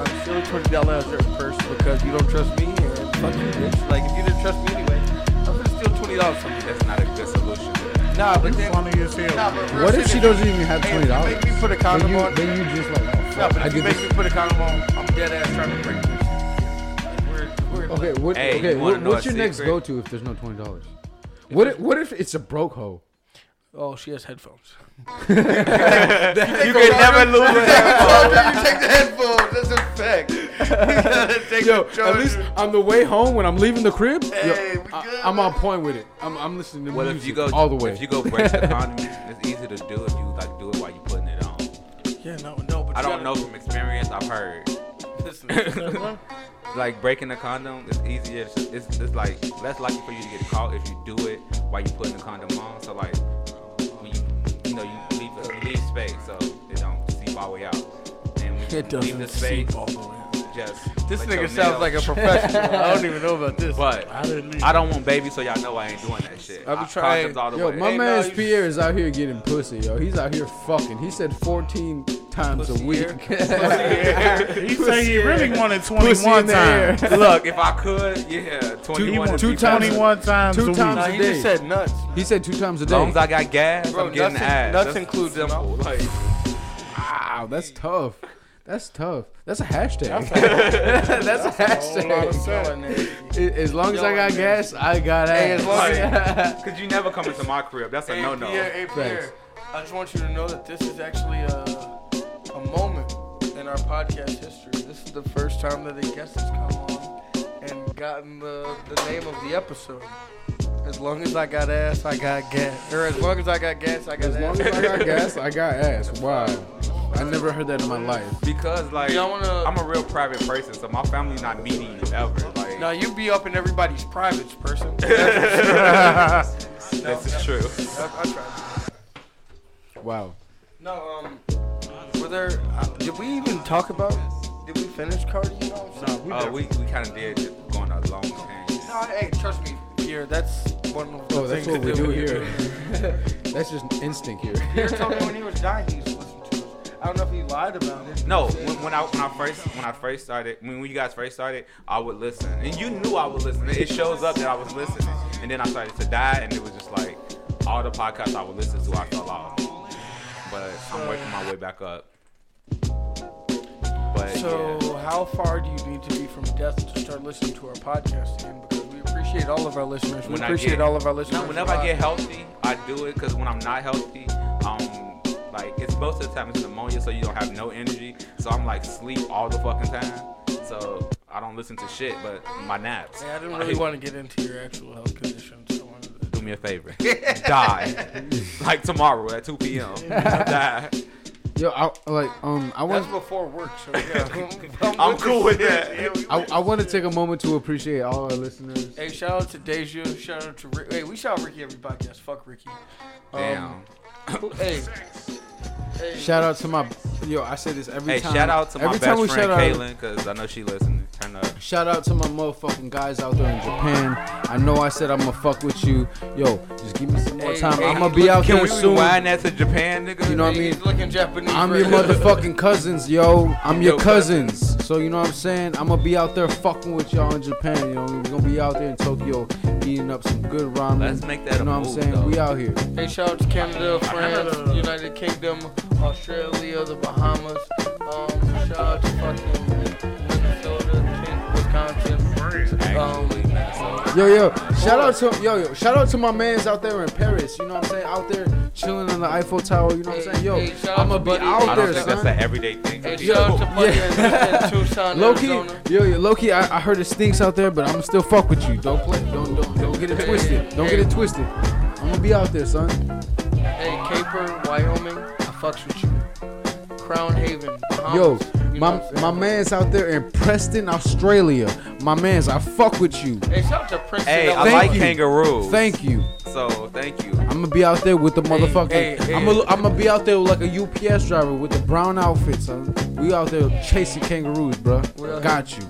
B: I'm still twenty dollars at first because you don't trust me and fuck you, bitch. Like if you didn't trust me anyway, I'm gonna steal twenty dollars from you.
D: That's not a good solution. to that.
B: Nah, but then
A: Funny as hell.
B: nah, but real
C: what
B: shit,
C: if she doesn't even have
B: hey,
C: twenty dollars?
B: If you make me put a
C: Then
B: condom
C: you,
B: on,
C: then you just like, oh
B: nah,
C: fuck,
B: but
C: I
B: if you
C: did
B: make
C: this.
B: me put a condom on, I'm dead ass trying to break this. Like, we're- we're-
C: Okay, what,
D: Hey,
C: okay,
D: you wanna
C: what-
D: know
C: what's
D: a
C: your next
D: secret?
C: go to if there's no twenty dollars? What if, what if it's a broke hoe?
F: Oh, she has headphones.
D: You can never lose it.
B: you take the headphones. That's a fact.
C: Yo, at least on the way home when I'm leaving the crib,
B: Hey,
C: yo,
B: we good,
C: I, am on point with it. I'm, I'm listening to
D: Well,
C: music
D: if you go
C: all the way.
D: if you go break the condom, it's easy to do if you like do it while you putting it on.
F: Yeah, no, no, but
D: I
F: you
D: don't
F: gotta-
D: know from experience. I've heard. like breaking the condom is easier. It's, it's, it's like less likely for you to get caught if you do it while you putting the condom on. So like, when you you know you leave you leave space so it don't seep all the way out. And when you
F: It doesn't
D: leave the space,
F: seep all the way. out.
D: just
B: This
D: let your
B: nigga sounds
D: nail-
B: like a professional. I don't even know about this.
D: But
A: I didn't even-
D: I don't want babies, so y'all know I ain't doing that shit.
B: I be
D: I-
B: trying-
D: Condoms all the
C: yo,
D: way.
C: my
B: Hey,
C: man's
B: no, you-
C: Pierre is out here getting pussy, yo. He's out here fucking. He said 14 times a week.
A: He said he really wanted
C: Pussy
A: 21
C: in the air.
A: times.
D: Look, if I could, yeah,
A: He
D: 21
A: wanted
D: would
C: two
D: be
C: times-
D: better.
A: 21 times
C: Two
A: a week.
C: times
B: Nah,
C: a
B: he
C: day.
B: just said nuts.
C: He said two times a
D: As long as
C: day.
D: I got gas,
B: Bro,
D: I'm getting
B: nuts in-
D: ass.
B: nuts
D: That's
B: includes
D: simple. Like,
C: Wow, that's tough. That's tough. That's a hashtag. that's a hashtag. A- As long as I got gas, I got
B: Hey, as long
C: ass.
B: as-
D: like, cause you never come into my crib. That's a
B: Hey,
D: no no.
B: Pierre, hey, Pierre, I just want you to know that this is actually a, a moment in our podcast history. This is the first time that a guest has come on and gotten the, the name of the episode. As long as I got ass, I got gas. Or as long as I got gas, I got
C: As long
B: ass.
C: as I got gas, I got ass. Wow. I never heard that in my life.
D: Because like,
B: Y'all wanna-
D: I'm a real private person, so my family not meeting you ever. Like,
B: now you be up in everybody's privates, person.
D: this is true.
B: I, I tried.
C: Wow.
B: No, um, were there? Uh, did we even talk about? Did we finish Cardi? You know what I'm saying?
D: Uh, we we kind of did just going a long tangent.
B: No, hey, trust me, Pierre. That's one of the
C: Oh, that's
B: things
C: what
B: to
C: we do
B: when
C: here.
B: you're doing
C: That's just instinct here.
B: Pierre told me when he was dying, he used to listen to us. I don't know if he lied about it.
D: No, when, when I when I first when I first started when you guys first started, I would listen, and you knew I would listen. It shows up that I was listening, and then I started to die, and it was just like all the podcasts I would listen to, I fell off. But I'm working my way back up. But
F: So-
D: yeah.
B: So, how far do you need to be from death to start listening to our podcast again? Because we appreciate all of our listeners. We
D: When I
B: appreciate
D: get-
B: all of our listeners.
D: No, whenever I get healthy, I do it because when I'm not healthy, um, like it's most of the time it's pneumonia, so you don't have no energy. So I'm like sleep all the fucking time. So I don't listen to shit, but my naps.
B: Hey, I didn't really want to get into your actual health conditions. I wanted to.
D: Do me a favor. Die. like tomorrow at 2 p.m. Die.
C: Yo, I like um, I
B: That's
C: want
B: before work, so yeah. I'm,
D: I'm cool with that.
B: with-
C: I, I want to take a moment to appreciate all our listeners.
B: Hey, shout out to Deja. Shout out to Rick. Hey, we shout out Ricky every podcast. Fuck Ricky. Um,
D: Damn.
B: who- hey. hey.
C: Shout out to my yo, I say this every
D: Hey,
C: time.
D: shout out to my
C: every time we
D: best friend
C: shout out,
D: Kaylin, because I know she listening. Turn up.
C: Shout out to my motherfucking guys out there in Japan. I know I said I'm gonna fuck with you. Yo, just give me some more
B: Hey,
C: time.
B: hey,
C: I'm gonna be out
D: Can
C: there
D: we
C: soon.
D: rewind that to Japan, nigga?
C: You know what I
B: He's
C: mean?
B: looking Japanese.
C: I'm
B: right
C: your
B: now.
C: motherfucking cousins, yo. I'm your
D: Yo,
C: cousins. So you know what I'm saying? I'm gonna be out there fucking with y'all in Japan. You know, we're gonna be out there in Tokyo eating up some good ramen.
D: Let's make that
C: You
D: a
C: know what
D: move,
C: I'm saying?
D: though.
C: We out here.
B: Hey, shout out to Canada, France, United Kingdom, Australia, the Bahamas. Um, shout out to fucking Minnesota, Kent, Wisconsin. Um,
C: Yo, yo, shout out to yo, yo, shout out to my mans out there in Paris. You know what I'm saying? Out there chilling in the Eiffel Tower. You know what I'm saying? Yo,
B: Hey, hey, shout out
C: I'ma
B: to
C: be
B: buddy.
C: out
D: I don't
C: there,
D: think
C: son.
D: that's an everyday thing.
B: hey,
D: for
B: shout out
D: people.
B: to fucking Tucson,
C: Loki,
B: Arizona.
C: yo, yo, Loki, I, I heard it stinks out there, but I'm still fuck with you. Don't play, don't, don't, don't get it twisted. Don't get it twisted. I'm gonna be out there, son.
B: Hey, Caper, Wyoming. I fucks with you. Crown Haven,
C: Yo,
B: Bahamas. Um, you know
C: my
B: what I'm saying?
C: my man's out there in Preston, Australia. My man's, I fuck with you.
B: Hey, shout out to Prince.
D: Hey, I
C: Thank
D: like
C: you.
D: kangaroos.
C: Thank you.
D: So thank you.
C: I'm gonna be out there with the motherfucker.
B: hey, hey.
C: I'm gonna I'm gonna be out there like a UPS driver with the brown outfit, son. We out there chasing kangaroos, bro.
B: We're out
C: Got you.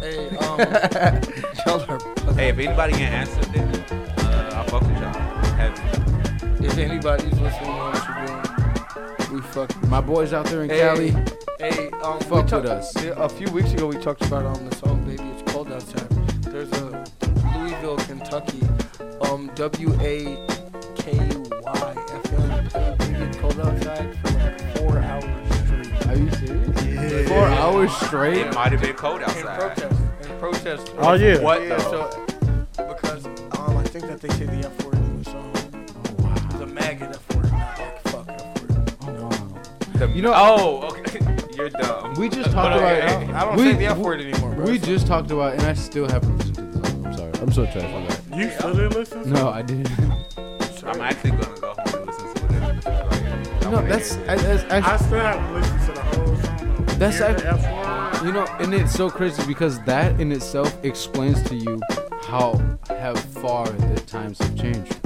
B: Hey, um, y'all are
D: Hey, if anybody can answer this, uh, I fuck with y'all. Heavy.
B: If anybody's listening on Instagram, we fuck.
C: My boys out there in
B: Hey.
C: Cali.
B: Hey, um, we
C: Fuck
B: talked-
C: with us.
B: A few weeks ago, we talked about um the song "Baby It's Cold Outside." There's a Louisville, Kentucky, um W A K Y F M. played Baby It's Cold Outside for like four hours straight.
C: Are you serious? Four hours straight.
D: It might have been cold
B: In
D: outside.
B: protest. In protest.
A: Oh, yeah.
D: What
B: Yeah,
D: though?
B: so because um, I think that they say the F word in the song. The maggot F word, not like fuck F word.
D: The-
C: You know-
D: Oh, okay. You're dumb.
C: We just talked about.
D: okay,
C: I don't
B: say the F word anymore, bro.
C: We just talked about, and I still haven't listened to the song. I'm sorry. I'm so trash on that.
A: You still didn't listen?
C: No, I didn't.
D: I'm actually gonna go home and listen to it. Like, I
C: no,
D: wanna
C: that's
D: hear
C: I,
D: this.
C: that's
A: I
C: actually.
A: still haven't listened to the whole song. though.
C: That's
A: Hear
C: act-
A: the F word.
C: You know, and it's so crazy because that in itself explains to you how how far the times have changed.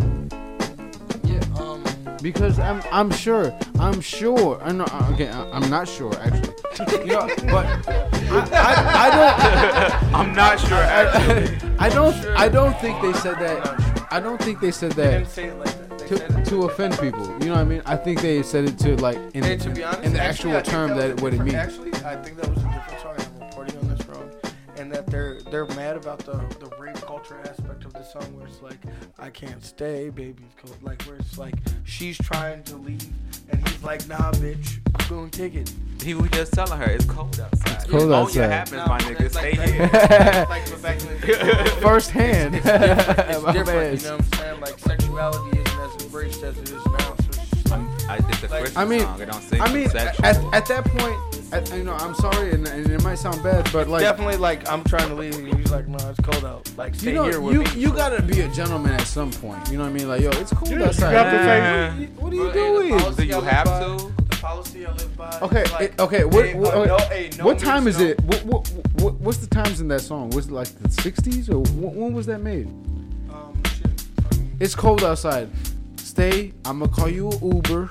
B: Yeah. Um.
C: Because I'm I'm sure I'm sure I know uh, okay I- I'm not sure actually. You know, but I, I, I don't.
D: I'm not sure. Actually.
C: I don't. I don't think they said that. I don't think they said that
B: say it like that. They
C: to,
B: said it.
C: to offend people. You know what I mean? I think they said it to like in,
B: Hey, to be honest,
C: in the actual
B: actually, I think
C: term
B: was
C: that
B: a
C: what it
B: different-
C: means.
B: Actually, I think that was a different song. and I'm reporting on this wrong, and that they're they're mad about the the rape culture aspect of the song, where it's like I can't stay, baby, it's cold. like where it's like she's trying to leave, and he's like, Nah, bitch, you gonna take it.
D: He was just telling her it's cold outside. It's
C: cold
D: Own your
C: outside.
D: happens,
B: Nah,
D: my
B: but
D: nigga.
B: that's
D: Stay
B: like-
D: here.
B: like but back in the day,
C: First hand.
B: it's different. You know what I'm saying? Like sexuality isn't as embraced as it is now. So it's just like
D: I, it's a Christmas
C: I mean,
D: song. It don't seem
C: I mean, at,
D: sexual.
C: at that point, at, you know, I'm sorry, and, and it might sound bad, but like,
B: definitely like I'm trying to leave, and he's like, No, it's cold out. Like stay
C: you know,
B: here with
C: you
B: me.
C: you gotta be a gentleman at some point. You know what I mean? Like, yo, it's cool
A: Yeah, you
C: outside.
A: got to say-
C: what are you
B: But, hey, the
C: doing?
B: policy
D: Do you
B: I live
D: have
B: by-
D: to?
B: The policy I live by.
C: Okay,
B: is like,
C: it- okay. What
B: hey,
C: what,
B: uh,
C: okay,
B: no- hey, no
C: what
B: means
C: time is
B: no.
C: it? What, what what what's the times in that song? Was it like the 60s or wh- when was that made?
B: Um, shit, fucking-
C: It's cold outside. Stay. I'm gonna call you an Uber.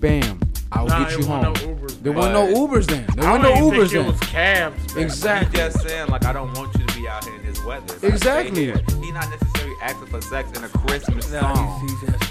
C: Bam. I'll
A: Nah,
C: get
A: it
C: you
A: wasn't
C: home.
A: No Ubers,
C: there
A: man.
C: weren't no Ubers then. There
A: I
C: weren't
A: don't
C: no
A: even
C: Ubers
A: think it
C: then.
A: was cabs. man.
D: He's
C: Exactly.
D: just saying, like, I don't want you to be out here in this weather. Like, stay
C: Exactly.
D: here. He not necessarily asking for sex in a Christmas
B: Nah,
D: song.
B: he's, he's asking.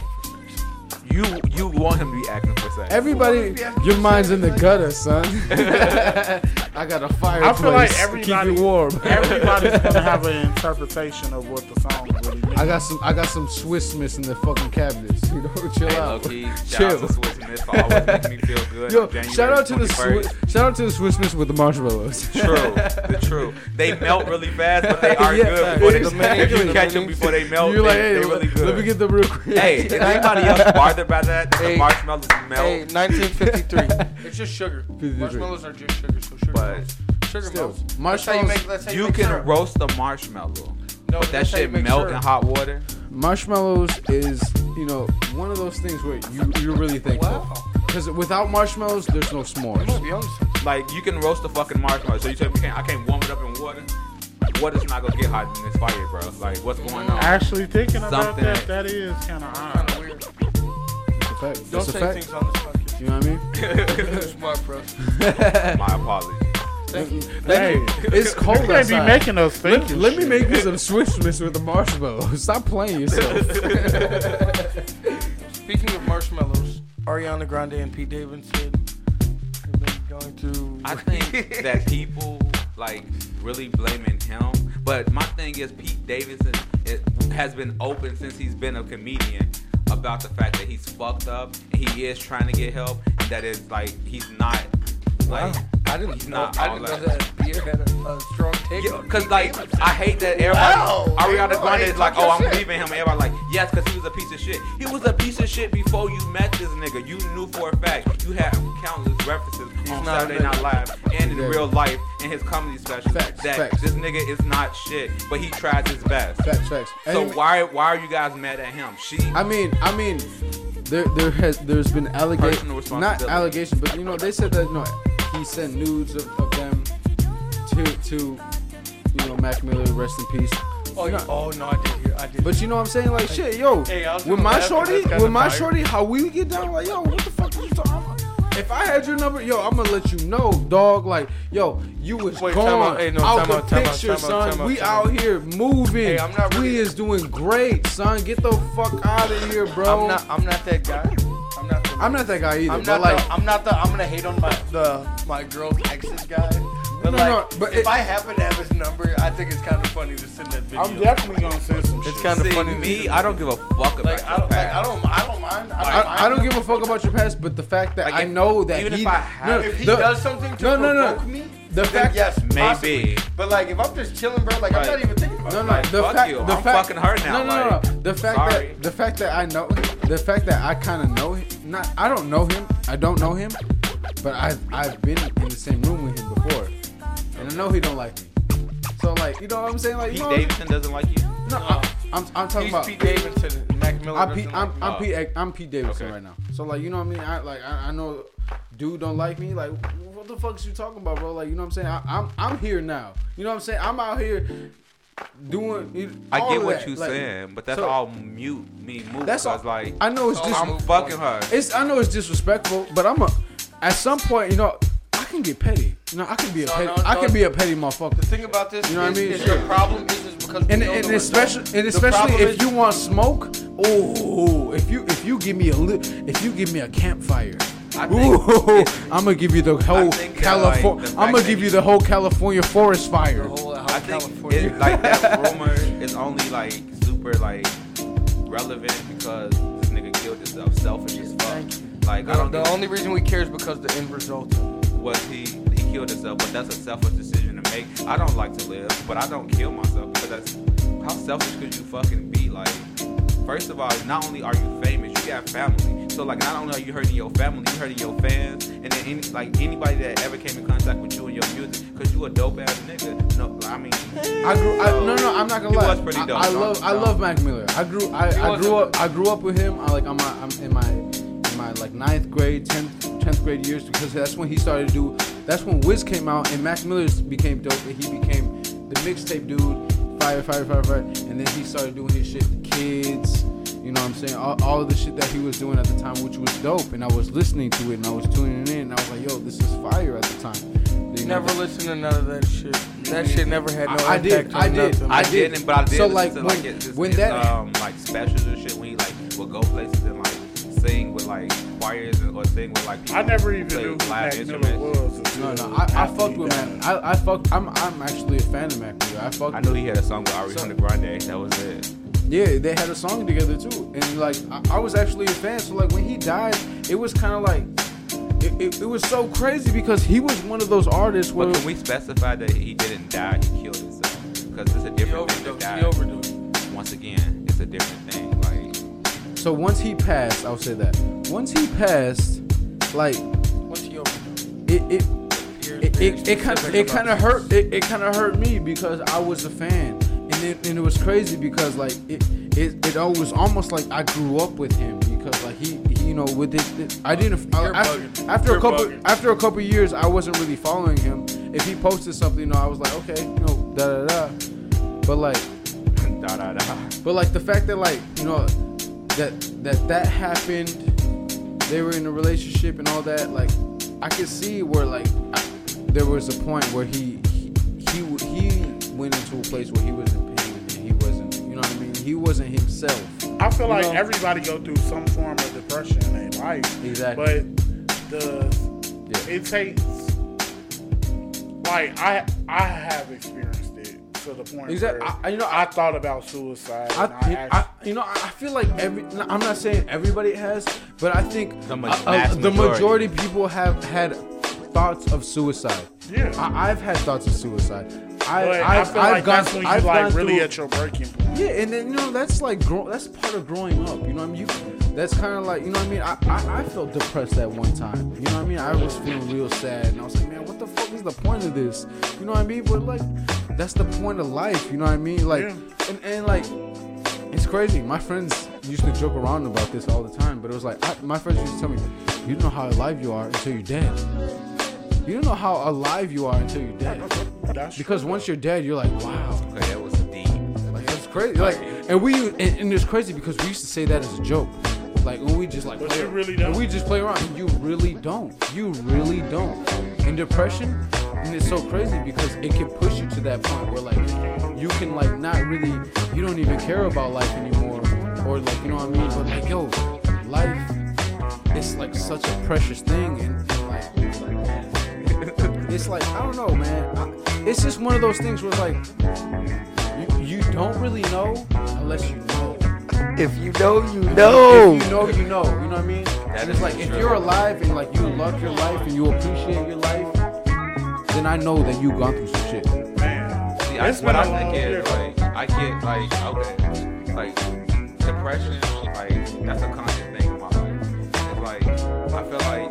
D: You you want him to be acting for sex.
C: Everybody, your mind's in the gutter, son. I got a fireplace.
A: feel like
C: to keep
A: everybody-
C: you warm.
A: Everybody's gonna have an interpretation of what the song really means.
C: I got some. I got some Swiss miss in the fucking cabinets. You know, chill
D: Hey,
C: out.
D: low-key, shout
C: Chill.
D: out to Swiss Miss for always making me feel good.
C: Yo,
D: on January
C: shout out to the
D: 21st.
C: Swi- shout out to the Swiss miss with the marshmallows.
D: True, the true. They melt really fast, but they are
C: Yeah,
D: good before they,
C: exactly.
D: If you catch them before they melt,
C: You're like,
D: they,
C: hey,
D: they
C: let,
D: really good.
C: let me get them real quick.
D: hey, is anybody else bothered by that? that
B: Hey.
D: the marshmallows melt.
B: Hey, 1953. it's just sugar.
C: 53.
B: Marshmallows are just sugar, so sugar.
D: But
B: melts. sugar
C: Still,
B: melts. That's how you
C: marshmallows,
B: make. That's how you,
D: you
B: make
D: can
B: syrup.
D: roast the marshmallow.
B: No,
D: But that
B: that's how you
D: shit
B: make
D: melt
B: syrup.
D: in hot water.
C: marshmallows is you know one of those things where you you're really thankful
B: Wow.
C: because without marshmallows there's no
B: You must
C: s'mores.
B: be on something.
D: Like you can roast the fucking marshmallow. So you tell me can't, I can't warm it up in water. Water's not gonna get hot in this fire, bro. Like what's going on?
A: Actually, thinking about
D: Something.
A: that, that is kind of odd.
B: Kind of weird.
C: It's a fact.
B: Don't
C: It's a
B: say
C: fact.
B: things on this podcast.
C: You know what I mean?
B: You're smart, bro.
D: My apologies.
B: Thank you.
A: Hey,
C: It's cold
A: you can't be
C: outside.
A: making us think.
C: Let me make you some Swiss miss with the marshmallows. Stop playing yourself.
B: Speaking of marshmallows, Ariana Grande and Pete Davidson have been going
F: going to.
D: I think that people like really blaming him. But my thing is Pete Davidson it, has been open since he's been a comedian about the fact that he's fucked up and he is trying to get help and that is like he's not like
B: I didn't
D: he's
B: know.
D: not
B: I
D: all
B: didn't know
D: that.
B: that Peter had a, a strong take.
D: Yeah,
B: on it.
D: cause like I hate that everybody
H: Wow,
D: Ariana
H: they know
D: Grande
H: they
D: is like,
H: talking
D: oh, I'm
H: shit.
D: leaving him. And everybody like, yes, cause he was a piece of shit. He was a piece of shit before you met this nigga. You knew for a fact. You had countless references on
B: not a
D: Saturday Night
B: nigga.
D: Live and in
C: Exactly.
D: real life in his comedy specials
C: Facts,
D: that
C: facts.
D: this nigga is not shit, but he tries his best.
C: Facts, facts.
D: So
C: And-
D: why why are you guys mad at him? She
C: I mean, I mean, there there has there's been
D: Personal
C: allegations, not
D: responsibility.
C: allegations, but you know they said that you know he sent nudes of, of them to to you know Mac Miller, rest in peace.
B: Oh, you- oh no, I did hear. I did.
C: But you know what I'm saying, like shit, yo,
B: Hey, I was
C: with
B: gonna
C: my
B: laugh, but
C: shorty,
B: that's kinda
C: with my
B: fire.
C: shorty, how we get down, like yo, what the fuck are you talking? about? If I had your number, yo, I'm gonna let you know, dog. Like, yo, you was
B: Wait, time
C: gone
B: out. Hey, no,
C: out
B: time
C: the
B: out, time out,
C: picture,
B: time out,
C: son.
B: time out,
C: we
B: time
C: out
B: out.
C: here moving.
B: Hey, I'm not
C: we
B: really-
C: is doing great, son. Get the fuck out of here, bro.
B: I'm not. I'm not that guy. I'm not. The,
C: I'm not that guy either.
B: I'm
C: but
B: not.
C: like,
B: the, I'm not the. I'm gonna hate on my the my girl's exes guy. But
C: No,
B: like,
C: no, but
B: if
C: it-
B: I happen to have his number, I think it's kind of funny to send that video.
A: I'm definitely gonna send some shit.
B: it's kind of
D: See,
B: funny. to
D: me,
B: send-
D: I don't give a fuck about
B: like.
D: your
B: I don't. Like,
D: past.
B: I don't. I don't mind. I don't, mind
C: I, I don't give a fuck about your past, but the fact that
D: Like,
C: I
D: if-
C: know that
D: even
C: he,
D: if I had-
C: no,
B: If he
C: the-
B: does something to
C: no, no, no.
B: provoke me,
C: The
B: then
C: fact-
B: yes,
D: Maybe.
B: possibly. But like, if I'm just chilling, bro, like I'm
D: Right.
B: not even thinking about.
C: no,
B: it.
C: no,
B: Like,
C: the
D: fuck
C: fact,
D: you,
C: the
D: I'm
C: fact,
D: fucking hurt now,
C: No, no, no, no.
D: like,
C: The fact
D: sorry.
C: that the fact that I know, the fact that I kind of know him. Not, I don't know him. I don't know him, but I've I've been in the same room with him before, and I know he don't like me. So like, you know what I'm saying? Like, you
D: Pete
C: know,
D: Davidson doesn't like you.
C: no, I'm, I'm, I'm talking
B: he's
C: about.
B: Pete Davidson, Mac Miller.
C: I'm Pete,
B: doesn't
C: I'm,
B: like me.
C: I'm Pete, Ag- I'm Pete Davidson
D: Okay.
C: right now. So like, you know what I mean? I like, I, I know, dude, don't like me. Like, what the fuck's you talking about, bro? Like, you know what I'm saying? I, I'm, I'm here now. You know what I'm saying? I'm out here doing. you-
D: I
C: all
D: get
C: of
D: what
C: that.
D: you
C: Like,
D: saying, but that's
C: so-
D: all mute me move.
C: That's all.
D: Like
C: I know it's
B: Oh,
C: dis-
D: I'm fucking her.
C: it's, I know it's disrespectful, but I'm a. At some point, you know, I can get petty. You know, I can be a
B: No,
C: petty.
B: no,
C: I
B: no.
C: can be a petty
B: The
C: motherfucker.
B: thing about this,
C: You know what I
B: is,
C: mean?
B: is
C: Sure.
B: the problem is, is because we
C: And,
B: don't
C: and
B: know
C: especially
B: enough.
C: and
B: The
C: especially
B: problem
C: if
B: is-
C: you want smoke, oh, if you if you give me a li- if you give me a campfire,
D: I
C: ooh,
D: think-
C: I'm gonna give you the whole
D: think that, like,
C: California.
D: the fact
C: I'm gonna
D: that
C: give you
D: you-
C: the whole California forest fire.
B: whole out
D: I
B: of
D: think
B: California.
D: it, like that rumor is only like super like relevant because this nigga killed himself selfish as fuck. Like
B: The,
D: I don't
B: the
D: know
B: only reason we care is because the end result.
D: was he he killed himself, but that's a selfish decision to make. I don't like to live, but I don't kill myself because that's how selfish could you fucking be? Like, first of all, not only are you famous, you got family. So like, not only are you hurting your family, you hurting your fans, and then any, like anybody that ever came in contact with you and your music, cause you a dope ass nigga. No, I mean,
C: I grew. I, no, no, I'm not gonna
D: He
C: lie.
D: was pretty dope.
C: I, I love. I
D: No.
C: love Mac Miller. I grew. I, I
B: was
C: grew
B: a-
C: up. I grew up with him. I like. I'm. i I'm in my. In my like ninth grade, tenth, tenth grade years because that's when he started to do. That's when Wiz came out and Mac Miller became dope. And he became the mixtape dude. Fire, fire, fire, fire. And then he started doing his shit. The kids. You know what I'm saying? All, all of the shit that he was doing at the time, which was dope, and I was listening to it, and I was tuning in, and I was like, "Yo, this is fire!" At the time, You know,
F: Never listen to none of that shit. That shit never had no
C: I- I
F: impact
C: did,
F: on
C: I did,
F: nothing.
D: I
C: did.
D: didn't, but I did.
C: So,
D: listen
C: like,
D: to,
C: when-
D: his, his,
C: when that-
D: um, like specials and shit, when he like would go places and like sing with like choirs and, or sing with like.
A: I never even
D: people
A: knew who
D: who play live
A: Mac Miller
D: instruments.
A: was.
C: No,
A: until
C: no, I, I
A: after
C: fucked
A: he
C: with
A: died.
C: Mac. I, I fucked. I'm I'm actually a fan of Mac Miller. I fucked.
D: I knew he had a song with Ariana Grande. That was it.
C: Yeah, they had a song together too, and like I, I was actually a fan. So like when he died, it was kind of like it, it, it was so crazy because he was one of those artists where
D: But can we specify that he didn't die? He killed himself because it's a
B: He
D: different
B: overdosed.
D: thing to
B: He
D: die.
B: overdosed.
D: Once again, it's a different thing. Like
C: so once he passed, I'll say that once he passed, like
B: Once he overdosed.
C: it it
B: Here's
C: it
B: very
C: it kind of
B: specific
C: it
B: about
C: kind of
B: this.
C: hurt it, it kind of hurt me because I was a fan, and it, and it was crazy because like it it it al- was almost like I grew up with him because like he, he you know with it, it- I didn't I-
B: You're
C: after,
B: bugging.
C: after a
B: You're
C: couple
B: bugging.
C: after a couple years I wasn't really following him. If he posted something, you know, I was like okay, you know, da da da, but like
D: da da da.
C: but like the fact that like you know that that that happened, they were in a relationship and all that. Like I could see where like I, there was a point where he he he w- he went into a place where he was in pain and he wasn't. You know what I mean? He wasn't himself.
A: I feel
C: You
A: like
C: know?
A: everybody go through some form of depression in their life.
C: Exactly.
A: But the
C: Yeah.
A: it takes like I I have experienced it to the point
C: Exact-
A: where
C: I- you know,
A: I,
C: I-
A: thought about suicide.
C: I,
A: and I,
C: think, I,
A: actually-
C: you know, I I feel like every. no, I'm not saying everybody has, but I think
D: The ma-
C: uh, uh,
D: mass
C: the majority
D: majority.
C: of people have had thoughts of suicide.
A: Yeah.
C: I, I've had thoughts of suicide. I,
A: but
C: I've,
A: I feel
C: I've
A: like
C: gone,
A: that's when you
C: I've
A: like
C: gone
A: really
C: through-
A: at your breaking point.
C: yeah, and then you know that's like grow, that's part of growing up. You know what I mean? You, that's kind of like you know what I mean. I, I I felt depressed at one time. You know what I mean? I was feeling real sad, and I was like, man, what the fuck is the point of this? You know what I mean? But like, that's the point of life. You know what I mean? Like,
A: Yeah.
C: and, and like, it's crazy. My friends used to joke around about this all the time, but it was like I, my friends used to tell me, you don't know how alive you are until you're dead. You don't know how alive you are until you're dead.
A: That's
C: Because once you're dead, you're like, wow.
D: Okay, that was deep.
C: Like that's crazy. Like, and we and, and it's crazy because we used to say that as a joke. Like when we just like
A: But
C: play,
A: you really
C: when
A: don't.
C: we just play around. You really don't. You really don't. And depression, and it's so crazy because it can push you to that point where like you can like not really you don't even care about life anymore or like you know what I mean. But like yo, life, it's like such a precious thing and, and like it's like I don't know, man. I, it's just one of those things where like you, you don't really know unless you know.
H: If you know, you know.
C: If you know, you know. You know what I mean? and it's like if you're alive and like you love your life and you appreciate your life, then I know that you've gone through some shit.
A: man.
D: See, I,
A: It's
D: what
A: been
D: I
A: a long
D: think
A: year.
D: is like I get like okay, like depression, like that's a constant thing in my life. It's like I feel like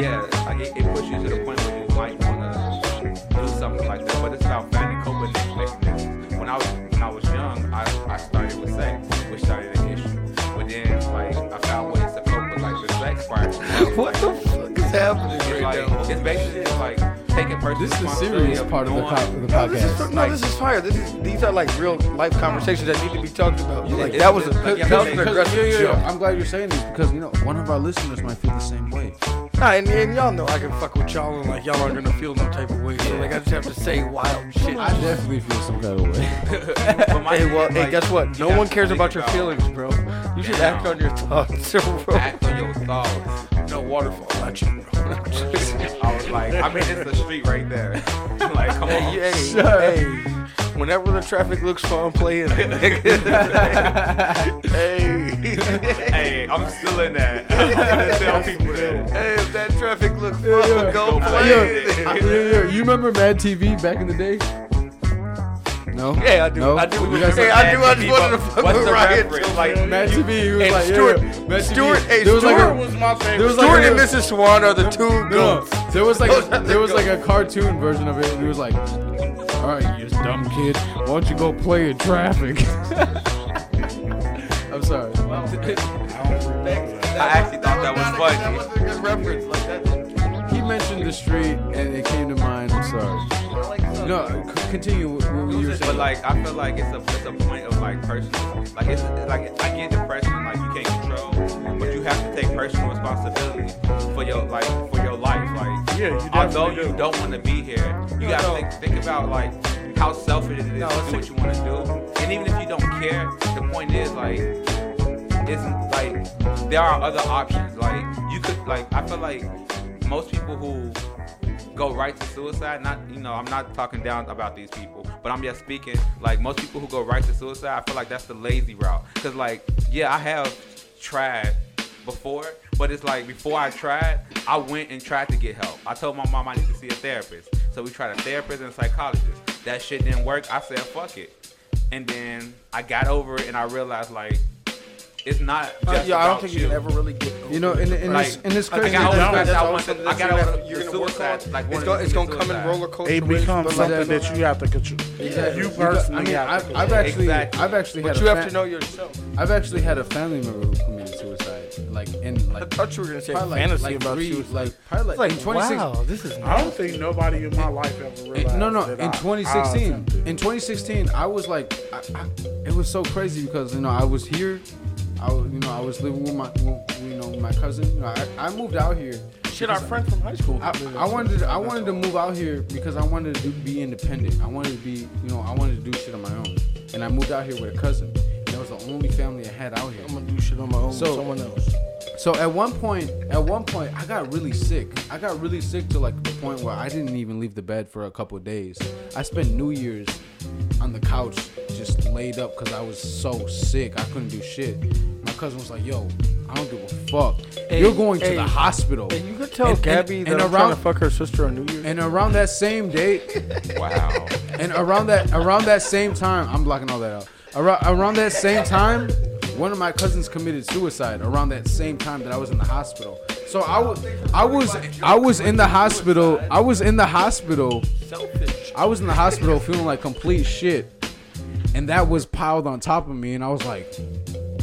D: yeah, like it, it pushes you to the point where you might wanna do something like that, but it's about finding coping mechanisms. When I was when I was young, I, I started with sex, which started an issue. But then like I found ways to cope with like the sex part.
H: What the fuck is happening
D: It's
H: right
D: like
H: now?
D: it's basically just like taking personal
C: This is the
D: responsibility
C: serious part of the,
D: knowing-
C: co- of the
H: No, this is
C: podcast.
H: no, this is fire. This is these are like real life conversations that need to be talked about.
D: Yeah,
H: Like
D: it's
H: that was a
D: just like-
H: that
D: yeah,
H: was an
D: because-
H: aggressive
C: Yeah,
H: joke.
C: yeah, I'm glad you're saying this because you know one of our listeners might feel the same way.
B: Nah, and, and y'all know I can fuck with y'all, and like y'all aren't gonna feel no type of way. So like I just have to say wild shit.
C: I definitely feel some kind of way.
D: But my
B: Hey,
D: thing
B: well,
D: is,
B: hey,
D: like,
B: guess what?
D: you
B: No
D: have
B: one
D: to
B: cares
D: think
B: about your feelings, bro. You should
D: Yeah.
B: act on your thoughts, bro.
D: Act on your thoughts.
B: No waterfall, not you, bro.
D: I was like, I mean, it's the street right there. like, come on.
B: hey, hey, whenever the traffic looks fun, play it.
D: Hey, I'm still in that. I'm gonna tell people that.
H: Hey, if that traffic looks fun,
D: Go
H: go play
D: play
H: it.
C: Yeah,
D: it.
C: yeah, you remember Mad TV back in the day? No.
H: Yeah, I do.
C: No?
H: I do.
C: You guys
H: Hey, I do. I just wanted to fuck
D: What's
H: with
D: the
H: Riot.
D: reference?
H: too.
D: Like,
C: Mad TV, he was
H: And
C: like,
H: Stuart-
C: yeah, yeah. Mad
H: Stuart-
C: TV.
H: hey,
C: there was like
H: Stuart
C: a,
A: was my
C: there
A: favorite.
C: was like
H: Stuart
C: a-
H: and Mrs. Swan are the two
C: No,
H: goats.
C: no. There was like a,
H: Those
C: there was
H: other
C: like a cartoon version of it, and he was like, "All right, you dumb kid, why don't you go play in traffic?" I'm sorry.
D: I actually thought that was funny.
H: That was a good reference. Like that.
C: He mentioned the street, and it came to mind. I'm sorry. No, c- continue with what you were
D: But
C: saying.
D: like, I feel like it's a it's a point of like personal, like it's like I get depression, like you can't control, but you have to take personal responsibility for your like for your life. Like,
A: Yeah, you
D: although
A: definitely
D: you
A: do.
D: don't want to be here, you gotta think think about like how selfish it is to do what you want to do, and even if you don't care, the point is like isn't like there are other options. Like you could like I feel like most people who go right to suicide, not you know, I'm not talking down about these people, but I'm just speaking like most people who go right to suicide, I feel like that's the lazy route. Cause like, yeah, I have tried before, but it's like before I tried, I went and tried to get help. I told my mom I need to see a therapist. So we tried a therapist and a psychologist. That shit didn't work. I said fuck it. And then I got over it and I realized like it's not just
B: Uh, yeah, I
D: about
B: don't think
D: you.
B: you should ever really get.
C: You know, and, and,
D: Like,
C: this, and this
B: I think
D: I
C: crazy.
B: that's-
D: got over
B: that's
D: that. I
B: always
D: want
B: something
D: to. I
B: that's
D: got
B: gonna
D: over
B: have-
D: the
B: you're gonna work
D: suicide.
B: on.
D: Like
B: It's
D: wanting
B: gonna,
D: to
B: it's
D: commit
B: gonna come in
D: suicide.
B: roller coaster.
A: It
B: waves,
A: becomes
B: but, like,
A: something that you have to control. You personally
C: I mean,
A: have
C: I've,
A: to.
C: I've actually,
D: Exactly.
C: I've actually had.
B: But
C: a
B: you have
C: fa-
B: to know yourself.
C: I've actually had a family member who committed suicide, like in like.
B: thought you were gonna say
C: probably, like-
B: fantasy
C: like
B: about
C: three-
B: suicide.
C: Like, probably, like, in 26
B: this is
A: I don't think nobody in my life ever realized.
C: In- no, no.
A: that
C: In
A: I- I
C: 2016,
A: attempted.
C: in 2016, I was like, I, I, it was so crazy because you know I was here, I was- you know I was living with my with, you know my cousin. You know, I, I moved out here.
B: shit. Our friend from high school.
C: I, I wanted to, I wanted to move out here because I wanted to do, be independent. I wanted to be you know I wanted to do shit on my own, and I moved out here with a cousin. And that was the only family I had out here.
B: I'm gonna do shit on my own.
C: So-
B: with someone else.
C: So at one point, at one point, I got really sick. I got really sick to like the point where I didn't even leave the bed for a couple days. I spent New Year's on the couch, just laid up because I was so sick. I couldn't do shit. My cousin was like, "Yo, I don't give a fuck.
F: Hey,
C: You're going to
F: hey.
C: the hospital."
F: And you could tell
C: And- and-
F: Gabby
C: and
F: that I'm
C: around-
F: trying to fuck her sister on New Year's.
C: And around that same date,
D: Wow.
C: and around that around that same time, I'm blocking all that out. Around, around that same time, one of my cousins committed suicide. Around that same time that I was in the hospital, so I was I was I was in the hospital. I was in the hospital. I was in the hospital feeling like complete shit, and that was piled on top of me, and I was like,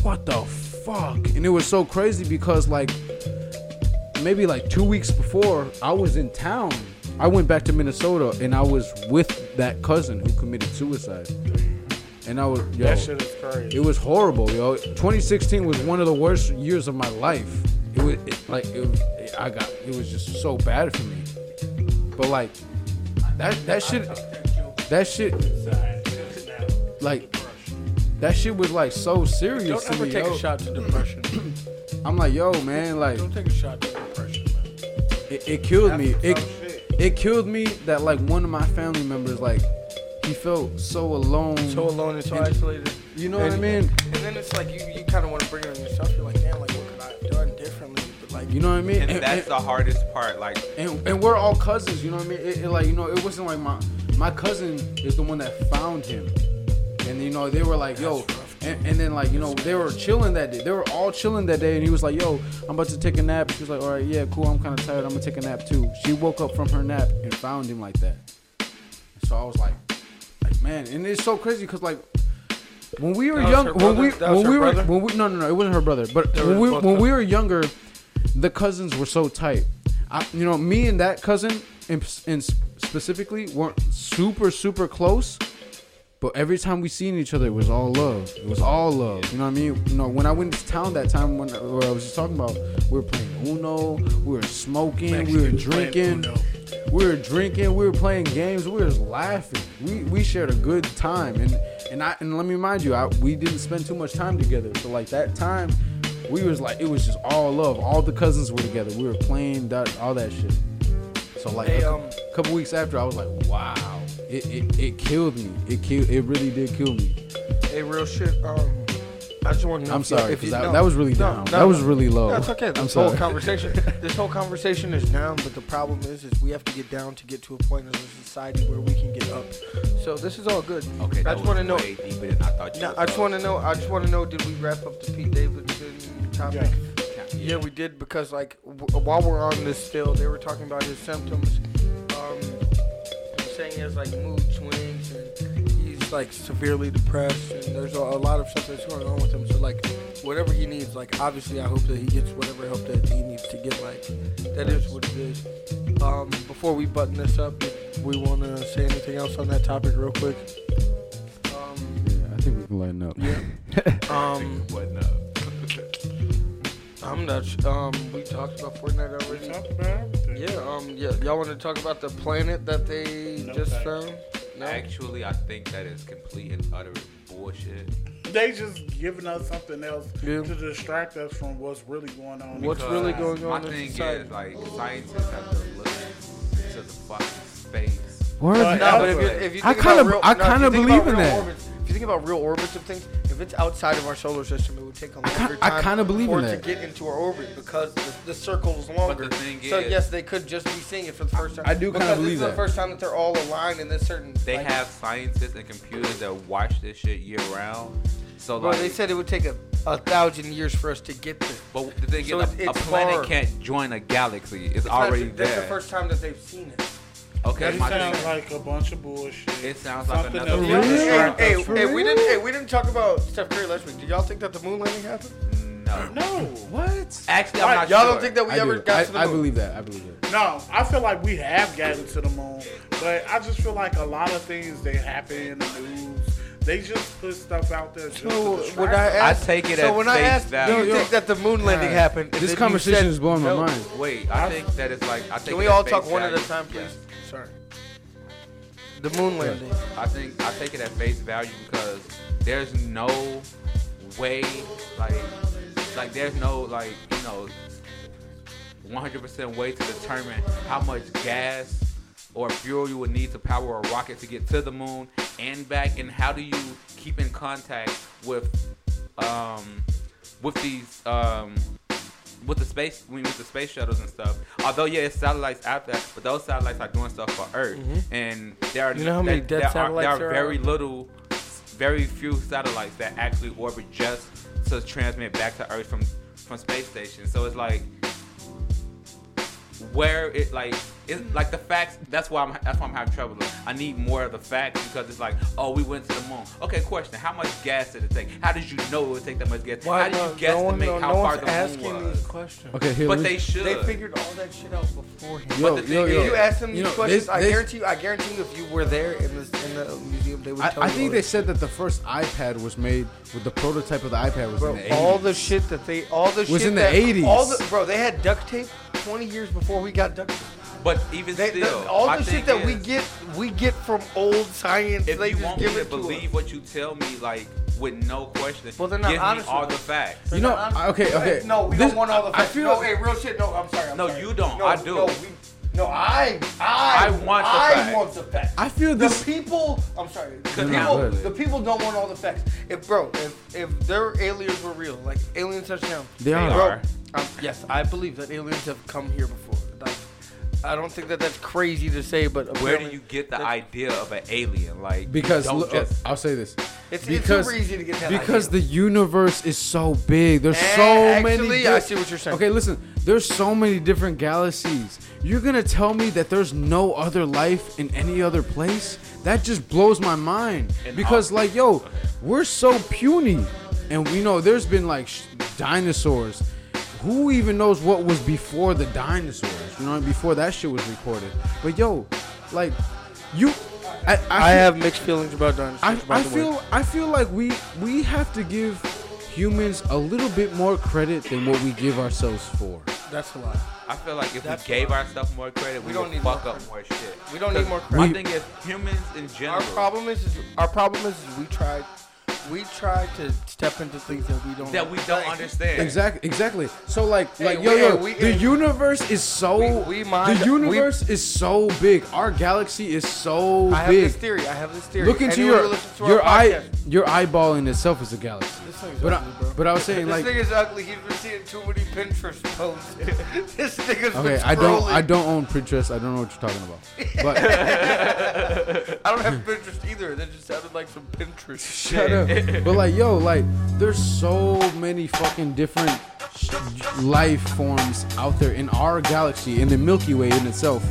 C: what the fuck? And it was so crazy because like maybe like two weeks before I was in town. I went back to Minnesota and I was with that cousin who committed suicide. And I was yo,
F: That shit is crazy.
C: It was horrible, yo. 2016 was one of the worst years of my life. It was it, like it, it- I got it was just so bad for me. But like that that shit that shit like that shit was like so serious.
F: Don't
C: to
F: ever
C: me,
F: take
C: yo.
F: a shot to depression.
C: I'm like, yo, man, like
F: Don't take a shot to depression, man.
C: it, it killed me. It it killed me that like one of my family members like he felt so alone.
F: So alone and so
C: And-
F: isolated.
C: you know what I
F: and-
C: mean?
F: And then it's like you, you kind of want to bring it on yourself. You're like, damn, like what could I have done differently? But like,
C: You know what I mean?
D: And that's the hardest part. Like,
C: and, and we're all cousins. You know what I mean? It, it, like you know, it wasn't like my my cousin is the one that found him, and you know they were like, yo, and, and then like you know they were chilling that day. They were all chilling that day, and he was like, yo, I'm about to take a nap. She was like, all right, yeah, cool. I'm kind of tired. I'm gonna take a nap too. She woke up from her nap and found him like that. So I was like, like man, and it's so crazy because like. When we were
F: That was
C: young,
F: her
C: when
F: brother?
C: we
F: That was
C: when
F: her
C: we were
F: brother?
C: when we no no no, it wasn't her brother. But
F: They were
C: when we
F: both
C: when we
F: cousins.
C: were younger, the cousins were so tight. I, you know, me and that cousin, in, in specifically, weren't super super close. But every time we seen each other, it was all love. It was all love. You know what I mean? You know, when I went to town that time, when what I was just talking about, we were playing Uno, we were smoking, we were
A: Mexicans playing
C: drinking,
A: Uno.
C: we were drinking, we were playing games, we were just laughing. We we shared a good time, and and I and let me remind you, I, we didn't spend too much time together. So like that time, we was like it was just all love. All the cousins were together. We were playing that, all that shit. So like
F: Hey,
C: a cou-
F: um,
C: couple weeks after, I was like, wow, it, it, it killed me. It killed. It really did kill me.
F: hey, real shit. Um, I just want to.
C: I'm sorry, 'cause that- that was really down. That was really low.
F: That's okay.
C: I'm
F: This whole
C: sorry.
F: conversation, this whole conversation is down. But the problem is, is we have to get down to get to a point as a society where we can get up. So this is all good.
D: okay,
F: I
D: that
F: just want to
D: was
F: know.
D: way deeper than I thought you.
F: No,
D: was
F: I just
D: going.
F: want to know. I just want to know. Did we wrap up the Pete Davidson topic? Yeah, we did because like w- while we're on this still, they were talking about his symptoms. Um, he was saying he has like mood swings and he's like severely depressed and there's a, a lot of stuff that's going on with him. So like whatever he needs, like obviously I hope that he gets whatever help that he needs to get. Like that is what it is. Um, before we button this up, did we want to say anything else on that topic real quick. Um,
C: Yeah, I think we can lighten up.
F: um,
D: What no?
F: I'm not. sh- Um, we talked about Fortnite already. Yeah, um, yeah. Y'all want to talk about the planet that they
A: No
F: just
A: thanks.
F: found? No.
D: Actually, I think that is complete and utter bullshit.
A: They just giving us something else
F: Yeah.
A: to distract us from what's really going on.
F: What's
D: Because
F: really going on
D: My
F: in
D: thing
F: society?
D: is like scientists have to look to the fucking space.
A: But
B: No, but if you,
A: elsewhere.
B: if you
C: I
B: think
C: kinda-
B: about real,
C: I
B: no, if you
C: kinda
B: think
C: believe
B: about
C: in
B: real
C: that.
B: Orbits, if you think about real orbits of things, if it's outside of our solar system, it would take a longer
C: kin- I
B: time.
C: kinda believe
B: for
C: in
B: it
C: that.
B: to get into our orbit because the, the circle is longer.
D: thing
B: so
D: is-
B: yes, they could just be seeing it for the first time.
C: I do kinda
B: because
C: believe
B: this is
C: that.
B: the first time that they're all aligned in this certain.
D: They
B: like-
D: have scientists and computers that watch this shit year round. So
B: Well,
D: like,
B: they said it would take a, a thousand years for us to get there.
D: but the thing
B: so
D: is,
B: it's-
D: a, a
B: it's
D: planet
B: far.
D: can't join a galaxy. It's,
B: It's not-
D: already there.
B: That's the first time that they've seen it.
D: okay,
A: It
D: my
A: sounds
D: thing.
A: like a bunch of bullshit.
D: It sounds like
A: Something
D: another-
A: else
C: For
A: to
C: real?
A: distract
B: Hey,
A: us
B: hey,
A: from-
B: hey, we didn't. Hey, we didn't talk about Steph Curry last week. Do y'all think that the moon landing happened?
D: no.
A: No,
C: What?
D: Actually, I'm not
B: y'all
D: sure.
B: don't think that we
C: I,
B: ever
C: do.
B: got
C: I,
B: to the
C: I
B: moon?
C: believe that. I believe that.
A: no. I feel like we have gotten to the moon, but I just feel like a lot of things that happen in the news, they just put stuff out there. Just
B: So
A: to
B: when
A: distract
B: I
A: us.
B: asked,
D: take it
B: so
D: at
B: when I
D: face
B: asked,
D: value.
B: do you
D: Yo,
B: think that the moon landing
C: God.
B: happened? and
C: This
B: then you
C: conversation
B: said
C: is blowing
B: no.
C: my mind.
D: Wait, I think that is like. I think
B: Can we
D: it at
B: all
D: face
B: talk one at a
D: value.
B: time,
D: Yeah.
B: please? Sorry. The moon landing.
D: I think I take it at face value because there's no way like Like there's no like you know 100% way to determine how much gas or fuel you would need to power a rocket to get to the moon and back, and how do you keep in contact with um, with these um, with the space I mean, with the space shuttles and stuff. Although yeah, it's satellites out there, but those satellites are doing stuff for Earth, and there are
F: Mm-hmm. You know how many
D: there,
F: dead
D: there are, there
F: satellites
D: are
F: there are?
D: very little, very few satellites that actually orbit just to transmit back to Earth from from space stations. So it's like where it like it's like the facts that's why I'm that's why I'm having trouble. I need more of the facts because it's like, oh we went to the moon. Okay, question, how much gas did it take? How did you know it would take that much gas? how did you guess to make how far the moon was?
F: questions.
C: Okay, here.
D: But
C: let me-
D: they should
B: They figured all that shit out beforehand.
C: Yo,
D: but the
C: yo,
D: thing
C: yo.
D: is-
B: You ask them these
C: You know,
B: E questions.
C: this-
B: I
C: this-
B: guarantee you. I guarantee you, if you were there in the in the museum, they would
C: I,
B: tell
C: I
B: you.
C: think
B: all
C: they
B: that
C: said that the first iPad was made with the prototype of the iPad was in the
B: Bro,
C: 80s.
B: all the shit that they, all the shit
C: Was in the
B: that,
C: 80s.
B: All the bro, they had duct tape twenty years before we got duct tape.
D: But even
B: They,
D: still,
B: the, all
D: my
B: the
D: thing
B: shit that we
D: is,
B: get, we get from old science.
D: If
B: they
D: you
B: just
D: want me
B: give
D: to
B: it us.
D: believe what you tell me, like with no question,
B: Well, they're not
D: give
B: honest
D: me all
B: with
D: the
B: us.
D: facts.
C: You know, I- okay, okay.
B: No, we
C: This-
B: don't want all the
C: I
B: facts.
C: feel-
B: no, hey, real shit. No, I'm sorry. I'm
D: No,
B: sorry.
D: you don't.
B: No,
D: I do.
B: No, we, no I, I,
D: I want the
B: I
D: facts.
B: want the facts.
C: I feel
B: the
C: this-
B: people. I'm sorry. The
D: No,
B: people,
C: no, really.
B: the people don't want all the facts. If bro, if if their aliens were real, like alien touchdown,
C: They are.
B: Bro,
D: are.
B: um, yes, I believe that aliens have come here before. Like, I don't think that that's crazy to say, but
D: Where do
B: apparently
D: you get the
B: that's-
D: idea of an alien? Like
C: because
D: don't
C: look,
D: just
C: I'll say this.
B: It's- it's
C: because,
B: super easy to get that
C: because
B: idea.
C: the universe is so big. There's
B: Eh,
C: so many.
B: actually, I see what you're saying.
C: Okay, listen. There's so many different galaxies. You're gonna tell me that there's no other life in any other place? That just blows my mind.
D: And
C: because
D: I'll-
C: like, yo, we're so puny, and we know there's been like sh- dinosaurs. Who even knows what was before the dinosaurs? You know, before that shit was recorded. But yo, like, you. I,
B: I
C: feel-
B: have mixed feelings about dinosaurs.
C: I,
B: by
C: I
B: the way.
C: feel I feel like we we have to give humans a little bit more credit than what we give ourselves for.
F: That's a lot.
D: I feel like if
B: That's
D: we gave ourselves more credit, we,
B: don't
D: would
B: need
D: fuck
B: more
D: up more shit.
B: We don't need more
D: Because
B: credit.
D: My thing is humans in general.
B: Our problem is, is our problem is, is we tried we tried to step into things that we don't
D: that we don't understand.
C: Exactly, exactly. So like,
B: Hey,
C: like yo,
B: we-
C: yo,
B: hey, we-
C: the
B: hey.
C: universe is so
B: We- we mind-
C: the universe is so big. Our galaxy is so
B: I have
C: big.
B: this theory. I have this theory.
C: Look into
B: Anyone who
C: your
B: listens to our
C: your eye
B: podcast-
C: your eyeball in itself is a galaxy.
B: This thing's
C: But
B: ugly, bro.
C: I, but I was saying
B: This
C: like
B: thing is ugly. He's been seeing too many Pinterest posts. this thing is
C: okay, I don't I don't own Pinterest. I don't know what you're talking about. But
B: I don't have Pinterest either. That just sounded like some Pinterest.
C: Shut up. But like, yo, like, there's so many fucking different sh- life forms out there in our galaxy, in the Milky Way in itself.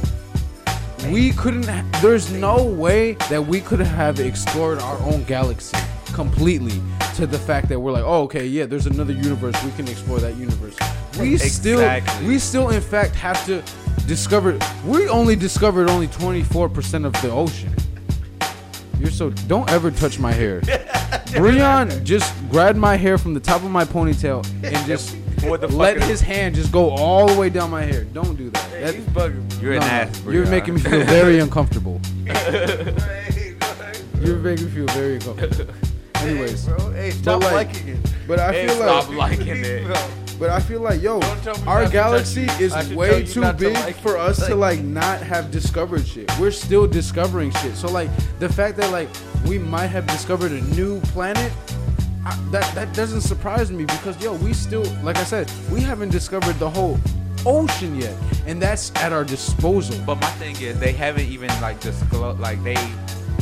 C: We couldn't. ha- There's no way that we could have explored our own galaxy completely to the fact that we're like, oh, okay, yeah, there's another universe. We can explore that universe. We still,
D: Exactly.
C: we still, in fact, have to discover. We only discovered only 24% of the ocean. You're so. Don't ever touch my hair. Breon just grabbed my hair from the top of my ponytail and just
D: What the fuck
C: let
D: is-
C: his hand just go all the way down my hair. Don't do that. That-
B: He's bugging.
D: You're an
C: no, no,
D: ass.
C: You're
D: Brianna.
C: making me feel very uncomfortable.
B: Hey,
C: You're making me feel very uncomfortable. Anyways,
B: bro. Hey, stop
C: like-
B: liking it.
C: but I
D: Hey,
C: feel
D: stop
C: like,
D: liking
B: Please,
D: it.
B: bro.
C: but I feel like, yo,
B: Don't tell me not
C: our
B: to
C: galaxy
B: touch it.
C: is
B: I should tell
C: way
B: you
C: too
B: not to
C: big
B: like
C: for
B: it.
C: us to
B: Like-
C: like not have discovered shit. We're still discovering shit. So like the fact that like we might have discovered a new planet. I, that, that doesn't surprise me because yo we still like i said we haven't discovered the whole ocean yet and that's at our disposal
D: But my thing is, they haven't even like disclosed, like they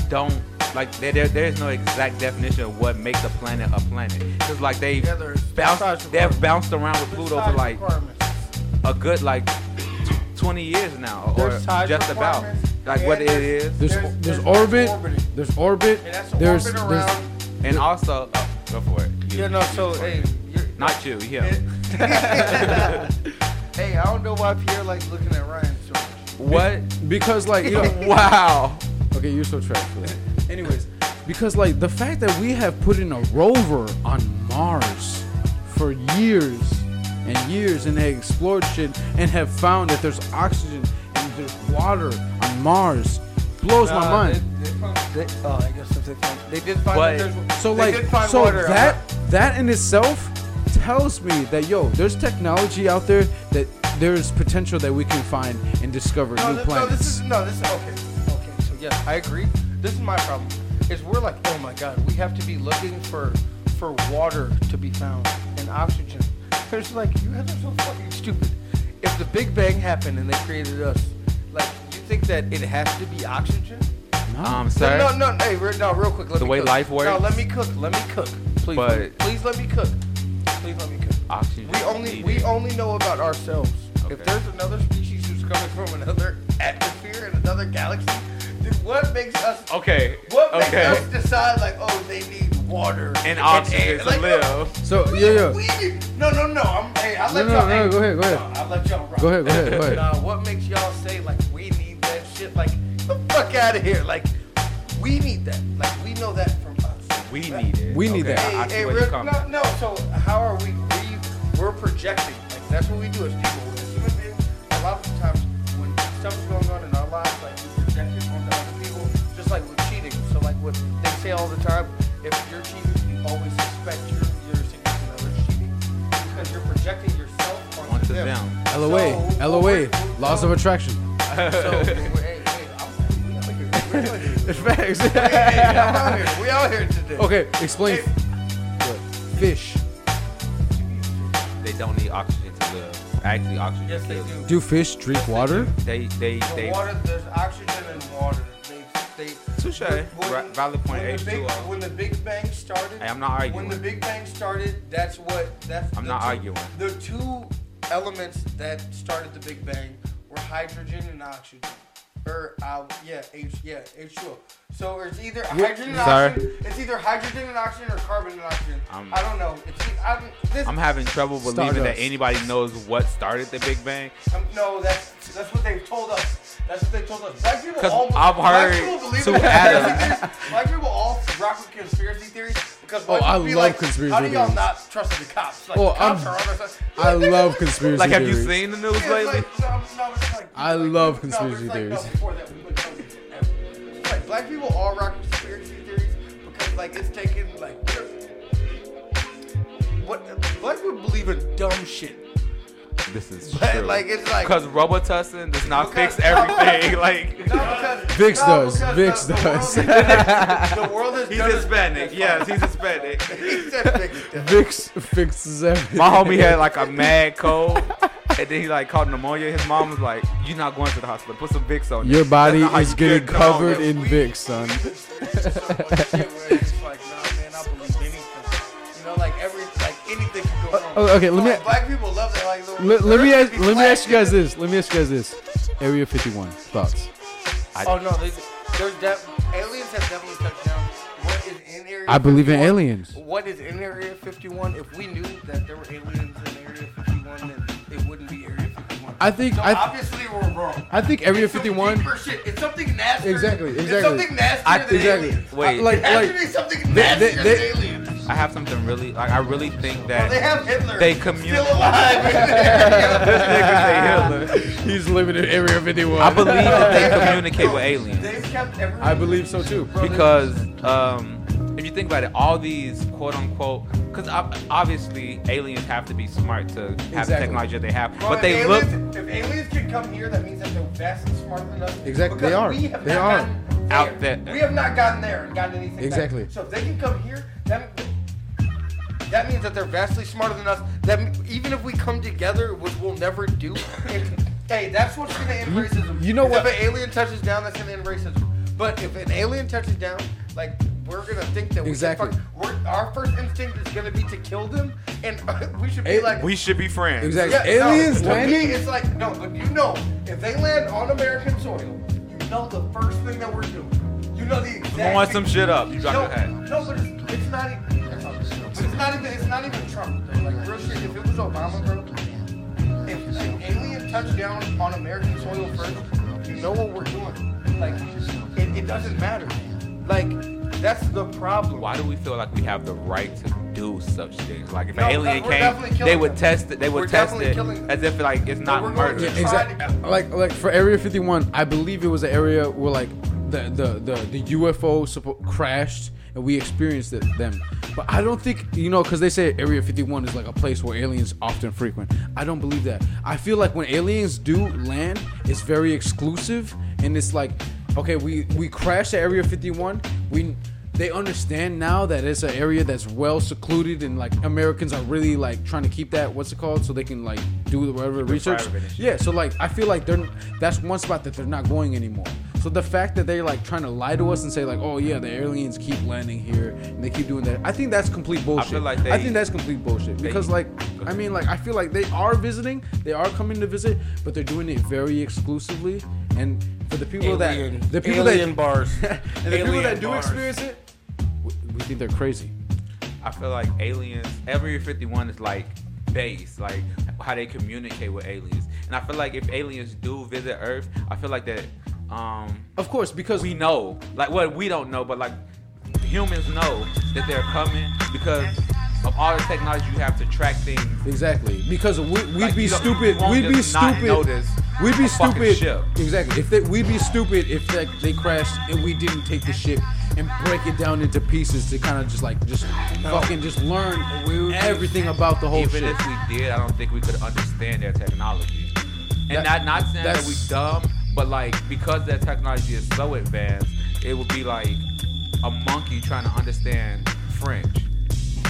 D: don't, like there, there, there's no exact definition of what makes a planet a planet. Cause like they
B: Yeah, there's size
D: bounced, they've
B: requirements.
D: bounced around with Pluto for
B: Size
D: like
B: requirements.
D: a good like 20 years now, or
B: There's size
D: just about.
B: requirements,
D: Like what it
B: and there's-
D: is,
C: there's
B: There's-
C: there's,
B: there's
C: orbit,
B: orbiting.
C: there's orbit,
B: And that's
C: there's,
B: orbit
C: there's-
B: around.
D: and also oh, go for it. You-
B: Yeah, no. So hey, you're,
D: Not you, him.
B: hey, I don't know why Pierre likes looking at Ryan so much.
D: What?
C: because like you know,
D: Wow.
C: okay, you're so trash for that. Anyways, because like the fact that we have put in a rover on Mars for years and years, and they explored shit and have found that there's oxygen and there's water on Mars blows my mind.
B: uh, They, they found- they- oh, I guess if they found, they did find
D: But-
B: that there's
C: So
B: they
C: like
B: did find
C: so
B: water.
C: that that in itself tells me that yo, there's technology out there that there's potential that we can find and discover
F: No,
C: new
F: th- no,
C: planets.
F: this is no, this is okay. Okay, so yes, I agree. This is my problem. Is we're like, oh my god, we have to be looking for for water to be found and oxygen. There's like, you guys are so fucking stupid. If the Big Bang happened and they created us, like, you think that it has to be oxygen?
D: Um,
F: No,
D: sir.
F: no, no, hey, re- no, real quick, let
D: The
F: me
D: way
F: cook.
D: life
F: No,
D: works.
F: let me cook, let me cook, please, let me-
D: But-
F: please let me cook, please let me cook.
D: Oxygen
F: We
D: is
F: only
D: needed.
F: we only know about ourselves. If
D: Okay.
F: there's another species who's coming from another atmosphere and another galaxy, then what makes us
D: Okay.
F: what makes
D: okay.
F: us decide like, oh, they need water
D: and oxygen
F: air?
D: to
F: Like, no,
D: live.
C: so
F: we-
C: yeah, yeah.
F: we- no, no, no. I'm, hey, I'll let
C: No, no,
F: y'all.
C: no,
F: hey,
C: go ahead, go ahead.
F: No, I'll let y'all rock.
C: Go ahead, go ahead, go ahead.
F: Nah, what makes y'all say like we need that shit? Like, the fuck out of here. Like, we need that. Like, we know that from us.
D: We need it.
C: We need
D: Okay,
C: that.
F: Hey,
D: I see
F: hey,
D: where
F: we're-
D: you're coming.
F: no, no. So how are we? we we're projecting. Like, that's what we do as people. As human beings, a lot of times when stuff's going on in our lives, like we project it onto other people, just like with cheating. So like what they say all the time: if you're cheating, you always suspect your your significant other's cheating because you're projecting yourself onto,
D: Onto
F: them.
D: them.
C: LOA,
F: So-
C: LOA, laws of attraction.
F: So, hey, hey, I'm- we out here. We're out here.
C: Facts.
F: Hey, I'm out here. We out here today.
C: okay, explain. Fish.
D: They don't need oxygen to live. Actually, oxygen
F: Yes, they
D: kills
F: do.
C: Do fish drink water?
D: They they
F: The
D: they.
F: water, there's oxygen in water. They, they,
D: Touche.
F: when-
D: Ra- valid point,
F: When the, big,
D: H2O.
F: when the Big Bang started,
D: Hey, I'm not
F: When
D: arguing.
F: the Big Bang started, that's what that's.
D: I'm
F: the
D: not
F: two-
D: arguing.
F: The two elements that started the Big Bang were hydrogen and oxygen. Or uh, yeah, H yeah H2O. So it's either hydrogen and
D: Sorry.
F: oxygen. It's either hydrogen and oxygen or carbon and oxygen.
D: I'm-
F: I don't know. It's e- I'm, this,
D: I'm having trouble believing
C: Stardust.
D: that anybody knows what started the Big Bang.
F: Um, no, that's that's what they've told us. That's what they told us. Black people
D: 'Cause
F: all
D: I've
F: Oh
D: heard
F: black people believe
D: two
F: in conspiracy
D: atoms.
F: theories. Black people all rock with conspiracy theories because
C: Oh,
F: white
C: I
F: people be
C: love
F: like,
C: conspiracy
F: How do y'all
C: theories.
F: not trust the cops? Like
C: Oh,
F: cops
C: I'm-
F: are on our side.
C: I
F: Like, nigga,
C: love
F: like,
C: conspiracy
D: Like, have you
C: theories.
D: seen the news
F: yeah,
D: lately?
F: like, no, no, it's like-
C: I love
F: no,
C: conspiracy
F: it's like, no,
C: theories.
F: before that, we would tell you everything. Like, black people all rock conspiracy theories because like it's taken like what black people believe in dumb shit.
D: This is
F: But,
D: true.
F: like, it's like-
D: because Robitussin does not
F: Because-
D: fix everything. like
F: No, because-
C: Vix
F: no,
C: does,
F: because
C: Vix
F: the, the world
C: does.
F: is done- The world is
D: he's
F: done-
D: Hispanic.
F: That's
D: Yes,
F: fine.
D: he's Hispanic.
F: He said Vix does.
C: Fix fixes everything.
D: My homie had like a mad cold, and then he like caught pneumonia. His mom was like, "You're not going to the hospital. Put some Vicks on you."
C: Your body
D: That's not how
C: is
D: you
C: getting
D: get pneumonia.
C: covered in
F: We-
C: Vicks, son.
F: So much shit where it's just like, nah, man, I believe anything. You know, like every, like anything can go wrong.
C: Oh, okay, let me-
F: Like, black people love that. Like, the-
C: Let, let me
F: there
C: ask.
F: could be
C: Let me
F: black
C: ask you guys
F: people-
C: this. Let me ask you guys this. Area 51 thoughts.
F: Oh no, there's, there's def- aliens have definitely touched down. What is in Area?
C: I believe in
F: 51?
C: aliens.
F: What is in Area 51? If we knew that there were aliens in Area 51, then it wouldn't be Area 51.
C: I think-
F: So
C: I-
F: obviously we're wrong.
C: I think Area
F: It's some
C: 51.
F: deeper shit. It's something nasty.
C: Exactly,
F: It's
C: exactly.
F: something nasty.
D: I-
F: than
C: Exactly.
F: aliens.
D: Wait.
C: I- like
F: It has to
C: like
F: be something
C: they-
F: nastier
C: they-
F: than aliens.
D: I have something really like. I really think
F: Well, they
D: that
F: have Hitler.
D: they
F: still
D: communicate.
F: alive. in there.
C: he's living in Area 51.
D: I believe that they communicate with aliens
F: They've kept everyone.
C: I believe so too.
D: because um, if you think about it, all these quote unquote, because obviously aliens have to be smart to have the
C: Exactly.
D: technology that they have,
F: Bro,
D: but
F: if
D: they look.
F: aliens, If aliens can come here, that means that they're vast and smarter than us.
C: Exactly, they
F: because
C: are.
F: we have
C: They
F: not
C: are.
F: gotten
D: Out there.
F: We have not gotten there and gotten anything. back.
C: Exactly.
F: So if they can come here, that that means that they're vastly smarter than us. That m- even if we come together, which we'll never do. it- hey, that's what's gonna end racism.
C: you know
F: Is
C: what-
F: If an alien touches down, that's gonna end racism. But if an alien touches down, like we're gonna think that we can
C: Exactly.
F: fuck- we're, our first instinct is gonna be to kill them, and we should be
C: Hey,
F: like,
D: We should be friends.
C: Exactly.
F: no,
C: aliens
F: to
C: landing.
F: Me, it's like no, but you know, if they land on American soil, you know the first thing that we're doing. You know the exact.
D: Blowing
F: thing-
D: some shit up. You drop
F: no,
D: your hat.
F: No, but it's, it's not. e- But it's not even. It's not even Trump. Though. Like real shit. If it was Obama, bro, if an alien touched down on American soil first, you know what we're doing. Like it, it doesn't matter. Like that's the problem.
D: Why do we feel like we have the right to do such things? Like if
F: No,
D: an alien
F: we're definitely
D: came,
F: killing
D: they would
F: them.
D: test it. They would
F: We're
D: test
F: definitely
D: it
F: killing them.
D: as if like it's not
F: we're going
D: murder.
F: to-
C: Exactly. Like like for Area 51, I believe it was an area where like the the the, the UFO suppo- crashed. It and we experienced it, them. But I don't think you know because they say Area 51 is like a place where aliens often frequent. I don't believe that. I feel like when aliens do land, it's very exclusive and it's like, okay, we we crashed at Area 51. We they understand now that it's an area that's well secluded and like Americans are really like trying to keep that what's it called so they can like do whatever research.
D: private and shit.
C: Yeah, so like I feel like they're that's one spot that they're not going anymore. So the fact that they're like trying to lie to us and say like, oh yeah, the aliens keep landing here and they keep doing that, I think that's complete bullshit.
D: like they-
C: I think that's complete bullshit because like I mean like I feel like they are visiting, they are coming to visit, but they're doing it very exclusively and for the people
F: Alien-
C: that the people
F: alien
C: that
F: bars.
C: and the people
F: Alien
C: that do
F: bars.
C: experience it, we, we think they're crazy.
D: I feel like aliens. Area 51 is like base, like how they communicate with aliens. And I feel like if aliens do visit Earth, I feel like that. Um,
C: Of course, because
D: we know, like what we don't know, but like humans know that they're coming because of all the technology you have to track things.
C: Exactly, because we, we'd
D: Like,
C: be
D: you don't-
C: stupid.
D: you won't
C: We'd be
D: just not
C: stupid.
D: notice
C: We'd
D: a
C: be
D: fucking
C: stupid.
D: ship.
C: Exactly. If they, we'd be stupid if like, they crashed and we didn't take the ship and break it down into pieces to kind of just like just fucking just learn
D: We would be-
C: everything about the whole
D: Even
C: ship.
D: if we did, I don't think we could understand their technology. And
C: That-
D: not not saying that we
C: that's-
D: dumb, but like because that technology is so advanced, it would be like a monkey trying to understand French.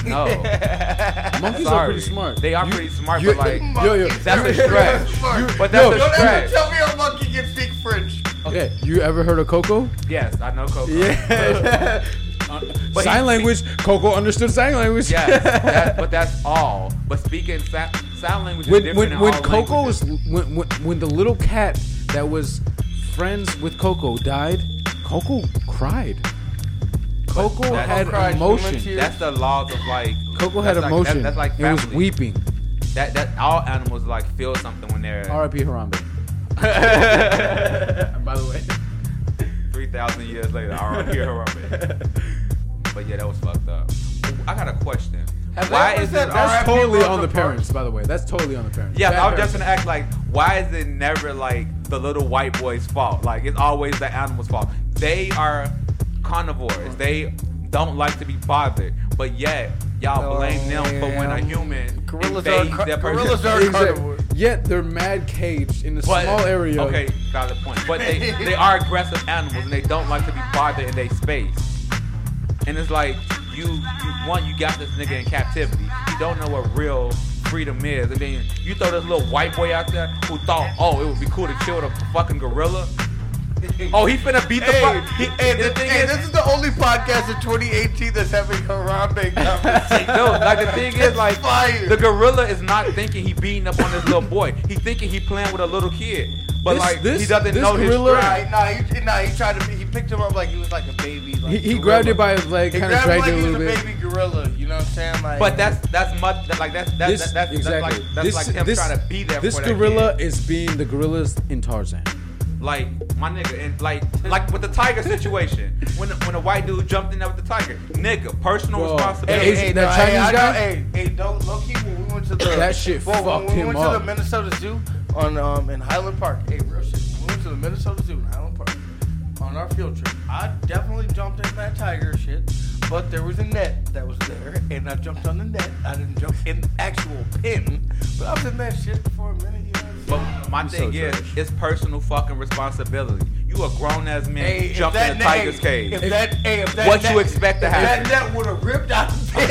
D: No,
C: Monkeys
D: sorry.
C: are pretty smart.
D: They are
C: You-
D: pretty smart,
C: you-
D: but like
C: yo, yo,
D: that's a stretch. But that's
C: Yo,
D: a
C: don't
D: stretch.
G: Tell me a monkey can speak French.
C: okay. You ever heard of Coco?
D: Yes, I know Coco.
C: Yeah.
D: But
C: sign
D: he-
C: language. Coco understood sign language.
D: Yes, that, but that's all. But speaking sa- sound language is
C: when
D: different
C: when,
D: in
C: when
D: all
C: Coco was
D: languages.
C: when, when when the little cat that was friends with Coco died, Coco cried. Coco
D: that-
C: had
D: Coco cried
C: emotion.
D: That's the laws of like
C: Coco
D: that's
C: had
D: like-
C: emotion.
D: That's, that's like
C: it
D: family.
C: was weeping.
D: That that all animals like feel something when they're
C: R.I.P. Harambe. By the way,
D: three thousand years later. I don't hear her But yeah, that was fucked up. I got a question. why is it?
C: that's totally on the parents. By the way, that's totally on the parents.
D: Yeah,
C: Bad
D: I'm
C: parents.
D: just gonna act like why is it never like the little white boy's fault? Like it's always the animal's fault. They are carnivores. They don't like to be bothered, but yet y'all blame them for when a
F: man.
D: human
B: Oh, Gorillas are
D: invades
B: car-
D: their person.
B: gorillas are
C: Exact-
B: carnivores.
C: Yet they're mad caged in a
D: But-
C: small area.
D: Okay, valid point. But they they are aggressive animals and they don't like to be bothered in their space. And it's like you, you one you got this nigga in captivity. You don't know what real freedom is, and then you throw this little white boy out there who thought, oh, it would be cool to chill with a fucking gorilla. Oh, he finna beat the fuck. He,
G: Hey,
D: and the
G: this,
D: thing
G: hey,
D: is,
G: this is the only podcast in 2018 that's having Harambe conversation.
D: no, like the thing is, like
G: Fire.
D: the gorilla is not thinking he beating up on this little boy. He thinking he playing with a little kid, but
C: This-
D: like he
C: this-
D: doesn't
C: this
D: know his
C: gorilla-
D: strength.
G: Nah, nah, he, nah, he tried to. He picked him up like he was like a baby. Like,
C: He, he
G: gorilla.
C: grabbed it by his leg,
G: He
C: kind of
G: grabbed
C: dragged
G: like
C: it a
G: he was
C: little bit.
G: a baby gorilla. You know what I'm saying? Like,
D: But that's that's much that- like that's that's
C: this
D: that's,
C: exactly.
D: that's like that's
C: this,
D: like him
C: this,
D: trying to be there
C: This
D: for that
C: gorilla
D: kid.
C: is being the gorillas in Tarzan.
D: Like my nigga, and like like with the tiger situation, when when a white dude jumped in there with the tiger, nigga, personal
C: Bro.
D: responsibility.
C: Hey, hey, that Chinese
G: hey, I
C: guy?
G: know- Hey, hey, don't low key when we went to the
C: That shit
G: Whoa, when
C: fucked
G: we
C: him
G: went to
C: up.
G: the Minnesota Zoo on um in Highland Park. Hey, real shit. When we went to the Minnesota Zoo in Highland Park on our field trip. I definitely jumped in that tiger shit, but there was a net that was there, and I jumped on the net. I didn't jump in the actual pin, but I was in that shit for a minute. You know what I'm saying?
D: But my
C: You
D: thing
C: so
D: is,
C: trash.
D: it's personal fucking responsibility. You a grown ass man
G: Hey,
D: you
G: if
D: jumped
G: that
D: in a
G: net-
D: tiger's
G: hey,
D: cage.
G: If that, hey, if that
D: What
G: net-
D: you expect to
G: if
D: happen.
G: That net would have ripped out the pin.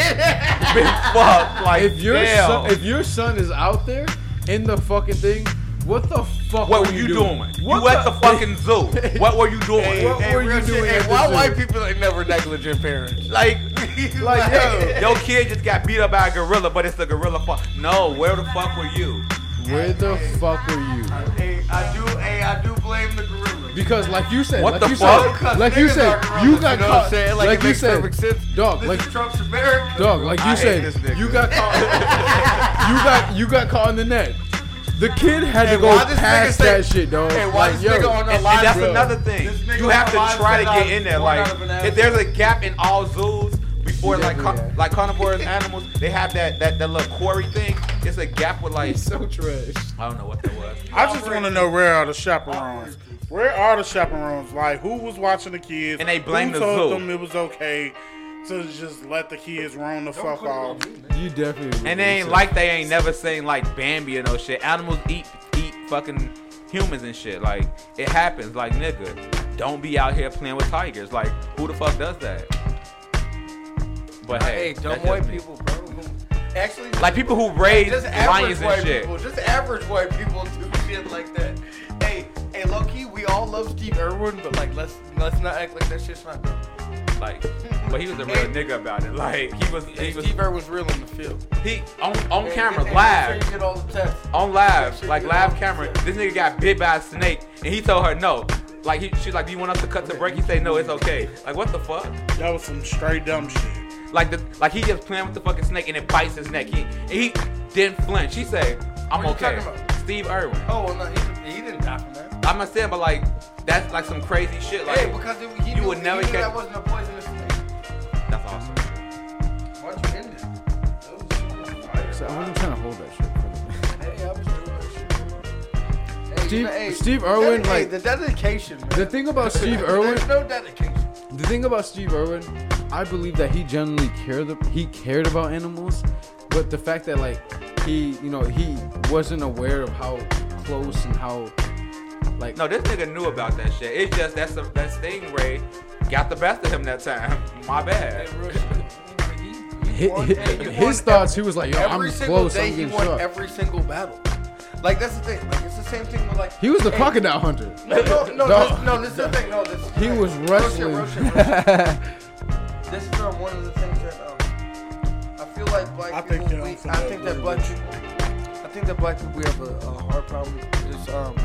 D: Big fuck, like
C: If your
D: damn.
C: son, if your son is out there in the fucking thing, what the fuck?
D: what
C: were
D: were you doing?
C: doing? What
D: you at the fucking zoo. What were you doing?
C: What were you
G: real shit.
C: doing
G: Hey,
C: at the
G: why
C: zoo?
G: white people ain't never negligent parents?
D: Like,
G: Like, yo.
D: Your kid just got beat up by a gorilla, but it's the gorilla fault. No, where the fuck were you?
C: Where the fuck were you?
G: Hey, I do. Hey, I do blame the gorilla.
C: Because like you said,
D: What
C: like
D: the
C: you
D: fuck?
C: said, like you
G: Niggas
C: said,
G: are
C: you
G: gorillas,
C: got
G: you know what
C: caught.
G: I'm saying? Like, it
C: Like you
G: makes
C: said,
G: perfect sense.
C: dog,
G: This
C: like
G: is Trump's America.
C: dog, like
D: I
C: you
D: hate this
C: said,
D: nigga.
C: you got caught. You got you got caught in the net. The kid had to
G: Hey,
C: go
G: why this
C: past
G: nigga say-
C: that shit, dog.
G: Hey, why
C: Like,
G: this nigga
C: yo.
G: on the
D: And, and
G: live?
D: that's
G: bro?
D: another thing.
G: This nigga
D: You have to
G: alive
D: try to
G: said I
D: get
G: was
D: in there.
G: born
D: Like,
G: out of an
D: if
G: animal.
D: there's a gap in all zoos before like
C: definitely
D: con-
C: are.
D: like carnivores animals, they have that that that little quarry thing. It's a gap with like
C: He's so trash.
D: I don't know what that was.
A: I just want to know where are the chaperones? Where are the chaperones? Like, who was watching the kids?
D: And they blame
A: who
D: the
A: told
D: zoo.
A: them it was okay? to just let the kids roam the fuck off.
C: You definitely.
D: And they ain't like they ain't never seen like Bambi or no shit. Animals eat eat fucking humans and shit. Like it happens. Like nigga, don't be out here playing with tigers. Like who the fuck does that? But hey,
B: Hey, dumb
D: that's just
B: white
D: me.
B: people, bro. who- Actually,
D: Like people who raise
B: just
D: lions
B: average
D: and
B: white
D: shit.
B: people, just average white people do shit like that. Hey, hey, low key, we all love Steve Irwin, but like, let's let's not act like that shit's not. real.
D: Like, but he was a real
B: Hey.
D: nigga about it. Like he was, he
B: Hey,
D: was,
B: Steve Irwin's real in the field.
D: he on on
B: Hey,
D: camera
B: hey,
D: live.
B: make sure you get all the tests.
D: on live,
B: Shit,
D: like
B: you
D: live
B: know.
D: camera. This nigga got bit by a snake, and he told her no. Like he, she's like, "Do you want us to cut the break?" He say, "No, it's okay." Like what the fuck?
A: That was some straight dumb shit.
D: Like the like he just playing with the fucking snake, and it bites his neck. He he didn't flinch. He say, "I'm
B: What you
D: okay."
B: talking about?
D: Steve Irwin.
B: Oh, well, no, he, he didn't die from that.
D: I'm not saying, but like that's like some crazy shit. Like
B: hey, because it, he
D: you
B: knew,
D: would never
B: he knew
D: catch-
B: that wasn't a poisonous snake.
D: that's awesome.
B: Why'd you end it?
C: So I wasn't trying to hold that shit.
B: Hey, I was doing that shit. Hey, you
C: Steve-
B: know, hey,
C: Steve Irwin,
B: hey,
C: like-
B: the dedication, man.
C: The thing about Steve Irwin,
B: There's no dedication.
C: the thing about Steve Irwin, I believe that he genuinely cared. He cared about animals, but the fact that like he, you know, he wasn't aware of how close and how like
D: No, this nigga knew about that shit. It's just that's the that stingray got the best of him that time. My bad.
C: his,
B: won-
C: his,
B: hey, you won
C: thoughts. He was like, yo,
B: every
C: I'm
B: single
C: close.
B: day
C: I'm
B: he
C: getting
B: won
C: shot.
B: every single battle. Like that's the thing. Like it's the same thing with like
C: he was the
B: hey,
C: crocodile hunter.
B: No, no, no,
C: Dog.
B: this, no, this is the thing. No, this
C: He was wrestling.
B: Roast it, roast it, roast it. this is um, one of the things that um, I feel like black
A: I think um, you're
B: people.
A: unfamiliar
B: we, I think that
A: with
B: black
A: it.
B: people. I think that black people we have a, a hard problem just um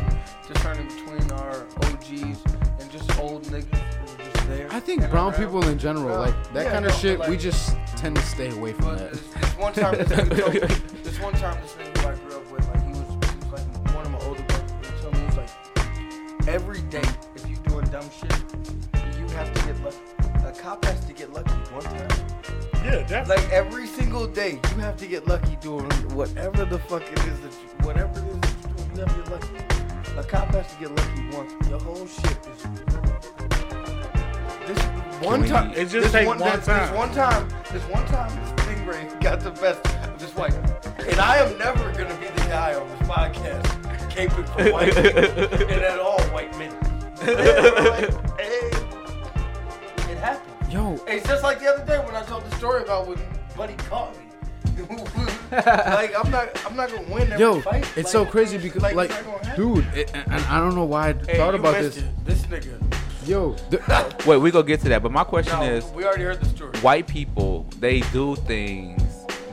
B: discerning between our OGs and just old niggas who are just there.
C: I think
B: and
C: brown
B: around.
C: people in general,
B: Well,
C: like that
B: yeah,
C: kind of
B: no,
C: shit,
B: like-
C: we just tend to stay away from
B: But
C: that.
B: this, this one time, this, nigga told me, this one time, this nigga who I grew up with, like he was, he was like one of my older brothers. He told me he was like, every day if you doing dumb shit, you have to get lucky. A cop has to get lucky one time.
A: Yeah, that
B: Like every single day, you have to get lucky doing whatever the fuck it is that you, whatever it is that you do, you have to get lucky. A cop has to get lucky once. Your whole shit is ruined. This one
D: we-
B: time,
A: It just
B: this
A: take
B: one,
A: one
B: this,
A: time.
B: This one time, this one time, this stingray got the best of this white. guy. And I am never gonna be the guy on this podcast caping for white people and at all white men. Like, hey, it happened.
C: Yo,
B: It's just like the other day when I told the story about when Buddy caught me. like I'm not, I'm not gonna win every
C: yo,
B: fight.
C: it's so
B: Like,
C: crazy because like,
B: it's not gonna happen.
C: dude, it, and and I don't know why I
B: Hey,
C: thought
B: you
C: about
B: missed
C: this.
B: it. This nigga.
C: Yo, the,
D: Wait, we gonna get to that. But my question
B: No,
D: is,
B: we already heard the story.
D: white people they do things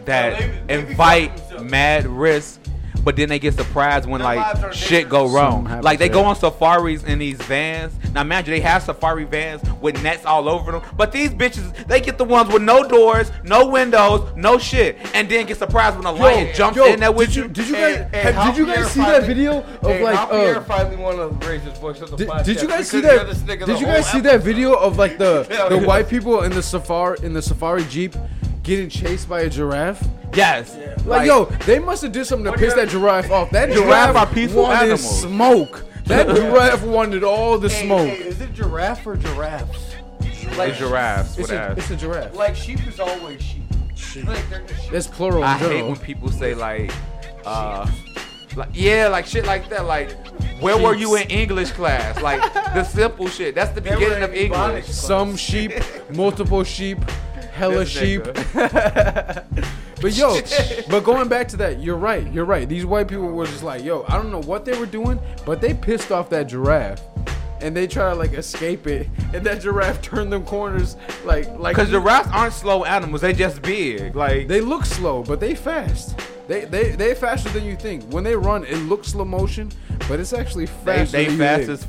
D: that
B: No, they- they be fucking
D: invite
B: themselves.
D: mad risk but then they get surprised when
B: Their lives
D: like
B: are
D: shit
B: dangerous.
D: go wrong
C: Something
D: like they
C: happens,
D: go
C: yeah.
D: on safaris in these vans now imagine they have safari vans with nets all over them but these bitches they get the ones with no doors no windows no shit and then get surprised when a lion jumps
C: yo,
D: in there with
C: did
D: you,
C: Did you
B: Hey,
C: guys?
B: hey,
C: have-
B: Javier
C: did you guys see that
B: finally-
C: video of
B: hey,
C: like?
B: Javier
C: Uh,
B: finally want to raise his voice on the
C: did,
B: podcast.
C: did you
B: We
C: guys see
B: couldn't hear
C: that?
B: this nigga the
C: Did you
B: whole
C: guys see
B: episode.
C: that video of like the
B: Yeah,
C: the
B: yeah.
C: white people in the safari in the safari jeep getting chased by a giraffe?
D: yes
C: Like, yo, they must have did something to piss that giraffe off. That
D: Giraffe
C: giraffe
D: are peaceful
C: wanted
D: animals.
C: smoke. That giraffe wanted all the
B: Hey,
C: smoke.
B: hey, is it giraffe or giraffes?
D: like giraffes
C: It's
D: with
C: a,
D: ass.
C: it's a giraffe.
B: Like sheep is always sheep.
A: shit.
B: Like they're just sheep.
C: It's plural.
D: I
C: girl.
D: hate when people say like, uh, like yeah, like shit like that. Like, where were you in English class? Like the simple shit. That's the
B: were
D: beginning of
B: in
D: English.
B: Ebonics.
C: some sheep, multiple sheep, hella
D: This
C: sheep. but yo, but going back to that, you're right. You're right. These white people were just like, yo, I don't know what they were doing, but they pissed off that giraffe. And they try to like escape it, and that giraffe turned them corners like like
D: Cause giraffes aren't slow animals. They just big. Like
C: They look slow, but they fast. They they they faster than you think. When they run, it looks slow motion, but it's actually
D: they,
C: faster.
D: they
C: than
D: fast
C: you think.
D: as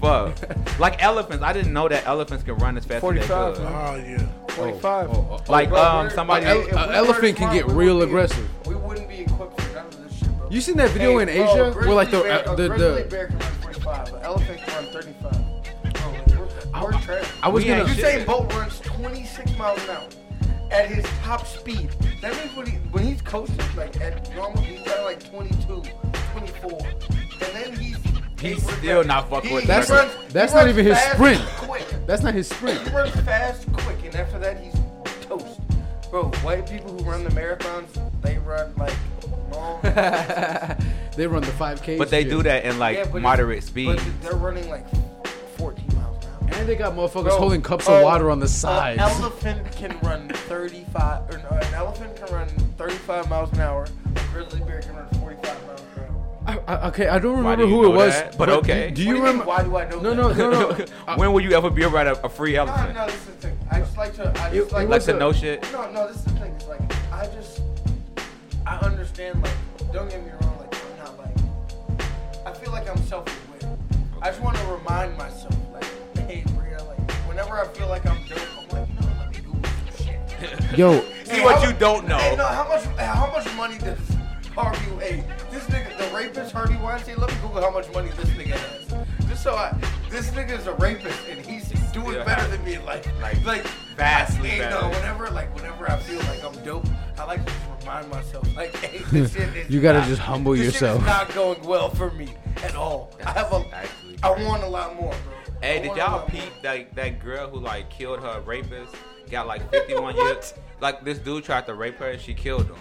D: fuck. like elephants. I didn't know that elephants can run as fast as
B: 45,
D: they could.
A: Oh yeah.
B: Twenty-five.
C: oh,
D: Like
B: Bro,
D: um
B: Uh, we're-
D: somebody.
B: hey,
C: ele-
B: if we
C: a
B: weren't
C: elephant can get
B: we
C: real
B: wouldn't be-
C: aggressive.
B: We wouldn't be equipped for none of this shit, bro.
C: You seen that video
B: Hey,
C: in
B: bro,
D: oh,
C: Asia
B: grizzly
C: where like the
B: bear,
C: uh,
B: a
C: the,
B: grizzly
C: the
B: bear can run 45, an elephant can run 35. Bro, like, we're, we're trash.
C: I was
D: We ain't
C: gonna
B: Usain
D: shit.
B: Bolt runs 26 miles an hour at his top speed. That means when, he, when he's coasting, like at normal, he's got like 22, 24. And then he's.
D: He's still not fucking with
C: That's-
B: he runs-
C: that's
B: he
C: not
B: runs
C: even his
B: fast,
C: sprint.
B: Quick.
C: that's not his sprint.
B: He runs fast, quick, and after that, he's toast. Bro, white people who run the marathons, they run like long.
C: they run the 5K.
D: But they do that in like
B: Yeah, but it's-
D: moderate
B: but
D: speed.
B: they're running like 14 miles an hour.
C: And they got motherfuckers
B: Bro,
C: holding cups
B: uh,
C: of water on the
B: An
C: sides.
B: elephant can run 35, or no, an elephant can run 35 miles an hour. A grizzly bear can run 45 miles an hour.
C: I, I, okay, I don't
D: Why
C: remember
D: do you
C: who it
D: know
C: was.
D: that? But okay.
C: Do, do you
B: What
D: What
B: do you mean,
C: remember?
B: why do I know
C: No,
B: that?
C: no, no, no.
D: when will you ever be around a, a free
B: No,
D: elephant?
B: no, this is the thing. I just like to. I
C: It-
B: just
C: it
B: like.
D: like
C: was
D: to
C: a-
D: know shit.
B: No, no, this is the thing. It's like I just I understand like don't get me wrong, like I'm not like I feel like I'm self aware. I just wanna remind myself, like, hey Bria, like whenever I feel like I'm dope, I'm like, no, let me Google some shit.
C: Yo,
D: See what
B: how-
D: you don't know.
B: Hey, no, how much how much money does Harvey hey, this nigga the rapist Harvey Weinstein, let me Google how much money this nigga has. Just so I this nigga is a rapist and he's doing
D: Yeah.
B: better than me in life.
D: Like,
B: like
D: vastly
B: hey,
D: better.
B: No, whenever like whenever I feel like I'm dope, I like to just remind myself like hey, this shit is
C: You gotta
B: not-
C: just humble
B: this
C: yourself.
B: Shit is not going well for me at all. I have a
D: actually
B: I
D: great.
B: want a lot more, bro. I
D: Hey, did
B: want a
D: y'all
B: lot more.
D: peep that that girl who like killed her rapist? Got like 51 years. Like this dude tried to rape her and she killed him.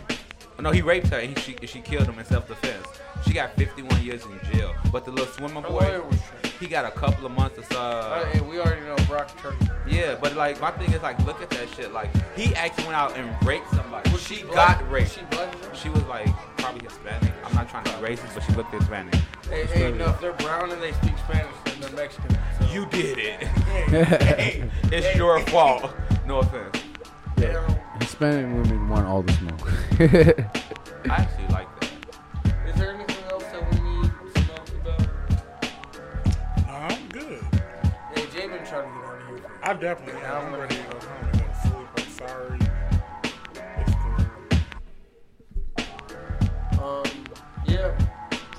D: Oh, No, he raped her and he, she she killed him in self defense. She got 51 years in jail. But the little swimmer boy,
B: lawyer was trash.
D: he got a couple of months or so.
B: Hey, we already know Brock Turner.
D: Yeah, but like my thing is like look at that shit. Like he actually went out and raped somebody.
B: Was
D: she
B: she black?
D: got raped.
B: She black?
D: She was like probably Hispanic. I'm not trying to be racist, but she looked Hispanic.
B: Hey, hey, no, if they're brown and they speak Spanish, then they're Mexican. So.
D: You did it.
B: hey,
D: It's your fault. No offense.
C: Hispanic women want all the smoke.
D: I actually like that.
B: Is there anything else that we need to know about?
A: I'm good.
B: Hey, Jay been trying to get out of here.
A: I definitely
B: Yeah, I'm
A: am. I'm ready to
B: ready.
A: go home and go to sleep. I'm sorry. It's cool.
B: Um, yeah.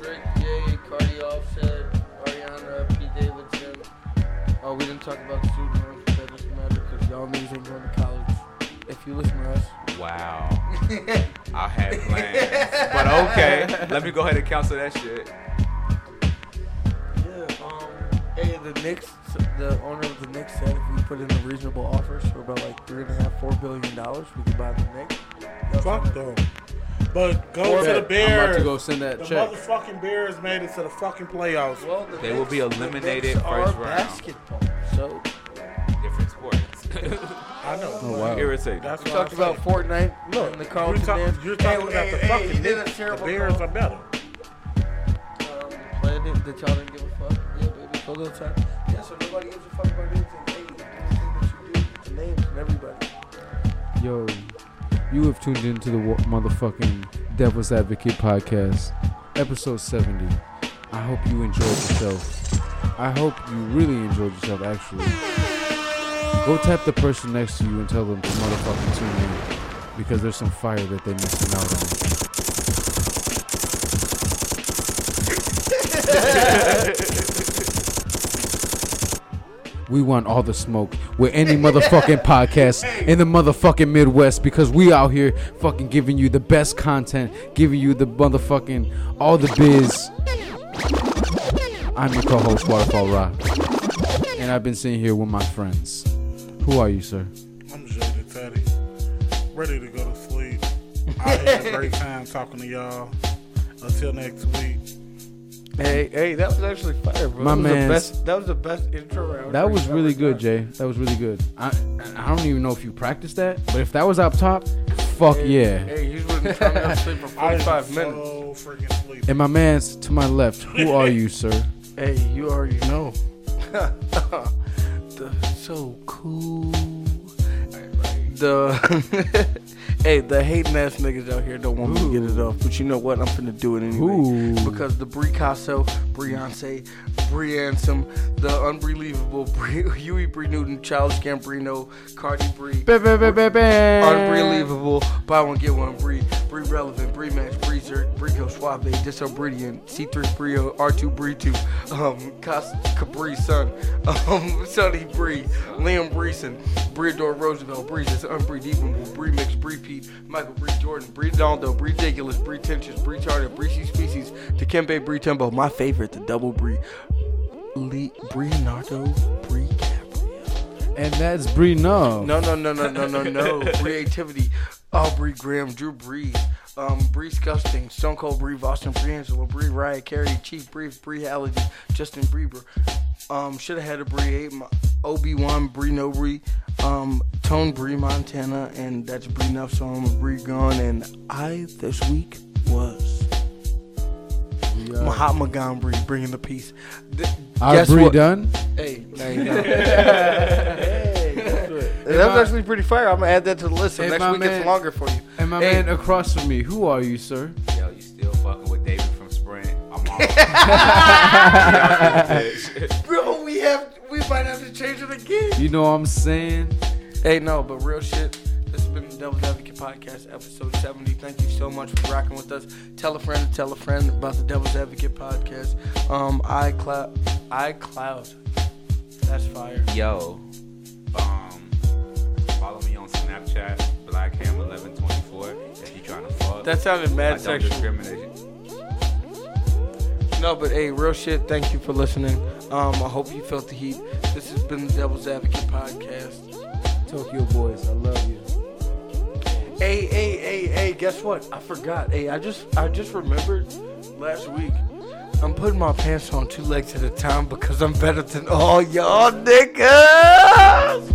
B: Drake, Jay, Cardi Offset, Ariana, P. Davidson. Oh, we didn't talk about student loans, but that doesn't matter because y'all niggas ain't going to college. If you listen to us.
D: Wow. I had plans. But okay. Let me go ahead and cancel that shit.
B: Yeah, um, hey, the Knicks, the owner of the Knicks said if we put in a reasonable offers for about like three and a half, four billion dollars, we could buy the Knicks. That's
A: Fuck
B: what-
A: them. But go
C: Yeah,
A: to the Bears.
C: I'm about to go send that
A: the
C: check.
A: motherfucking Bears made it to the fucking playoffs.
B: Well, the
D: They will be
B: Knicks- the
D: eliminated
B: Knicks
D: first
B: are
D: round.
B: Basketball. So
D: Different sports.
A: I know.
C: Oh wow.
D: Irritating.
A: That's
B: we
A: what
B: talked
A: I'm
B: about
A: saying.
B: Fortnite
A: Look,
B: and the Carlton
A: you're, talk-
B: dance.
A: you're talking
B: Hey,
A: about
B: hey,
A: the
B: hey,
A: fucking
B: he did a
A: Knicks. The
B: terrible
A: Bears
B: call.
A: are better.
B: um, played it that y'all didn't give a fuck. Yeah, baby, so little time. Yeah, so nobody gives a fuck about anything. Hey, do the thing that you do, the names and everybody.
C: Yo, you have tuned into the wa- motherfucking Devil's Advocate podcast, episode 70. I hope you enjoyed yourself. I hope you really enjoyed yourself, actually. Go tap the person next to you and tell them to motherfucking tune in because there's some fire that they're missing out on. We want all the smoke with any motherfucking podcast in the motherfucking Midwest because we out here fucking giving you the best content, giving you the motherfucking all the biz. I'm your co-host Waterfall Rock, and I've been sitting here with my friends. Who are you, sir?
A: I'm Jada Teddy. Ready to go to sleep. I had a great time talking to y'all. Until next week.
B: Hey, hey, that was actually fire, bro.
C: My
B: that was
C: man's-
B: the best. That was the best intro round.
C: That
B: we've
C: was
B: ever
C: really
B: done.
C: good, Jay. That was really good. I I don't even know if you practiced that, but if that was up top, fuck yeah.
B: Hey, he's been trying to sleep for
A: I am
B: 45 minutes.
A: so freaking sleepy.
C: And my man's to my left. Who are you, sir?
B: Hey, you already know. the so cool. The hey, the hating ass niggas out here don't want me to get it off, but you know what? I'm finna do it anyway
C: Ooh.
B: because the Bricasso, Beyonce, Briansom, the unbelievable Bri- Huey Bree Newton, Childs Gambino, Cardi Bree, Unbelievable. Buy one, get one. Bree. Bree Relevant. Bree Max. Bree Zert. Brico Suave. Disobedient. C3 Brio. R2 Bree 2. Um, Cos- Capri Sun. Um, Sonny Bree. Liam Breeson. Breedor Roosevelt. Breezes. Unbree Deepable. Bree Mix. Bree Pete. Michael Bree Jordan. Bree Donaldo. Bree Diculous. Bree Tentious. Bree Charter. Bree C Species. Dikembe Bree Tembo. My favorite, the double Bree. Le- Bree Nardo. Bree Caprio.
C: And that's Bree No.
B: No, no, no, no, no, no, no. Creativity. Aubrey Graham, Drew Brees, um, Brees Gusting, Stone Cold Bree, Boston Freangela, Bree Riot, Carey, Chief Brees, Bree Halliday, Justin Bieber. Um, should have had a Bree eight, Obi Wan, Bree No Bree, um, Tone Bree Montana, and that's Bree Nuff. So I'm Bree Gone, and I this week was Mahatma Gandhi bringing the peace. Th-
C: I
B: guess
C: Bree
B: what?
C: Dunn.
B: Hey, no, you don't.
K: that was actually pretty fire. I'm gonna add that to the list. So
C: Hey,
K: next
C: my
K: week
C: man.
K: it's longer for you.
C: And my man across from me, who are you, sir?
D: Yo, you still fucking with David from Sprint? I'm on.
B: Bro, we have we might have to change it again.
C: You know what I'm saying?
B: Hey, no, but real shit. This has been the Devil's Advocate Podcast, episode 70. Thank you so much for rocking with us. Tell a friend to tell a friend about the Devil's Advocate Podcast. Um, iCloud. iCloud. That's fire.
D: Yo, um, follow me on Snapchat, BlackHam1124. If you trying to fuck,
B: That sounded mad
D: I don't
B: sexual.
D: discriminate.
B: No, but hey, real shit. Thank you for listening. Um, I hope you felt the heat. This has been the Devil's Advocate Podcast.
C: Tokyo boys, I love you.
B: Hey, hey, hey, hey, guess what? I forgot. Hey, I just I just remembered last week. I'm putting my pants on two legs at a time because I'm better than all y'all niggas.